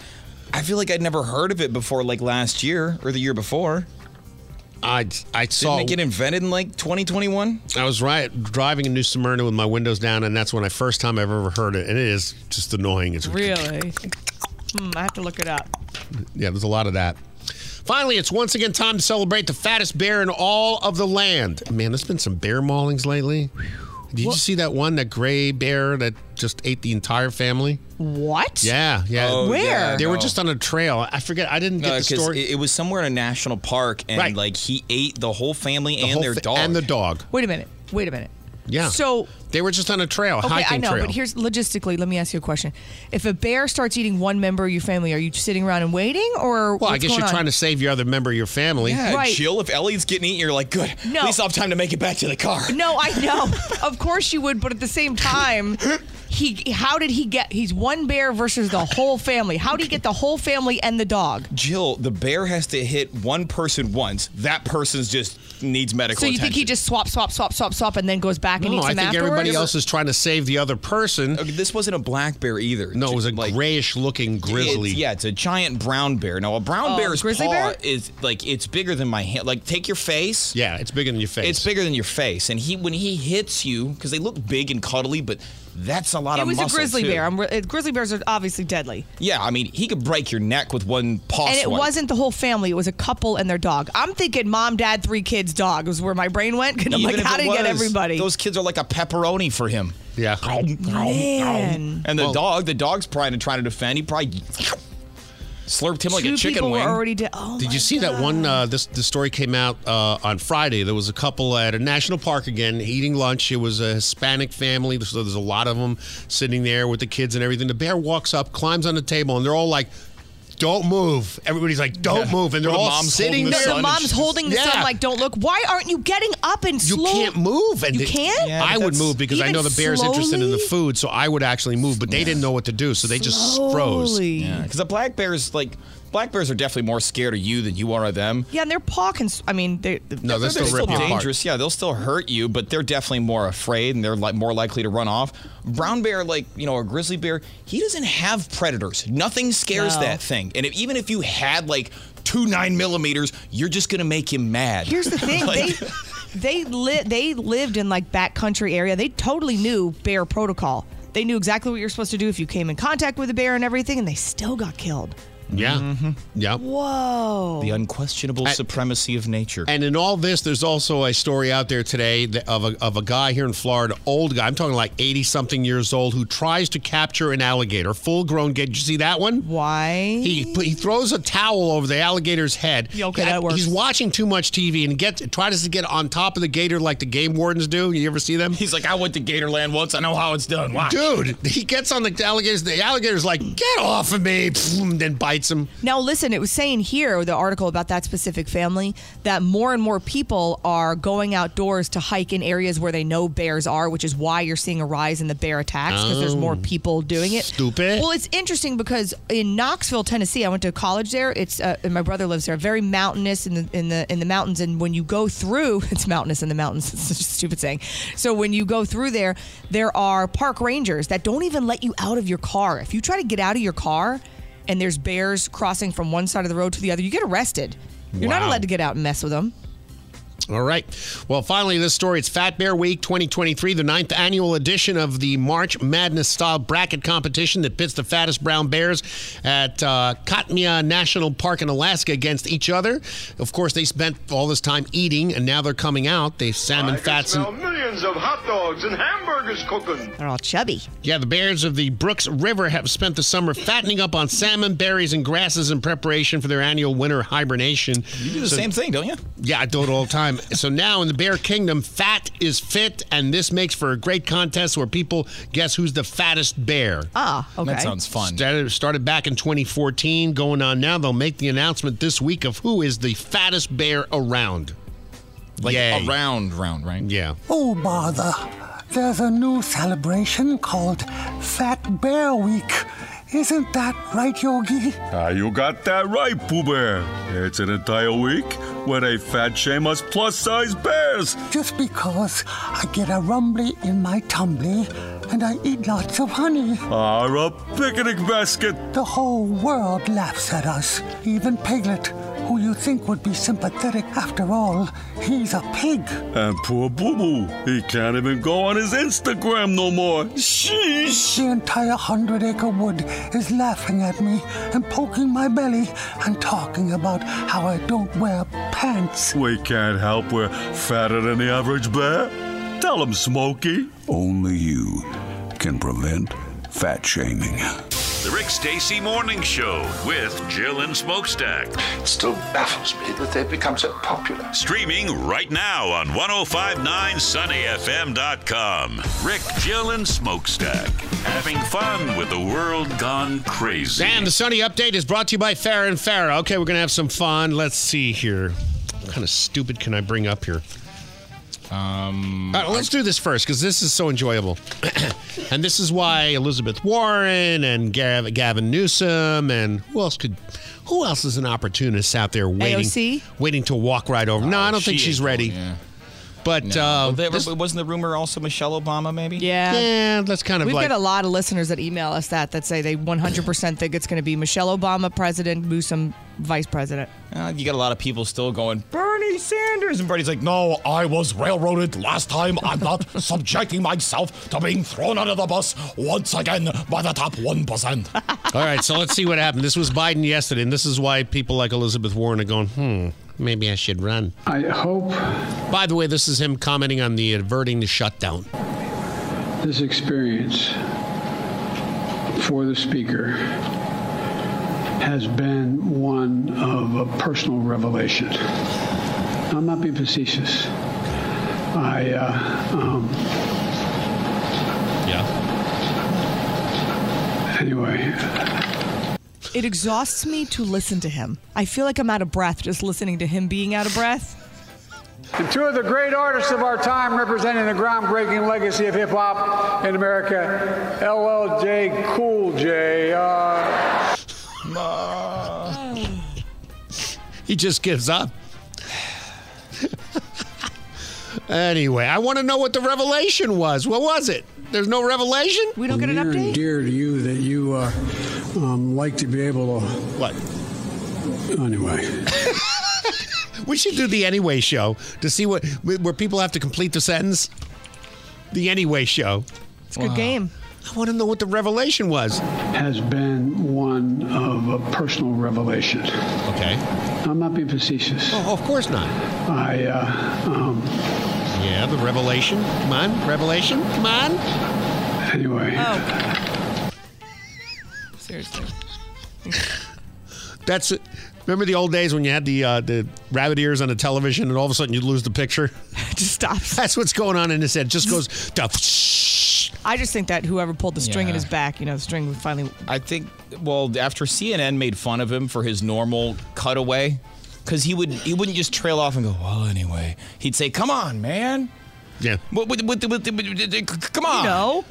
Speaker 5: I feel like I'd never heard of it before, like last year or the year before.
Speaker 3: I I saw-
Speaker 5: Didn't it get invented in like 2021?
Speaker 3: I was right driving in New Smyrna with my windows down, and that's when I first time I've ever heard it, and it is just annoying. It's
Speaker 4: Really? Hmm, I have to look it up.
Speaker 3: yeah, there's a lot of that. Finally, it's once again time to celebrate the fattest bear in all of the land. Man, there's been some bear maulings lately. Did you see that one, that gray bear that just ate the entire family?
Speaker 4: What?
Speaker 3: Yeah, yeah.
Speaker 5: Oh, Where? yeah,
Speaker 3: they were
Speaker 5: no.
Speaker 3: just on a trail. I forget. I didn't get
Speaker 5: No,
Speaker 3: the
Speaker 5: Uh, 'cause
Speaker 3: story.
Speaker 5: it, it was somewhere in a national park, and
Speaker 3: Right.
Speaker 5: like he ate the whole family
Speaker 3: The
Speaker 5: and
Speaker 3: whole
Speaker 5: their
Speaker 3: fa-
Speaker 5: dog.
Speaker 3: and the dog.
Speaker 4: Wait a minute. Wait a minute.
Speaker 3: Yeah.
Speaker 4: So
Speaker 3: they were just on a trail, a
Speaker 4: okay,
Speaker 3: Oh, hiking
Speaker 4: I know,
Speaker 3: trail.
Speaker 4: but here's logistically. Let me ask you a question: If a bear starts eating one member of your family, are you sitting around and waiting, or
Speaker 3: well, I
Speaker 4: what's
Speaker 3: guess
Speaker 4: going
Speaker 3: you're
Speaker 4: on?
Speaker 3: trying to save your other member of your family.
Speaker 5: Yeah,
Speaker 4: Right.
Speaker 5: Jill. If Elliot's getting eaten, you're like, good.
Speaker 4: No.
Speaker 5: At least I'll have time to make it back to the car.
Speaker 4: No, I know. of course you would, but at the same time, he how did he get he's one bear versus the whole family. How did he get the whole family and the dog?
Speaker 5: Jill, the bear has to hit one person once. That person's just needs medical
Speaker 4: so you
Speaker 5: attention.
Speaker 4: think he just swap, swap, swap, swap, swap, and then goes back and
Speaker 3: No,
Speaker 4: eats
Speaker 3: I
Speaker 4: him
Speaker 3: think
Speaker 4: afterwards?
Speaker 3: everybody else is trying to save the other person.
Speaker 5: this wasn't a black bear either.
Speaker 3: No, it was a grayish-looking grizzly.
Speaker 5: It's- yeah, it's a giant brown bear. Now a brown
Speaker 3: Oh,
Speaker 5: bear's
Speaker 3: grizzly
Speaker 5: paw
Speaker 3: bear?
Speaker 5: is like it's bigger than my hand. Like take your face.
Speaker 3: Yeah, it's bigger than your face.
Speaker 5: It's bigger than your face. And he when he hits you because they look big and cuddly, but that's a lot
Speaker 4: It
Speaker 5: of
Speaker 4: was
Speaker 5: muscle.
Speaker 4: a grizzly
Speaker 5: too.
Speaker 4: bear. I'm re- uh, grizzly bears are obviously deadly.
Speaker 5: Yeah, I mean he could break your neck with one paw.
Speaker 4: and it
Speaker 5: swipe.
Speaker 4: wasn't the whole family. It was a couple and their dog. I'm thinking mom, dad, three kids, dog is where my brain went. 'cause I'm
Speaker 5: Even
Speaker 4: like,
Speaker 5: if
Speaker 4: how
Speaker 5: it
Speaker 4: did he get
Speaker 5: was,
Speaker 4: everybody? Oh,
Speaker 5: Those kids are like a pepperoni for him.
Speaker 3: Yeah.
Speaker 4: Man.
Speaker 5: And the dog, the dog's trying to try to defend. He probably slurped him like
Speaker 4: Two
Speaker 5: a chicken
Speaker 4: people
Speaker 5: wing.
Speaker 4: were already dead. Oh,
Speaker 3: Did you see that one? Uh, this the story came out uh, on Friday. There was a couple at a national park again eating lunch. It was a Hispanic family, so there's a lot of them sitting there with the kids and everything. The bear walks up, climbs on the table, and they're all like. Don't move. Everybody's like, don't
Speaker 5: Yeah.
Speaker 3: move. And they're
Speaker 5: Or the
Speaker 3: all
Speaker 5: mom's
Speaker 3: sitting
Speaker 5: holding the
Speaker 3: there.
Speaker 5: son
Speaker 4: the mom's holding the
Speaker 3: yeah.
Speaker 4: sun like, don't look. Why aren't you getting up and
Speaker 3: You
Speaker 4: slow?
Speaker 3: can't move. And
Speaker 4: you
Speaker 3: they-
Speaker 4: can't?
Speaker 3: I would move because I
Speaker 4: Even
Speaker 3: know the bear's interested in the food, so I would actually move, but they didn't know what to do, so they just froze.
Speaker 5: Yeah, because the black bears like black bears are definitely more scared of you than you are of them.
Speaker 4: Yeah, and their paw can. s- I mean, they.
Speaker 5: No, they're, still dangerous. Yeah, they'll still hurt you, but they're definitely more afraid and they're like more likely to run off. Brown bear, like you know, a grizzly bear, he doesn't have predators. Nothing scares
Speaker 4: No.
Speaker 5: that thing. And if, even if you had like two nine millimeters, you're just gonna make him mad.
Speaker 4: Here's the thing.
Speaker 5: Like-
Speaker 4: they they li- they lived in like backcountry area. They totally knew bear protocol. They knew exactly what you're supposed to do if you came in contact with a bear and everything, and they still got killed.
Speaker 3: Yeah. Yep.
Speaker 4: Whoa.
Speaker 5: mm-hmm. The unquestionable supremacy of nature.
Speaker 3: And in all this, there's also a story out there today that- of a, of a guy here in Florida, old guy. I'm talking like 80 something years old, who tries to capture an alligator, full grown. Did you see that one?
Speaker 4: Why?
Speaker 3: He put- he throws a towel over the alligator's head. okay, that works. He's watching too much TV and get tries to get on top of the gator like the game wardens do. You ever see them?
Speaker 5: He's like, I went to Gatorland once. I know how it's done. Watch.
Speaker 3: Dude, he gets on the alligator's. The alligator's like, get off of me! Pfft, Then bites him.
Speaker 4: Now, listen, it was saying here, the article about that specific family, that more and more people are going outdoors to hike in areas where they know bears are, which is why you're seeing a rise in the bear attacks because there's more
Speaker 3: Oh.
Speaker 4: people doing it.
Speaker 3: Stupid.
Speaker 4: Well, it's interesting because in Knoxville, Tennessee, I went to college there. It's uh, and my brother lives there. Very mountainous in the in the in the mountains, and when you go through, it's mountainous in the mountains. It's such a stupid saying. So when you go through there, there are park rangers that don't even let you out of your car. If you try to get out of your car, and there's bears crossing from one side of the road to the other, you get arrested. You're not
Speaker 3: Wow.
Speaker 4: allowed to get out and mess with them.
Speaker 3: All right. Well, finally, this story. It's Fat Bear Week 2023, the ninth annual edition of the March Madness style bracket competition that pits the fattest brown bears at uh, Katmia National Park in Alaska against each other. Of course, they spent all this time eating, and now they're coming out. They salmon fats and
Speaker 20: millions of hot dogs and hamburgers cooking.
Speaker 4: They're all chubby.
Speaker 3: Yeah, the bears of the Brooks River have spent the summer fattening up on salmon, berries, and grasses in preparation for their annual winter hibernation. You
Speaker 5: do the same thing, don't you?
Speaker 3: Yeah, I do it all the time. so now in the bear kingdom, fat is fit, and this makes for a great contest where people guess who's the fattest bear.
Speaker 4: Ah, okay. That sounds
Speaker 5: fun.
Speaker 3: Started, started back in 2014, going on now. They'll make the announcement this week of who is the fattest bear around.
Speaker 5: Like around round, right?
Speaker 3: Yeah.
Speaker 35: Oh, bother. There's a new celebration called Fat Bear Week. Isn't that right, Yogi?
Speaker 36: Ah, you got that right, Pooh Bear. It's an entire week where they fat shame us plus size bears.
Speaker 35: Just because I get a rumbly in my tumbly and I eat lots of honey.
Speaker 36: Are a picnic basket.
Speaker 35: The whole world laughs at us, even Piglet, who you think would be sympathetic after all. He's a pig.
Speaker 36: And poor Boo Boo, he can't even go on his Instagram no more.
Speaker 35: Sheesh! The entire hundred acre wood is laughing at me and poking my belly and talking about how I don't wear pants.
Speaker 36: We can't help we're fatter than the average bear. Tell him, Smokey.
Speaker 37: Only you can prevent fat shaming.
Speaker 2: The Rick Stacy Morning Show with Jill and Smokestack.
Speaker 38: Still baffles me that they've become so popular.
Speaker 2: Streaming right now on 1059sunnyfm.com. Rick, Jill, and Smokestack. Having fun with the world gone crazy.
Speaker 3: And the Sunny Update is brought to you by Farrah and Farrah. Okay, we're going to have some fun. Let's see here. What kind of stupid can I bring up here? Um, let's do this first because this is so enjoyable. and this is why Elizabeth Warren and Gav- Gavin Newsom and who else could, who else is an opportunist out there waiting,
Speaker 4: AOC?
Speaker 3: waiting to walk right over? no, I don't think
Speaker 5: Oh, she
Speaker 3: she's
Speaker 5: is
Speaker 3: ready.
Speaker 5: going, yeah.
Speaker 3: But uh,
Speaker 5: Well, there-
Speaker 3: this-
Speaker 5: wasn't the rumor also Michelle Obama, maybe?
Speaker 4: Yeah.
Speaker 3: Yeah, that's kind of
Speaker 4: We've
Speaker 3: like-
Speaker 4: got a lot of listeners that email us that that say they 100% think it's going to be Michelle Obama president, Newsom vice president.
Speaker 5: Uh, you got a lot of people still going, Bernie Sanders. And Bernie's like, no, I was railroaded last time. I'm not subjecting myself to being thrown under the bus once again by the top 1%.
Speaker 3: all right, so let's see what happened. This was Biden yesterday, and this is why people like Elizabeth Warren are going, hmm, maybe I should run.
Speaker 12: I hope
Speaker 3: By the way, this is him commenting on the averting the shutdown.
Speaker 12: this experience for the speaker has been one of a personal revelation. I'm not being facetious. I, uh, um, yeah. Anyway,
Speaker 4: It exhausts me to listen to him. I feel like I'm out of breath just listening to him being out of breath.
Speaker 39: And two of the great artists of our time representing the groundbreaking legacy of hip hop in America, LLJ Cool J. Uh,
Speaker 3: He just gives up. anyway, I want to know what the revelation was. What was it? There's no revelation?
Speaker 4: We
Speaker 12: near and dear to you that you uh, um, like to be able to. What? Anyway.
Speaker 3: We should do the Anyway show to see what where people have to complete the sentence. The Anyway show. It's
Speaker 12: a good Wow.
Speaker 4: game.
Speaker 3: I want to know what the revelation was.
Speaker 12: has been one of a personal revelation.
Speaker 3: Okay.
Speaker 12: I'm not being facetious.
Speaker 3: Oh, of course not.
Speaker 12: I, uh, um,
Speaker 3: yeah, the revelation. Come on, revelation. Come on.
Speaker 12: Anyway.
Speaker 4: Oh. Seriously.
Speaker 3: That's it. Remember the old days when you had the uh, the rabbit ears on the television, and all of a sudden you'd lose the picture.
Speaker 4: just stops.
Speaker 3: That's what's going on in his head. Just goes. "Duh,
Speaker 4: I just think that whoever pulled the string in
Speaker 5: Yeah.
Speaker 4: his back, you know, the string would finally.
Speaker 5: I think, well, after CNN made fun of him for his normal cutaway, because he would he wouldn't just trail off and go, well, anyway. He'd say, come on, man.
Speaker 3: Yeah.
Speaker 5: What, what, what, what, what- what- what- come on. No.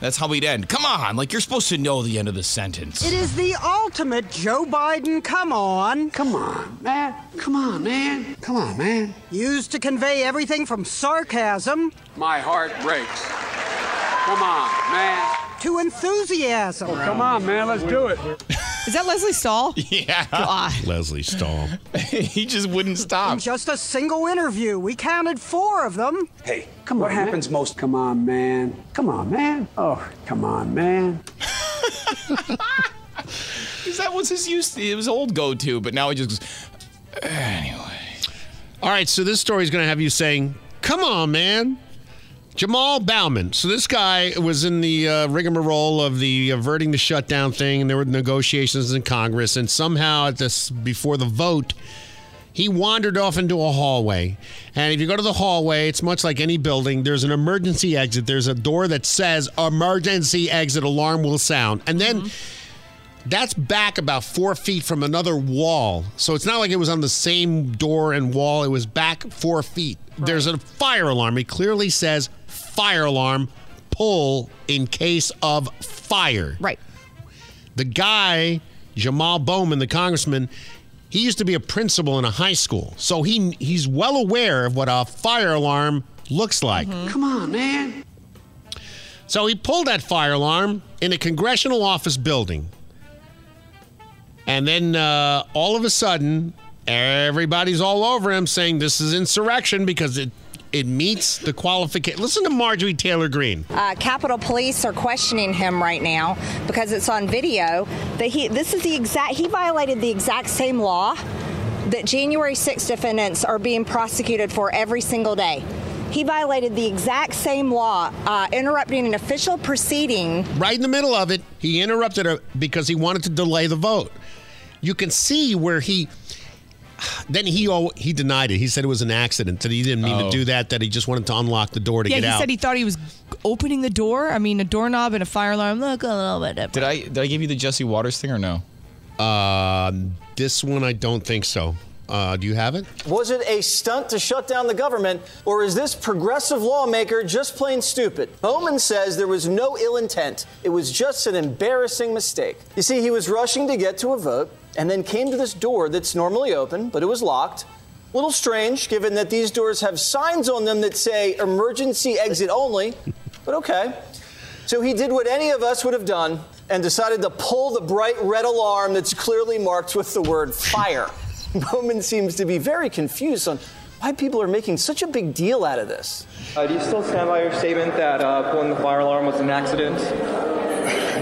Speaker 5: That's how he'd end. Come on, like you're supposed to know the end of the sentence.
Speaker 33: It is the ultimate Joe Biden. Come on. Come on, man. Come on, man. Come on, man. Used to convey everything from sarcasm
Speaker 39: my heart breaks. Come on, man.
Speaker 33: to enthusiasm.
Speaker 39: Come on, man. Let's do it.
Speaker 4: Is that Leslie Stahl?
Speaker 5: yeah.
Speaker 4: God.
Speaker 3: Leslie Stahl.
Speaker 5: he just
Speaker 33: In
Speaker 5: wouldn't stop.
Speaker 33: just a single interview, we counted four of them.
Speaker 39: Hey, come what happens most? Come on, man. Come on, man. Oh, come on, man.
Speaker 5: Because that was his used, it was old go to, but now he just goes,
Speaker 3: All right, so this story is going to have you saying, "Come on, man." Jamal Bauman. So this guy was in the uh, rigmarole of the averting the shutdown thing, and there were negotiations in Congress, and somehow at this before the vote, he wandered off into a hallway. And if you go to the hallway, it's much like any building. There's an emergency exit. There's a door that says "emergency exit." Alarm will sound, and then That's back about four feet from another wall. So it's not like it was on the same door and wall. It was back four feet. There's a fire alarm. It clearly says fire alarm, pull in case of fire.
Speaker 4: Right.
Speaker 3: The guy, Jamal Bowman, the congressman, he used to be a principal in a high school. So he he's well aware of what a fire alarm looks like.
Speaker 39: Hmm?
Speaker 12: Come on, man.
Speaker 3: So he pulled that fire alarm in a congressional office building. And then uh, all of a sudden, everybody's all over him saying this is insurrection because it, it meets the qualification. Listen to Marjorie Taylor Greene.
Speaker 18: Uh, Capitol Police are questioning him right now because it's on video. That he, this is the exact, he violated the exact same law that January 6 defendants are being prosecuted for every single day. He violated the exact same law, uh, interrupting an official proceeding.
Speaker 3: Right in the middle of it, he interrupted her because he wanted to delay the vote. You can see where he. Then he al- he denied it. He said it was an accident. That he didn't mean
Speaker 4: Oh.
Speaker 3: to do that. That he just wanted to unlock the door to
Speaker 4: yeah,
Speaker 3: get
Speaker 4: he
Speaker 3: out.
Speaker 4: said he thought he was opening the door. I mean, a doorknob and a fire alarm. Look, a little bit. of-
Speaker 5: Did I did I give you the Jesse Waters thing or no?
Speaker 3: Uh, this one I don't think so. Uh, do you have it?
Speaker 11: Was it a stunt to shut down the government, or is this progressive lawmaker just plain stupid? Bowman says there was no ill intent. It was just an embarrassing mistake. You see, he was rushing to get to a vote and then came to this door that's normally open, but it was locked. Little strange, given that these doors have signs on them that say emergency exit only, but okay. So he did what any of us would have done and decided to pull the bright red alarm that's clearly marked with the word fire. Bowman seems to be very confused on why people are making such a big deal out of this.
Speaker 28: Uh, do you still stand by your statement that uh, pulling the fire alarm was an accident?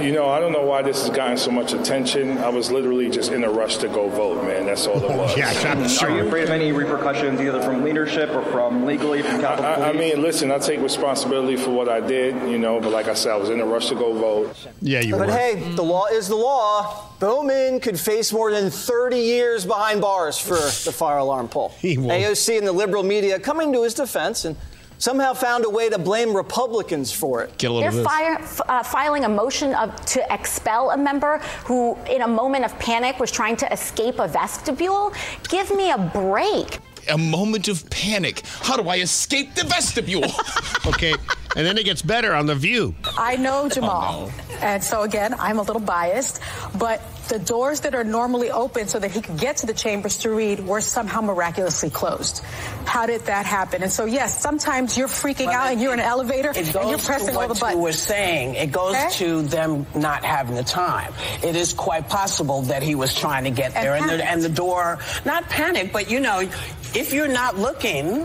Speaker 40: You know, I don't know why this has gotten so much attention. I was literally just in a rush to go vote, man. That's all it was.
Speaker 28: Are you afraid of any repercussions, either from leadership or from legally from Capitol
Speaker 40: I, I
Speaker 28: Police?
Speaker 40: mean, listen, I take responsibility for what I did, you know, but like I said, I was in a rush to go vote.
Speaker 3: Yeah, you
Speaker 11: but hey, the law is the law. Bowman could face more than 30 years behind bars for the fire alarm pull. AOC and the liberal media coming to his defense and somehow found a way to blame Republicans for it.
Speaker 5: Get
Speaker 18: They're fire, f- uh, filing a motion of, to expel a member who, in a moment of panic, was trying to escape a vestibule. Give me a break.
Speaker 5: A moment of panic. How do I escape the vestibule?
Speaker 3: okay, and then it gets better on the View.
Speaker 41: I know Jamal. And so again, I'm a little biased, but the doors that are normally open so that he could get to the chambers to read were somehow miraculously closed. How did that happen? And so yes, sometimes you're freaking out and you're in an elevator
Speaker 19: It
Speaker 41: and you're
Speaker 19: goes to
Speaker 41: pressing all the
Speaker 19: what
Speaker 41: buttons.
Speaker 19: you were saying. It goes
Speaker 41: Okay?
Speaker 19: to them not having the time. It is quite possible that he was trying to get
Speaker 41: And
Speaker 19: there, and the,
Speaker 41: panicked.
Speaker 19: and the door not panic, but you know, if you're not looking.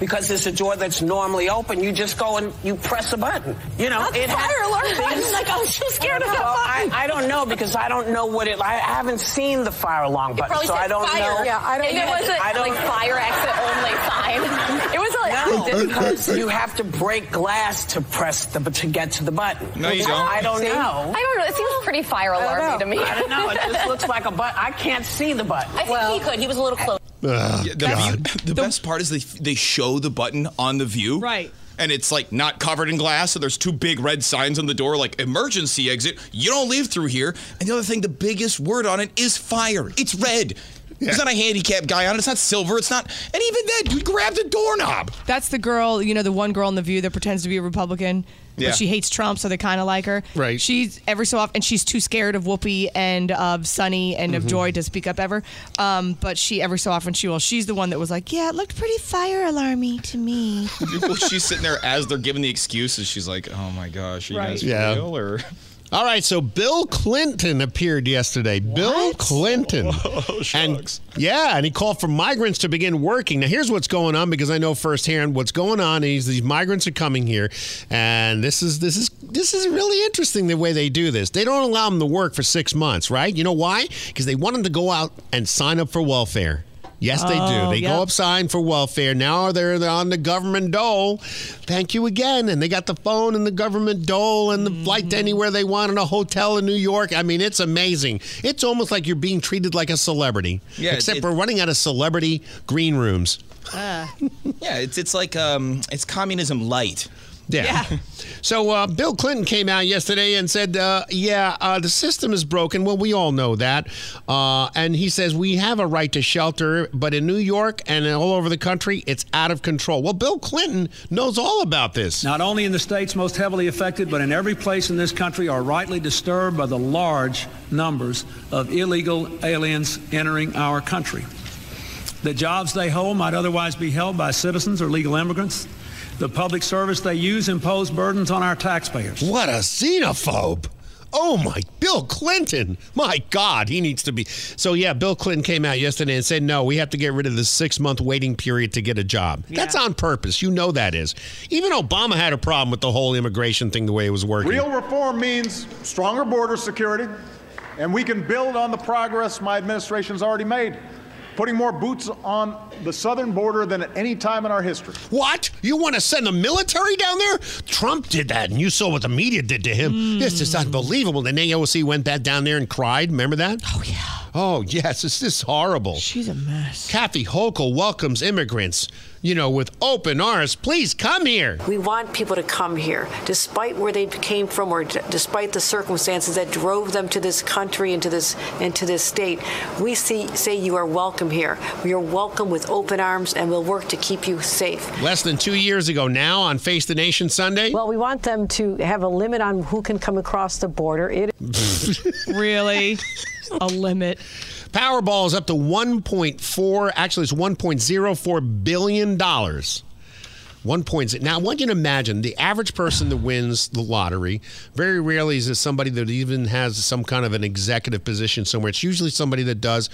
Speaker 19: Because it's a door that's normally open, you just go and you press a button. You know,
Speaker 41: A fire alarm button? Like, I'm so scared of that
Speaker 19: Well, I,
Speaker 41: button.
Speaker 19: I don't know because I don't know what it. I haven't seen the fire alarm button,
Speaker 42: probably
Speaker 19: so I
Speaker 42: said
Speaker 19: don't
Speaker 42: fire.
Speaker 19: know.
Speaker 42: Yeah, I don't If it know. wasn't, like, fire exit only sign. It was, like,
Speaker 19: no,
Speaker 42: accident.
Speaker 19: because you have to break glass to press the to get to the button.
Speaker 42: No, you
Speaker 19: So
Speaker 42: don't.
Speaker 19: I don't
Speaker 42: See?
Speaker 19: know.
Speaker 42: I don't know. It seems pretty fire
Speaker 19: I don't
Speaker 42: alarmy to
Speaker 19: know.
Speaker 42: me.
Speaker 19: I don't know. It just looks like a button. I can't see the button. I think he could. He was a little close.
Speaker 5: Yeah, the, view- the best part is they they show the button on the view. Right. And it's like not covered in glass, so there's two big red signs on the door, like emergency exit. You don't leave through here. And the other thing, the biggest word on it is fire. It's red. There's not a handicap guy on it. It's not silver. It's not. And even then, you grabbed a doorknob.
Speaker 4: That's the girl, you know, the one girl in the View that pretends to be a Republican.
Speaker 5: Yeah.
Speaker 4: But she hates Trump, so they kind of like her.
Speaker 5: Right.
Speaker 4: She's every so often, and she's too scared of Whoopi and of Sunny and
Speaker 3: Mm-hmm.
Speaker 4: of
Speaker 26: Mhm.
Speaker 4: Joy to speak up ever. Um, but she every so often she will. She's the one that was like, "Yeah, it looked pretty fire alarmy to me."
Speaker 5: Well, she's sitting there as they're giving the excuses. She's like, "Oh my gosh, are you guys
Speaker 3: Right. Yeah.
Speaker 5: real?" Or
Speaker 3: All right, so Bill Clinton appeared yesterday. Bill Clinton. and yeah, and he called for migrants to begin working. Now here's what's going on because I know firsthand what's going on is these migrants are coming here and this is this is this is really interesting the way they do this. They don't allow them to work for 6 months, right? You know why? Because they want them to go out and sign up for welfare. Yes, they
Speaker 43: Oh,
Speaker 3: do. They
Speaker 43: yep.
Speaker 3: go up sign for welfare. Now they're they're on the government dole. Thank you again. And they got the phone and the government dole and the
Speaker 5: Mm-hmm.
Speaker 3: flight to anywhere they want and a hotel in New York. I mean, it's amazing. It's almost like you're being treated like a celebrity.
Speaker 5: Yeah, it-
Speaker 3: Except
Speaker 5: it-
Speaker 3: we're running out of celebrity green rooms.
Speaker 5: yeah, it's it's like um, it's communism light.
Speaker 3: Yeah. So uh, Bill Clinton came out yesterday and said, uh, "Yeah, uh, the system is broken." Well, we all know that. Uh, and he says we have a right to shelter, but in New York and all over the country, it's out of control. Well, Bill Clinton knows all about this.
Speaker 8: Not only in the states most heavily affected, but in every place in this country are rightly disturbed by the large numbers of illegal aliens entering our country. The jobs they hold might otherwise be held by citizens or legal immigrants. The public service they use impose burdens on our taxpayers.
Speaker 3: What a xenophobe. Oh my, Bill Clinton. My God, he needs to be. So, yeah, Bill Clinton came out yesterday and said, no, we have to get rid of the six month waiting period to get a job. That's on purpose. You know that is. Even Obama had a problem with the whole immigration thing, the way it was working.
Speaker 9: Real reform means stronger border security, and we can build on the progress my administration's already made, putting more boots on the southern border than at any time in our history.
Speaker 3: What? You want to send the military down there? Trump did that, and you saw what the media did to him. This is unbelievable. And AOC went back down there and cried. Remember that? Oh, yeah. Oh, yes. This is horrible. She's a mess. Kathy Hochul welcomes immigrants, you know, with open arms. Please come here.
Speaker 13: We want people to come here, despite where they came from or d- despite the circumstances that drove them to this country and to this and to this state. We see, say you are welcome here. We are welcome with open arms, and we'll work to keep you safe.
Speaker 3: Less than two years ago now on Face the Nation Sunday.
Speaker 13: Well, we want them to have a limit on who can come across the border. It
Speaker 3: really? A limit. Powerball is up to 1.4, actually, it's 1.04 billion dollars. One point. Now, I want you to imagine the average person that wins the lottery. Very rarely is it somebody that even has some kind of an executive position somewhere. It's usually somebody that does.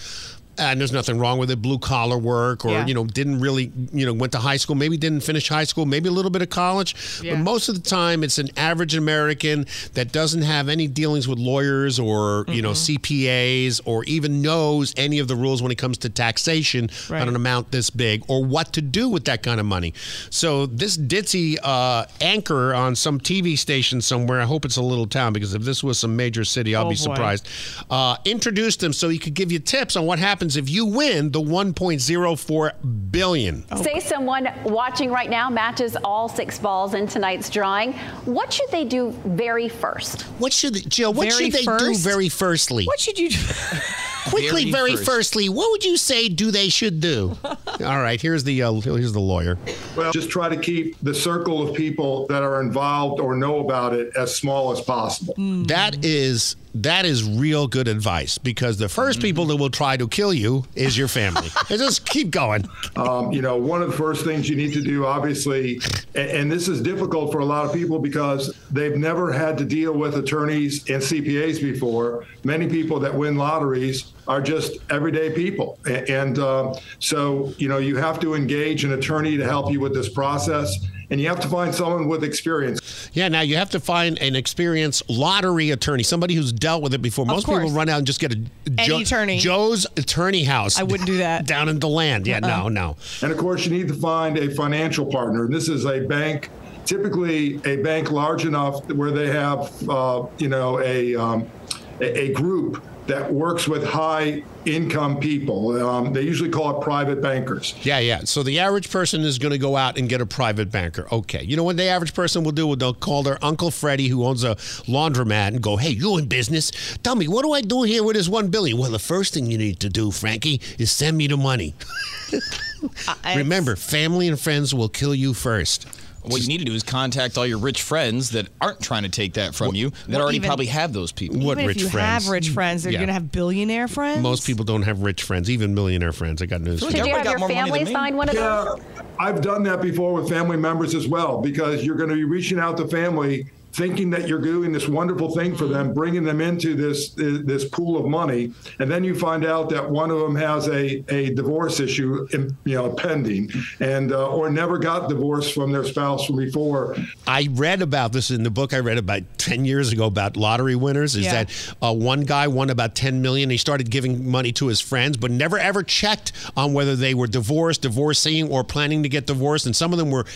Speaker 3: uh, And there's nothing wrong with it. Blue collar work, or
Speaker 16: Yeah.
Speaker 3: you know, didn't really, you know, went to high school. Maybe didn't finish high school. Maybe a little bit of college.
Speaker 16: Yeah.
Speaker 3: But most of the time, it's an average American that doesn't have any dealings with lawyers or you know
Speaker 16: Mm-hmm.
Speaker 3: CPAs, or even knows any of the rules when it comes to taxation
Speaker 16: Right.
Speaker 3: on an amount this big or what to do with that kind of money. So this ditzy uh, anchor on some TV station somewhere, I hope it's a little town because if this was some major city, I'll
Speaker 16: Oh,
Speaker 3: be
Speaker 16: boy.
Speaker 3: surprised. Uh, introduced him so he could give you tips on what happens if you win the 1.04 billion.
Speaker 16: Oh,
Speaker 21: Say someone watching right now matches all six balls in tonight's drawing. What should they do very first?
Speaker 3: What should they, Jill? What should they do very firstly? What
Speaker 21: should you do?
Speaker 3: Quickly,
Speaker 21: Very
Speaker 3: very
Speaker 21: first.
Speaker 3: firstly, what would you say do they should do? All right, here's the uh, here's the lawyer.
Speaker 44: Well, just try to keep the circle of people that are involved or know about it as small as possible.
Speaker 3: That is that is real good advice because the first people that will try to kill you is your family. And just keep going.
Speaker 44: Um, you know, one of the first things you need to do, obviously, and, and this is difficult for a lot of people because they've never had to deal with attorneys and CPAs before. Many people that win lotteries are just everyday people. A- And uh, so, you know, you have to engage an attorney to help you with this process, and you have to find someone with experience.
Speaker 3: Yeah, now you have to find an experienced lottery attorney, somebody who's dealt with it before. Most people run out and just get a
Speaker 44: Any attorney.
Speaker 3: Joe's attorney house. I wouldn't do that. down in the land. Yeah, no,
Speaker 44: Uh-uh.
Speaker 3: no.
Speaker 44: And of course, you need to find a financial partner. And this is a bank, typically a bank large enough where they have, uh, you know, a, um, a, a group that works with high income people. Um, they usually call it private bankers.
Speaker 3: Yeah, yeah. So the average person is going to go out and get a private banker. Okay. You know what the average person will do? Well, they'll call their Uncle Freddie, who owns a laundromat, and go, hey, you in business? Tell me, what do I do here with this $1 billion? Well, the first thing you need to do, Frankie, is send me the money.
Speaker 4: Uh,
Speaker 3: Remember, family and friends will kill you first.
Speaker 5: What you need to do is contact all your rich friends that aren't trying to take that from you, that
Speaker 4: Well,
Speaker 5: already
Speaker 4: even-
Speaker 5: probably have those people.
Speaker 3: What
Speaker 4: Even
Speaker 3: rich
Speaker 4: if you
Speaker 3: friends?
Speaker 4: have rich friends, they're
Speaker 3: Yeah.
Speaker 4: going to have billionaire friends.
Speaker 3: Most people don't have rich friends, even millionaire friends. I got news. for
Speaker 21: Should you have your family sign one of
Speaker 44: Yeah,
Speaker 21: those?
Speaker 44: I've done that before with family members as well, because you're going to be reaching out to family thinking that you're doing this wonderful thing for them, bringing them into this this pool of money, and then you find out that one of them has a, a divorce issue, you know, pending, and uh, or never got divorced from their spouse from before.
Speaker 3: I read about this in the book I read about 10 years ago about lottery winners is
Speaker 44: Yeah.
Speaker 3: that uh, one guy won about 10 million. He started giving money to his friends, but never ever checked on whether they were divorced, divorcing, or planning to get divorced. And some of them were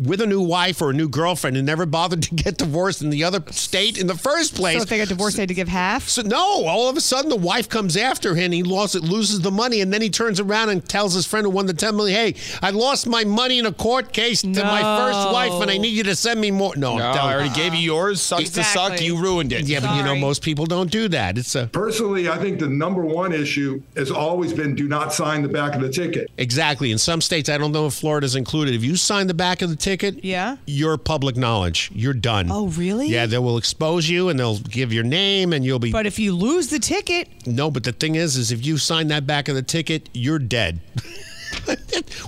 Speaker 3: with a new wife or a new girlfriend and never bothered to get divorced in the other state in the first place.
Speaker 4: So if they got divorced, they had to give half.
Speaker 3: So no, all of a sudden the wife comes after him. He lost it, loses the money, and then he turns around and tells his friend who won the ten million, "Hey, I lost my money in a court case to my first wife, and I need you to send me more." No,
Speaker 5: No,
Speaker 3: I'm telling
Speaker 5: I already gave you yours. Sucks to suck. You ruined it.
Speaker 3: Yeah, but you know most people don't do that. It's uh, a
Speaker 44: Personally, I think the number one issue has always been do not sign the back of the ticket.
Speaker 3: Exactly. In some states, I don't know if Florida's included. If you sign the back of the ticket,
Speaker 4: yeah,
Speaker 3: you're public knowledge. You're done.
Speaker 4: Oh, really?
Speaker 3: Yeah, they will expose you and they'll give your name and you'll be.
Speaker 4: But if you lose the ticket,
Speaker 3: no. But the thing is, is if you sign that back of the ticket, you're dead.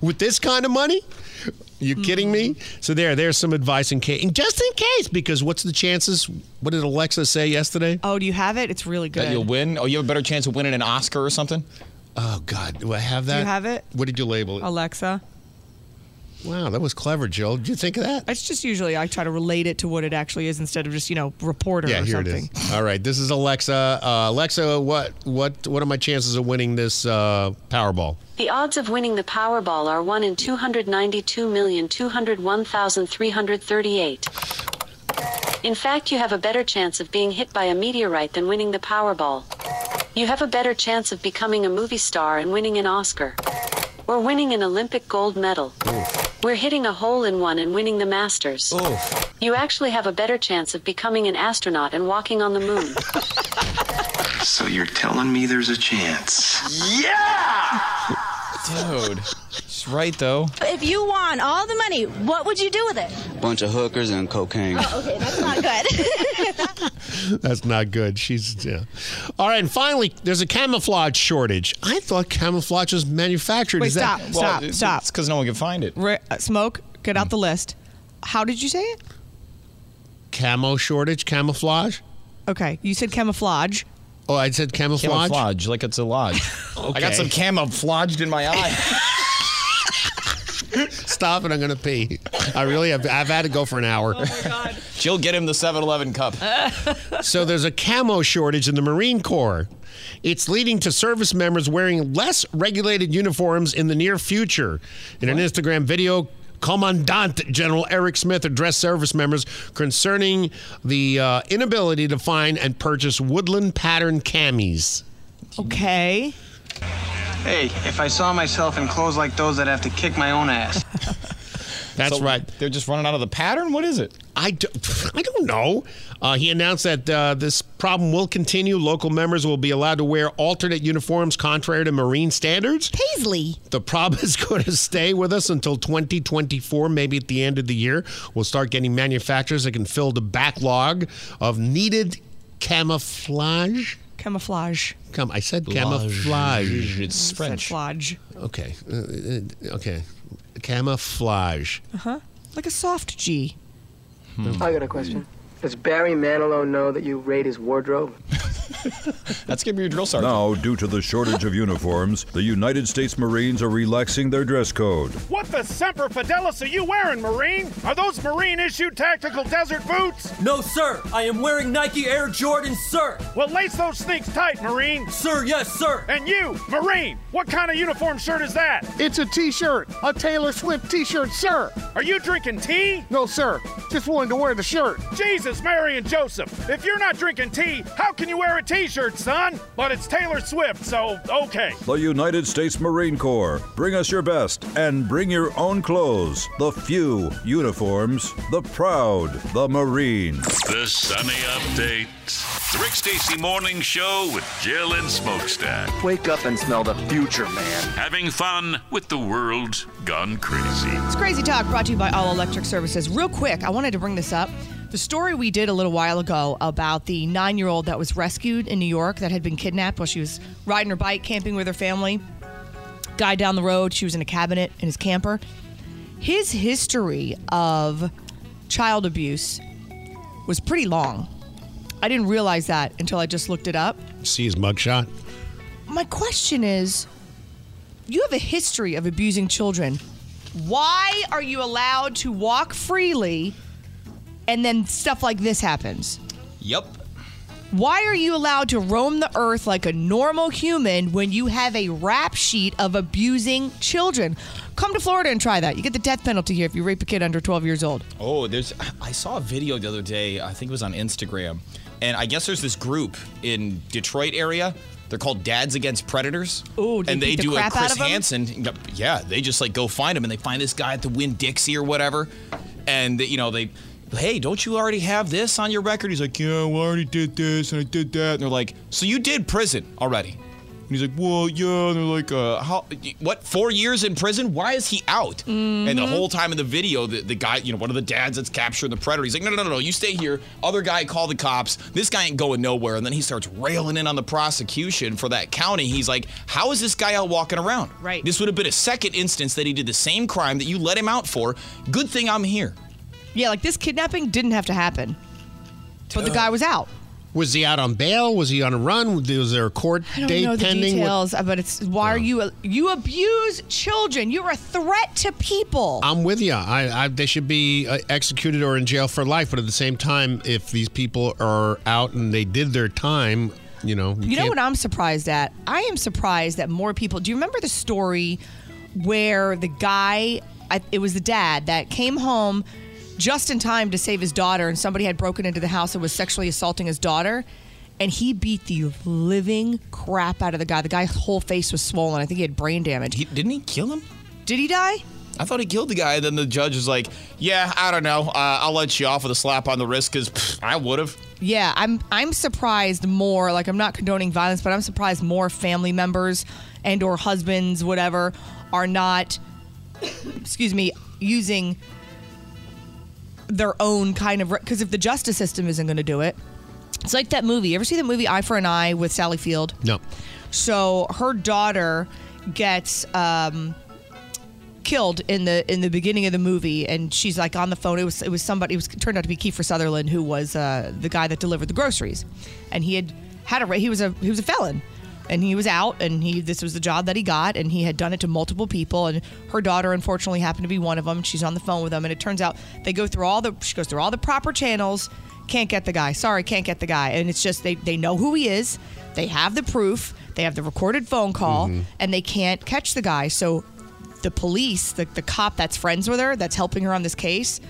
Speaker 3: With this kind of money. You
Speaker 4: Hmm.
Speaker 3: kidding me? So there, there's some advice in case, just in case, because what's the chances? What did Alexa say yesterday?
Speaker 4: Oh, do you have it? It's really
Speaker 5: That
Speaker 4: good.
Speaker 5: you'll win. Oh, you have a better chance of winning an Oscar or something.
Speaker 3: Oh God, do I have
Speaker 4: Do
Speaker 3: that?
Speaker 4: you have it?
Speaker 3: What did you label it?
Speaker 4: Alexa.
Speaker 3: Wow, that was clever, Jill. Did you think of that?
Speaker 4: It's just usually I try to relate it to what it actually is instead of just, you know, reporter
Speaker 3: Yeah,
Speaker 4: or
Speaker 3: here
Speaker 4: something.
Speaker 3: it is. All right, this is Alexa. Uh, Alexa, what what what are my chances of winning this uh, Powerball?
Speaker 20: The odds of winning the Powerball are 1 in 292,201,338. In fact, you have a better chance of being hit by a meteorite than winning the Powerball. You have a better chance of becoming a movie star and winning an Oscar. Or winning an Olympic gold medal. We're hitting a hole in one and winning the Masters. You actually have a better chance of becoming an astronaut and walking on the moon.
Speaker 1: So you're telling me there's a chance?
Speaker 5: Yeah. Dude, she's right though.
Speaker 7: If you won all the money, what would you do with it?
Speaker 28: Bunch of hookers and cocaine.
Speaker 7: Oh, okay, that's not good.
Speaker 3: That's not good. She's yeah. All right, and finally, there's a camouflage shortage. I thought camouflage was manufactured.
Speaker 4: Wait,
Speaker 3: Is that-
Speaker 4: stop, stop, stop. It's
Speaker 5: because no one can find it.
Speaker 4: Uh, smoke, get out the list. How did you say it?
Speaker 3: Camo shortage, camouflage.
Speaker 4: Okay, you said camouflage.
Speaker 3: Oh, I said camouflage.
Speaker 5: Camouflage, like it's a lodge. I got some camouflaged in my eye.
Speaker 3: Stop it! I'm gonna pee. I really have. I've had to go for an hour.
Speaker 5: Jill, get him the 7-Eleven cup.
Speaker 3: so there's a camo shortage in the Marine Corps. It's leading to service members wearing less regulated uniforms in the near future. In an Instagram video, Commandant General Eric Smith addressed service members concerning the uh, inability to find and purchase woodland pattern camis.
Speaker 4: Okay.
Speaker 14: Hey, if I saw myself in clothes like those, I'd have to kick my own ass.
Speaker 3: That's
Speaker 5: So
Speaker 3: right.
Speaker 5: They're just running out of the pattern. What is it?
Speaker 3: I, do, I don't know. Uh, he announced that uh, this problem will continue. Local members will be allowed to wear alternate uniforms contrary to Marine standards.
Speaker 16: Paisley.
Speaker 3: The problem is going to stay with us until 2024, maybe at the end of the year. We'll start getting manufacturers that can fill the backlog of needed camouflage.
Speaker 4: Camouflage.
Speaker 3: Come, I said camouflage.
Speaker 5: It's French.
Speaker 4: Camouflage.
Speaker 3: Okay, uh, uh, okay, camouflage.
Speaker 4: Uh huh. Like a soft G.
Speaker 5: Hmm.
Speaker 45: I got a question. Does Barry Manilow know that you raid his wardrobe?
Speaker 5: That's gonna be your drill sergeant.
Speaker 46: Now, due to the shortage of uniforms, the United States Marines are relaxing their dress code.
Speaker 47: What the Semper Fidelis are you wearing, Marine? Are those Marine issued tactical desert boots? No, sir. I am wearing Nike Air Jordans, sir. Well, lace those things tight, Marine. Sir, yes, sir. And you, Marine, what kind of uniform shirt is that? It's a t shirt, a Taylor Swift t shirt, sir. Are you drinking tea? No, sir. Just wanted to wear the shirt. Jesus, Mary, and Joseph. If you're not drinking tea, how can you wear a t shirt, son? But it's Taylor Swift, so okay.
Speaker 46: The United States Marine Corps. Bring us your best and bring your own clothes. The few uniforms, the proud, the Marine.
Speaker 2: The Sunny Update. The Rick Stacy Morning Show with Jill and Smokestack.
Speaker 1: Wake up and smell the future, man.
Speaker 2: Having fun with the world gone crazy.
Speaker 4: It's Crazy Talk brought to you by All Electric Services. Real quick, I wanted to bring this up. The story we did a little while ago about the nine year old that was rescued in New York that had been kidnapped while she was riding her bike, camping with her family. Guy down the road, she was in a cabinet in his camper. His history of child abuse was pretty long. I didn't realize that until I just looked it up.
Speaker 3: See his mugshot.
Speaker 4: My question is you have a history of abusing children. Why are you allowed to walk freely and then stuff like this happens?
Speaker 5: Yep.
Speaker 4: Why are you allowed to roam the earth like a normal human when you have a rap sheet of abusing children? Come to Florida and try that. You get the death penalty here if you rape a kid under 12 years old.
Speaker 5: Oh, there's. I saw a video the other day. I think it was on Instagram, and I guess there's this group in Detroit area. They're called Dads Against Predators.
Speaker 4: Ooh, they
Speaker 5: and they
Speaker 4: beat the
Speaker 5: do
Speaker 4: crap
Speaker 5: a
Speaker 4: out
Speaker 5: Chris
Speaker 4: of 'em?
Speaker 5: Hansen. Yep, Yeah, they just like go find him, and they find this guy at the Win Dixie or whatever, and you know they. Hey, don't you already have this on your record? He's like, Yeah, well, I already did this and I did that. And they're like, So you did prison already? And he's like, Well, yeah. And they're like, uh, how, What? Four years in prison? Why is he out? And
Speaker 4: Mm-hmm.
Speaker 5: the
Speaker 23: Mhm.
Speaker 5: whole time in the video, the, the guy, you know, one of the dads that's capturing the predator, he's like, no, no, no, no, you stay here. Other guy, call the cops. This guy ain't going nowhere. And then he starts railing in on the prosecution for that county. He's like, how is this guy out walking around? Right. This would have been a second instance that he did the same crime that you let him out for. Good thing I'm here.
Speaker 4: Yeah, like this kidnapping didn't have to happen. But the guy was out.
Speaker 3: Was he out on bail? Was he on a run? Was there a court
Speaker 4: I don't
Speaker 3: date
Speaker 4: know the
Speaker 3: pending? What-
Speaker 4: details, but it's why are you you abuse children? You're a threat to people.
Speaker 3: I'm with you. I, I, they should be uh, executed or in jail for life. But at the same time, if these people are out and they did their time, you know, you,
Speaker 4: You know
Speaker 3: can't-
Speaker 4: what I'm surprised at? I am surprised that more people. Do you remember the story where the guy, I- it was the dad, that came home just in time to save his daughter, and somebody had broken into the house and was sexually assaulting his daughter? And he beat the living crap out of the guy. The guy's whole face was swollen. I think he had brain damage.
Speaker 5: didn't he kill him?
Speaker 4: Did he die?
Speaker 5: I thought he killed the guy. Then the judge is like, yeah, I don't know. Uh, I'll let you off with a slap on the wrist because I would have.
Speaker 4: Yeah, I'm I'm surprised more like I'm not condoning violence, but I'm surprised more family members and or husbands whatever are not excuse me, using their own kind of because if the justice system isn't going to do it. It's like that movie. You ever see the movie Eye for an Eye with Sally Field?
Speaker 3: No.
Speaker 4: So her daughter gets um killed in the in the beginning of the movie, and she's like on the phone. It was it was somebody. It was it turned out to be Kiefer Sutherland, who was uh, the guy that delivered the groceries, and he had had a ra- he was a he was a felon, and he was out, and he this was the job that he got, and he had done it to multiple people, and her daughter unfortunately happened to be one of them. She's on the phone with them, and it turns out they go through all the she goes through all the proper channels. Can't get the guy. Sorry, can't get the guy. And it's just they they know who he is. They have the proof. They have the recorded phone call, and they can't catch the guy. So the police, the, the cop that's friends with her, that's helping her on this case,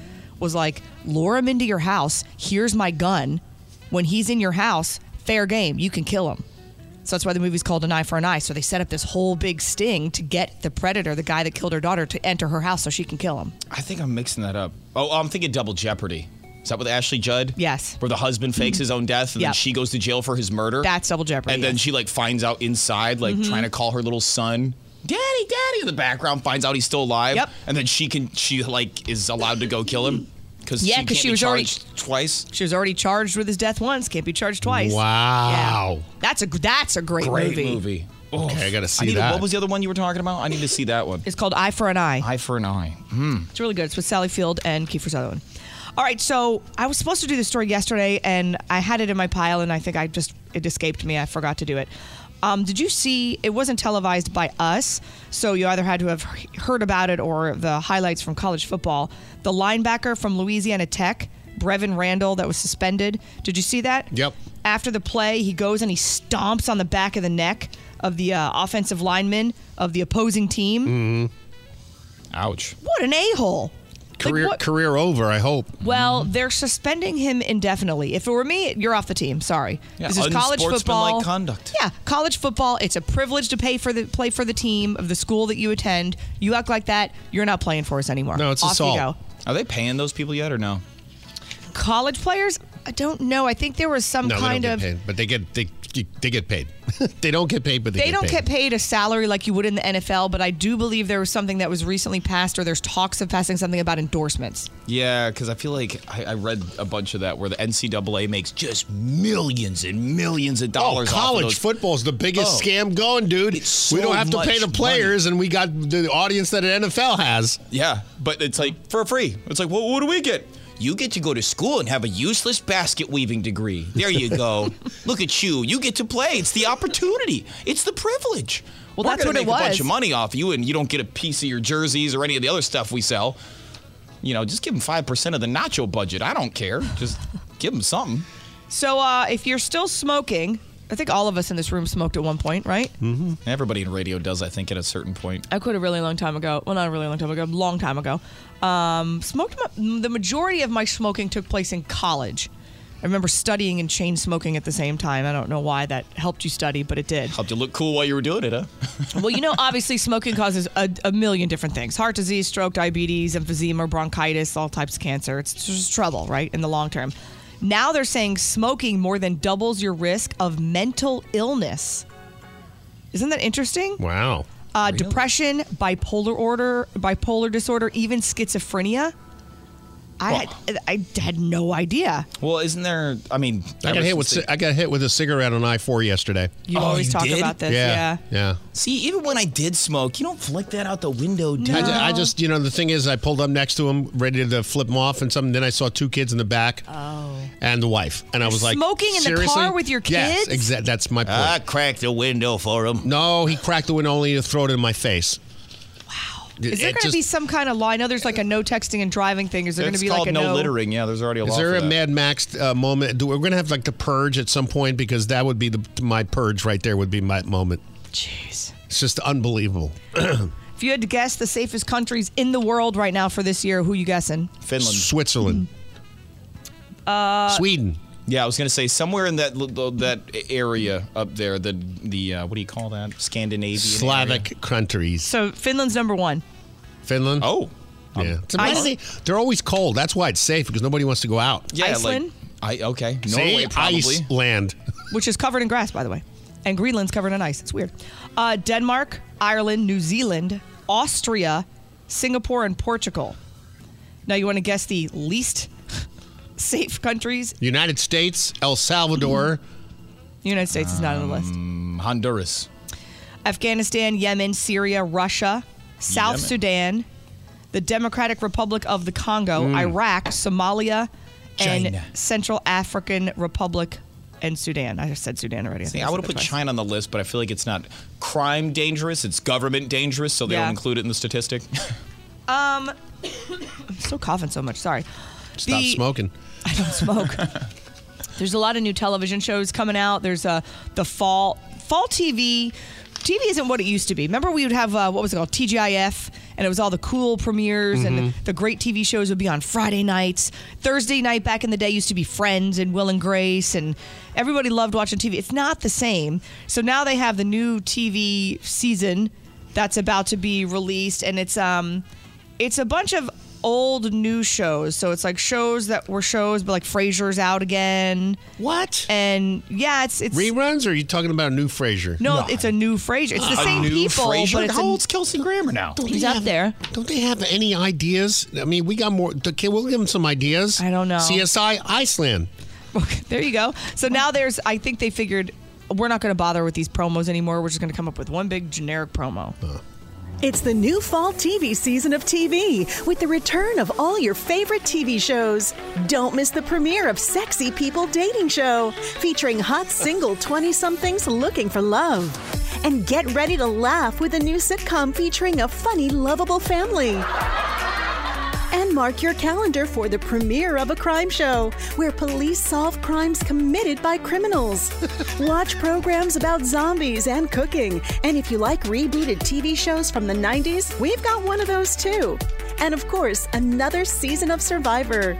Speaker 4: was like, lure him into your house. Here's my gun. When he's in your house, fair game. You can kill him. So that's why the movie's called An Eye for an Eye. So they set up this whole big sting to get the predator, the guy that killed her daughter, to enter her house so she can kill him.
Speaker 5: I think I'm mixing that up. Oh, I'm thinking Double Jeopardy. Is that with Ashley Judd?
Speaker 4: Yes.
Speaker 5: Where the husband fakes his own death and then
Speaker 4: Yep.
Speaker 5: she goes to jail for his murder.
Speaker 4: That's Double Jeopardy.
Speaker 5: and then she like finds out inside, like
Speaker 4: Mhm.
Speaker 5: trying to call her little son. Daddy, daddy in the background finds out he's still alive. Yep. And then she can she like is allowed to go kill him. Cause
Speaker 4: Yeah,
Speaker 5: she,
Speaker 4: 'cause
Speaker 5: can't
Speaker 4: she
Speaker 5: be
Speaker 4: was already-
Speaker 5: charged twice.
Speaker 4: She was already charged with his death once. Can't be charged twice.
Speaker 5: Wow.
Speaker 4: Yeah. That's a that's a great,
Speaker 5: Great
Speaker 4: movie.
Speaker 5: movie.
Speaker 3: Okay, I gotta see
Speaker 5: Oh. need to-
Speaker 3: that.
Speaker 5: what was the other one you were talking about? I need to see that one.
Speaker 4: It's called Eye for an Eye.
Speaker 5: Eye for an Eye. Hmm.
Speaker 4: It's really good. It's with Sally Field and Kiefer Sutherland. All right, so I was supposed to do this story yesterday, and I had it in my pile, and I think I just it escaped me. I forgot to do it. Um, did you see? It wasn't televised by us, so you either had to have he- heard about it or the highlights from college football. The linebacker from Louisiana Tech, Brevin Randall, that was suspended. Did you see that?
Speaker 3: Yep.
Speaker 4: After the play, he goes and he stomps on the back of the neck of the uh, offensive lineman of the opposing team.
Speaker 3: Mhm.
Speaker 5: Ouch.
Speaker 4: What an a hole!
Speaker 3: Career career over. I hope.
Speaker 4: Well, they're suspending him indefinitely. If it were me, you're off the team. Sorry.
Speaker 3: Yeah,
Speaker 4: this is college
Speaker 3: unsportsmanlike
Speaker 4: football.
Speaker 3: conduct.
Speaker 4: Yeah, college football. It's a privilege to pay for the play for the team of the school that you attend. You act like that, you're not playing for us anymore. off You go.
Speaker 5: Are they paying those people yet or no?
Speaker 4: College players, I don't know. I think there was some
Speaker 3: no,
Speaker 4: kind
Speaker 3: they don't
Speaker 4: of
Speaker 3: get paid, but they get they they get paid. they don't get paid, but they,
Speaker 4: they, don't
Speaker 3: paid.
Speaker 4: get paid a salary like you would in the NFL, but I do believe there was something that was recently passed, or there's talks of passing something about endorsements.
Speaker 5: Yeah, because I feel like I, I read a bunch of that where the NCAA makes just millions and millions
Speaker 4: Oh,
Speaker 5: of dollars.
Speaker 3: Oh, college
Speaker 5: off of those.
Speaker 3: football's the biggest
Speaker 5: Oh.
Speaker 3: scam going, dude. we don't have to pay
Speaker 5: much
Speaker 3: the players, and we got the audience that NFL has.
Speaker 5: Yeah, but it's like for free. It's like, well, what do we get? You get to go to school and have a useless basket weaving degree. There you go. Look at you. You get to play. It's the opportunity. It's the privilege.
Speaker 4: Well,
Speaker 5: We're
Speaker 4: that's
Speaker 5: gonna
Speaker 4: what it
Speaker 5: make a bunch
Speaker 4: was.
Speaker 5: of money off you, and you don't get a piece of your jerseys or any of the other stuff we sell. You know, just give them five percent of the nacho budget. I don't care. Just give them something.
Speaker 4: So uh, if you're still smoking, I think all of us in this room smoked at one point, right?
Speaker 5: Mm-hmm. Everybody in radio does, I think, at a certain point.
Speaker 4: I quit a really long time ago. Well, not a really long time ago, a long time ago. Um, smoked my, the majority of my smoking took place in college. I remember studying and chain smoking at the same time. I don't know why that helped you study, but it did.
Speaker 5: Helped you look cool while you were doing it, huh?
Speaker 4: well, you know, obviously smoking causes a, a million different things heart disease, stroke, diabetes, emphysema, bronchitis, all types of cancer. It's just trouble, right, in the long term. Now they're saying smoking more than doubles your risk of mental illness. Isn't that interesting?
Speaker 3: Wow.
Speaker 4: Uh, Depression, bipolar order, bipolar disorder, even schizophrenia. I had, I had no idea.
Speaker 5: Well, isn't there? I mean,
Speaker 3: I
Speaker 5: ever
Speaker 3: got hit
Speaker 5: since
Speaker 3: with
Speaker 5: they- Oh,
Speaker 3: ci- I got hit with a cigarette on I four yesterday.
Speaker 4: You always talk about this, yeah.
Speaker 3: yeah.
Speaker 5: See, even when I did smoke, you don't flick that out the window, dude.
Speaker 3: I, ju- I just, you know, the thing is, I pulled up next to him, ready to flip him off, and something. Then I saw two kids in the back, oh, and the wife, and I was like,
Speaker 4: smoking in the car
Speaker 3: "Seriously?"
Speaker 4: with your
Speaker 3: Yes,
Speaker 4: kids?
Speaker 3: exactly. That's my point.
Speaker 5: I Ah, cracked the window for him.
Speaker 3: No, he cracked the window only to throw it in my face. Wow.
Speaker 4: Is there going to be some kind of law? I know there's like a no texting and driving thing. Is there going to
Speaker 5: It's
Speaker 4: be
Speaker 5: called
Speaker 4: like a
Speaker 5: no,
Speaker 4: no?
Speaker 5: littering. Yeah, there's already a
Speaker 3: Is
Speaker 5: law
Speaker 3: there
Speaker 5: for
Speaker 3: a
Speaker 5: that.
Speaker 3: Mad Max uh, moment? Do, we're going to have like the purge at some point because that would be the my purge right there would be my moment.
Speaker 4: Jeez,
Speaker 3: it's just unbelievable.
Speaker 4: If you had to guess the safest countries in the world right now for this year, who you guessing?
Speaker 5: Finland,
Speaker 3: Switzerland,
Speaker 4: Uh,
Speaker 3: Sweden.
Speaker 5: Yeah, I was going to say somewhere in that l- l- that area up there, the the uh, what do you call that? Scandinavian,
Speaker 3: Slavic countries.
Speaker 4: So Finland's number one.
Speaker 3: Finland.
Speaker 5: Oh,
Speaker 3: yeah. It's
Speaker 4: I-
Speaker 3: amazing. They're always cold. That's why it's safe because nobody wants to go out.
Speaker 5: Yeah, like I okay,
Speaker 3: See?
Speaker 5: Norway probably.
Speaker 3: Iceland.
Speaker 4: which is covered in grass, by the way, and Greenland's covered in ice. It's weird. Uh, Denmark, Ireland, New Zealand, Austria, Singapore, and Portugal. Now you want to guess the least safe countries?
Speaker 3: United States, El Salvador,
Speaker 4: The United States is not on the list.
Speaker 5: Mm, Honduras. Um.
Speaker 4: Afghanistan, Yemen, Syria, Russia, South
Speaker 5: Yemen.
Speaker 4: Sudan, the Democratic Republic of the Congo,
Speaker 5: Mm.
Speaker 4: Iraq, Somalia, and
Speaker 5: China.
Speaker 4: Central African Republic and Sudan. I said Sudan already.
Speaker 5: See,
Speaker 4: think
Speaker 5: I would
Speaker 4: said that
Speaker 5: have put
Speaker 4: twice.
Speaker 5: China on the list, but I feel like it's not crime dangerous; it's government dangerous, so they
Speaker 4: Yeah.
Speaker 5: don't include it in the statistic.
Speaker 4: Um, I'm still coughing so much. Sorry.
Speaker 3: Stop
Speaker 4: The-
Speaker 3: smoking.
Speaker 4: I don't smoke. There's a lot of new television shows coming out. There's uh, the fall fall TV. TV isn't what it used to be. Remember, we would have uh, what was it called TGIF, and it was all the cool premieres
Speaker 23: Mhm.
Speaker 4: and
Speaker 3: Mm-hmm.
Speaker 4: the great TV shows would be on Friday nights. Thursday night back in the day used to be Friends and Will and Grace, and everybody loved watching TV. It's not the same. So now they have the new TV season that's about to be released, and it's um, it's a bunch of old new shows. So it's like shows that were shows, but like Frasier's out again.
Speaker 3: What?
Speaker 4: And yeah, it's it's
Speaker 3: Reruns, or are you talking about a new Frasier?
Speaker 4: No, it's a new Frasier. It's the
Speaker 3: A
Speaker 4: same
Speaker 3: new
Speaker 4: people,
Speaker 3: Frasier?
Speaker 4: but it's
Speaker 3: How
Speaker 4: a-
Speaker 3: old's Kelsey Grammer now? Don't
Speaker 4: He's
Speaker 3: they
Speaker 4: up
Speaker 3: have-
Speaker 4: there.
Speaker 3: Don't they have any ideas? I mean, we got more. Okay, we'll give them some ideas. I don't
Speaker 4: know.
Speaker 3: CSI Iceland.
Speaker 4: There you go. So now there's, I think they figured we're not going to bother with these promos anymore. We're just going to come up with one big generic promo.
Speaker 6: It's the new fall TV season of TV with the return of all your favorite TV shows. Don't miss the premiere of Sexy People Dating Show, featuring hot single 20 somethings looking for love. And get ready to laugh with a new sitcom featuring a funny, lovable family. And mark your calendar for the premiere of a crime show where police solve crimes committed by criminals. Watch programs about zombies and cooking. And if you like rebooted TV shows from the 90s, we've got one of those too. And of course, another season of Survivor.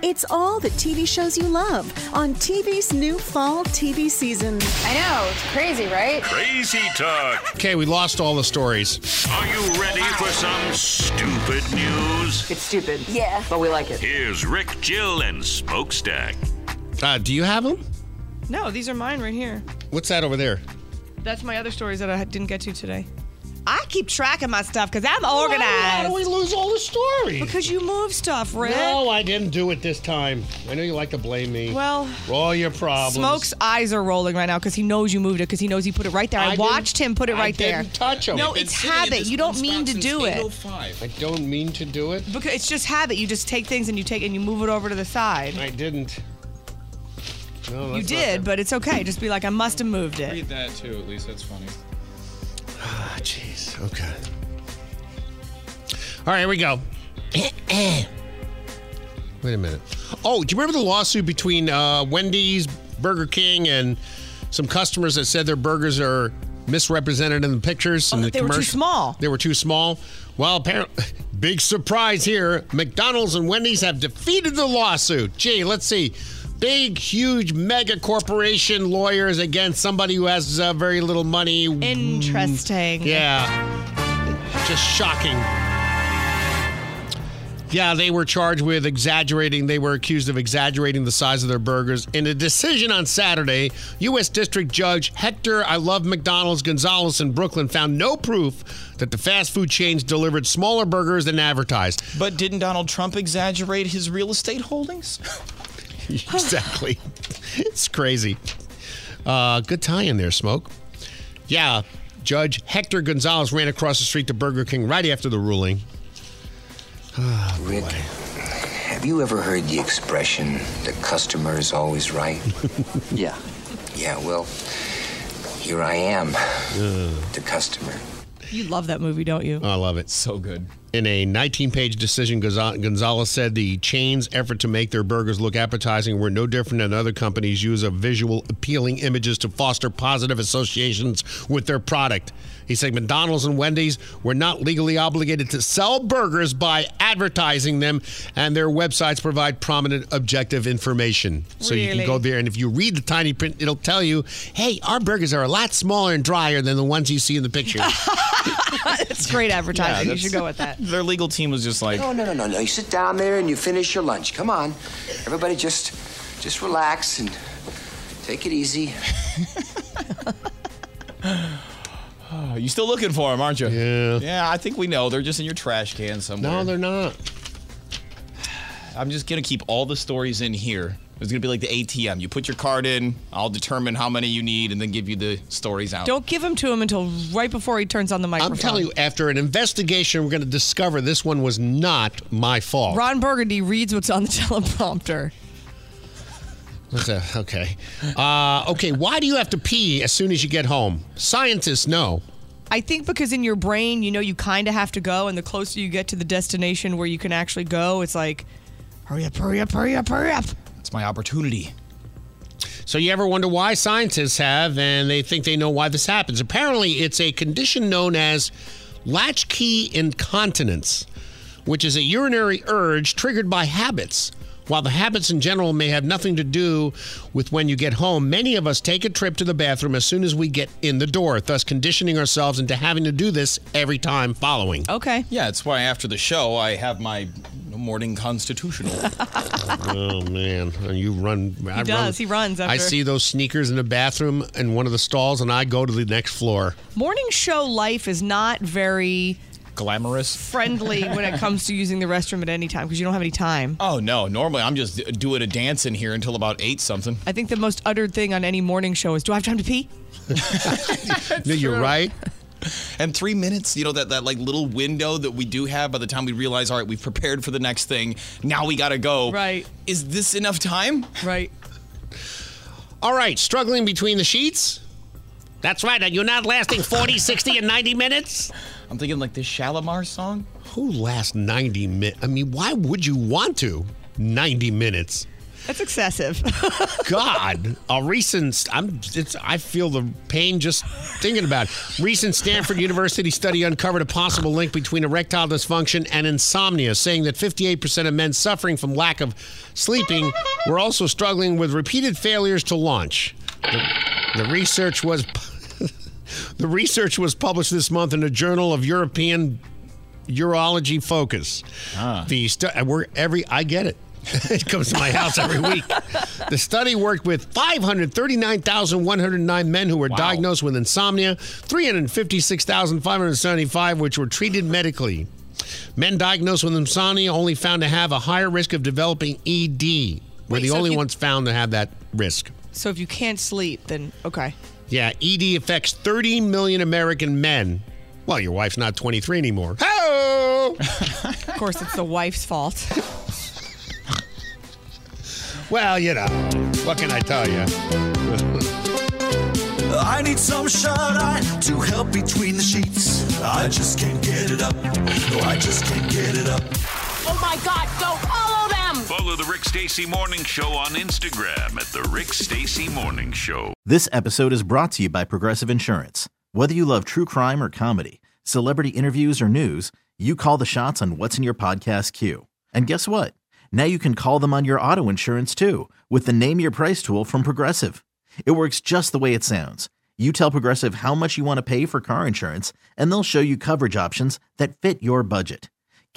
Speaker 6: It's all the TV shows you love on TV's new fall TV season. I know, it's crazy, right?
Speaker 2: Crazy talk.
Speaker 3: Okay, we lost all the stories.
Speaker 2: Are you ready for some stupid news?
Speaker 45: It's stupid. Yeah. But we like it.
Speaker 2: Here's Rick, Jill, and Smokestack.
Speaker 3: Uh, do you have them?
Speaker 4: No, these are mine right here.
Speaker 3: What's that over there?
Speaker 4: That's my other stories that I didn't get to today. I keep track of my stuff because I'm organized.
Speaker 3: do we lose all the stories?
Speaker 4: Because you move stuff, Rick.
Speaker 3: No, I didn't do it this time. I know you like to blame me.
Speaker 4: Well,
Speaker 3: For all your problems.
Speaker 4: Smoke's eyes are rolling right now because he knows you moved it because he knows he put it right there. I,
Speaker 3: I
Speaker 4: watched
Speaker 3: didn't-
Speaker 4: him put it
Speaker 3: I
Speaker 4: right there.
Speaker 3: didn't touch 'em.
Speaker 4: No,
Speaker 3: They've been
Speaker 4: it's
Speaker 3: sitting in
Speaker 4: habit.
Speaker 3: this
Speaker 4: You don't mean to do it.
Speaker 3: oh I don't mean to do it.
Speaker 4: Because it's just habit. You just take things and you take and you move it over to the side.
Speaker 3: I didn't. No,
Speaker 4: You
Speaker 3: that's not
Speaker 4: did, but it's okay. Just be like, I must have moved it.
Speaker 5: Read that too, at least that's funny.
Speaker 3: Ah, jeez. Okay. All right, here we go. Wait a minute. Oh, do you remember the lawsuit between uh, Wendy's, Burger King, and some customers that said their burgers are misrepresented in the pictures and the
Speaker 4: Oh, they were too small.
Speaker 3: They were too small. Well, apparently, big surprise here. McDonald's and Wendy's have defeated the lawsuit. Gee, let's see. Big, huge, mega corporation lawyers against somebody who has uh, very little money.
Speaker 4: Interesting.
Speaker 3: Yeah. Just shocking. Yeah, they were charged with exaggerating. They were accused of exaggerating the size of their burgers. In a decision on Saturday, U.S. District Judge Hector I Love McDonald's Gonzalez in Brooklyn found no proof that the fast food chains delivered smaller burgers than advertised.
Speaker 5: But didn't Donald Trump exaggerate his real estate holdings?
Speaker 3: exactly. it's crazy. Uh, good tie in there, Smoke. Yeah, Judge Hector Gonzalez ran across the street to Burger King right after the ruling.
Speaker 23: Rick, Ah, have you ever heard the expression, the customer is always right? yeah. Yeah, well, here I am, the customer.
Speaker 4: You love that movie, don't you?
Speaker 3: I love it.
Speaker 5: So good.
Speaker 3: In a 19 page decision, Gonza- Gonzalez said the chain's effort to make their burgers look appetizing were no different than other companies' use of visual appealing images to foster positive associations with their product. He said McDonald's and Wendy's were not legally obligated to sell burgers by advertising them, and their websites provide prominent objective information. So you can
Speaker 15: Really?
Speaker 3: go there, and if you read the tiny print, it'll tell you hey, our burgers are a lot smaller and drier than the ones you see in the picture.
Speaker 4: it's great advertising. you should go with that.
Speaker 5: Their legal team was just like,
Speaker 23: No, no, no, no, no. You sit down there and you finish your lunch. Come on. Everybody just just relax and take it easy.
Speaker 5: "Oh, you still looking for them, aren't you?
Speaker 3: Yeah.
Speaker 5: Yeah, I think we know. They're just in your trash can somewhere.
Speaker 3: no, they're not.
Speaker 5: I'm just gonna keep all the stories in here. It's gonna be like the ATM. You put your card in, I'll determine how many you need, and then give you the stories out.
Speaker 4: Don't give them to him until right before he turns on the microphone.
Speaker 3: I'm telling you, after an investigation, we're going to discover this one was not my fault.
Speaker 4: Ron Burgundy reads what's on the teleprompter.
Speaker 3: What's that? Okay. Uh, okay. Why do you have to pee as soon as you get home? Scientists know.
Speaker 4: I think because in your brain, you know, you kind of have to go, and the closer you get to the destination where you can actually go, it's like, hurry up, hurry up, hurry up, hurry up.
Speaker 5: It's my opportunity.
Speaker 3: So you ever wonder why scientists have, and they think they know why this happens? Apparently, it's a condition known as latchkey incontinence, which is a urinary urge triggered by habits. While the habits in general may have nothing to do with when you get home, many of us take a trip to the bathroom as soon as we get in the door, thus conditioning ourselves into having to do this every time following.
Speaker 4: Okay.
Speaker 5: Yeah, it's why after the show I have my morning constitutional.
Speaker 3: oh man, you run. He I Run,
Speaker 4: does. He runs
Speaker 3: I
Speaker 4: after-
Speaker 3: see those sneakers in the bathroom in one of the stalls, and I go to the next floor.
Speaker 4: Morning show life is not very
Speaker 5: Glamorous.
Speaker 4: friendly when it comes to using the restroom at any time because you don't have any time.
Speaker 5: Oh no! Normally I'm just doing a dance in here until about eight something.
Speaker 4: I think the most uttered thing on any morning show is, do I have time to pee?
Speaker 3: No, you're right.
Speaker 5: And three minutes, you know, that, that like little window that we do have by the time we realize, all right, we've prepared for the next thing. Now we gotta go. Right. Is this enough time?
Speaker 4: Right.
Speaker 3: All right, struggling between the sheets. That's right. Are you not lasting 40, 60, and 90 minutes?
Speaker 5: I'm thinking like this Shalimar song.
Speaker 3: Who lasts 90 minutes? I mean, why would you want to? 90 minutes.
Speaker 4: That's excessive.
Speaker 3: God, a recent I'm it's I feel the pain just thinking about it. Recent Stanford University study uncovered a possible link between erectile dysfunction and insomnia, saying that 58% of men suffering from lack of sleeping were also struggling with repeated failures to launch. The, the research was the research was published this month in the Journal of European Urology Focus.
Speaker 4: Ah.
Speaker 3: The stu- I work every I get it. it comes to my house every week. the study worked with 539,109 men who were diagnosed with insomnia, 356,575 which were treated medically. Men diagnosed with insomnia only found to have a higher risk of developing ED. We're
Speaker 4: Wait,
Speaker 3: the
Speaker 4: so if
Speaker 3: only
Speaker 4: you-
Speaker 3: ones found to have that risk.
Speaker 4: so if you can't sleep, then okay.
Speaker 3: Yeah, ED affects 30 million American men. Well, your wife's not 23 anymore. Hello!
Speaker 4: of course, it's the wife's fault.
Speaker 3: Well, you know, what can I tell you?
Speaker 23: I need some shut eye to help between the sheets. I Oh, just can't get it up. No, I just can't get it up.
Speaker 16: Oh my God, go follow them!
Speaker 2: Follow the Rick Stacy Morning Show on Instagram at the Rick Stacy Morning Show.
Speaker 20: This episode is brought to you by Progressive Insurance. Whether you love true crime or comedy, celebrity interviews or news, you call the shots on what's in your podcast queue. And guess what? Now you can call them on your auto insurance too with the Name Your Price tool from Progressive. It works just the way it sounds. You tell Progressive how much you want to pay for car insurance, and they'll show you coverage options that fit your budget.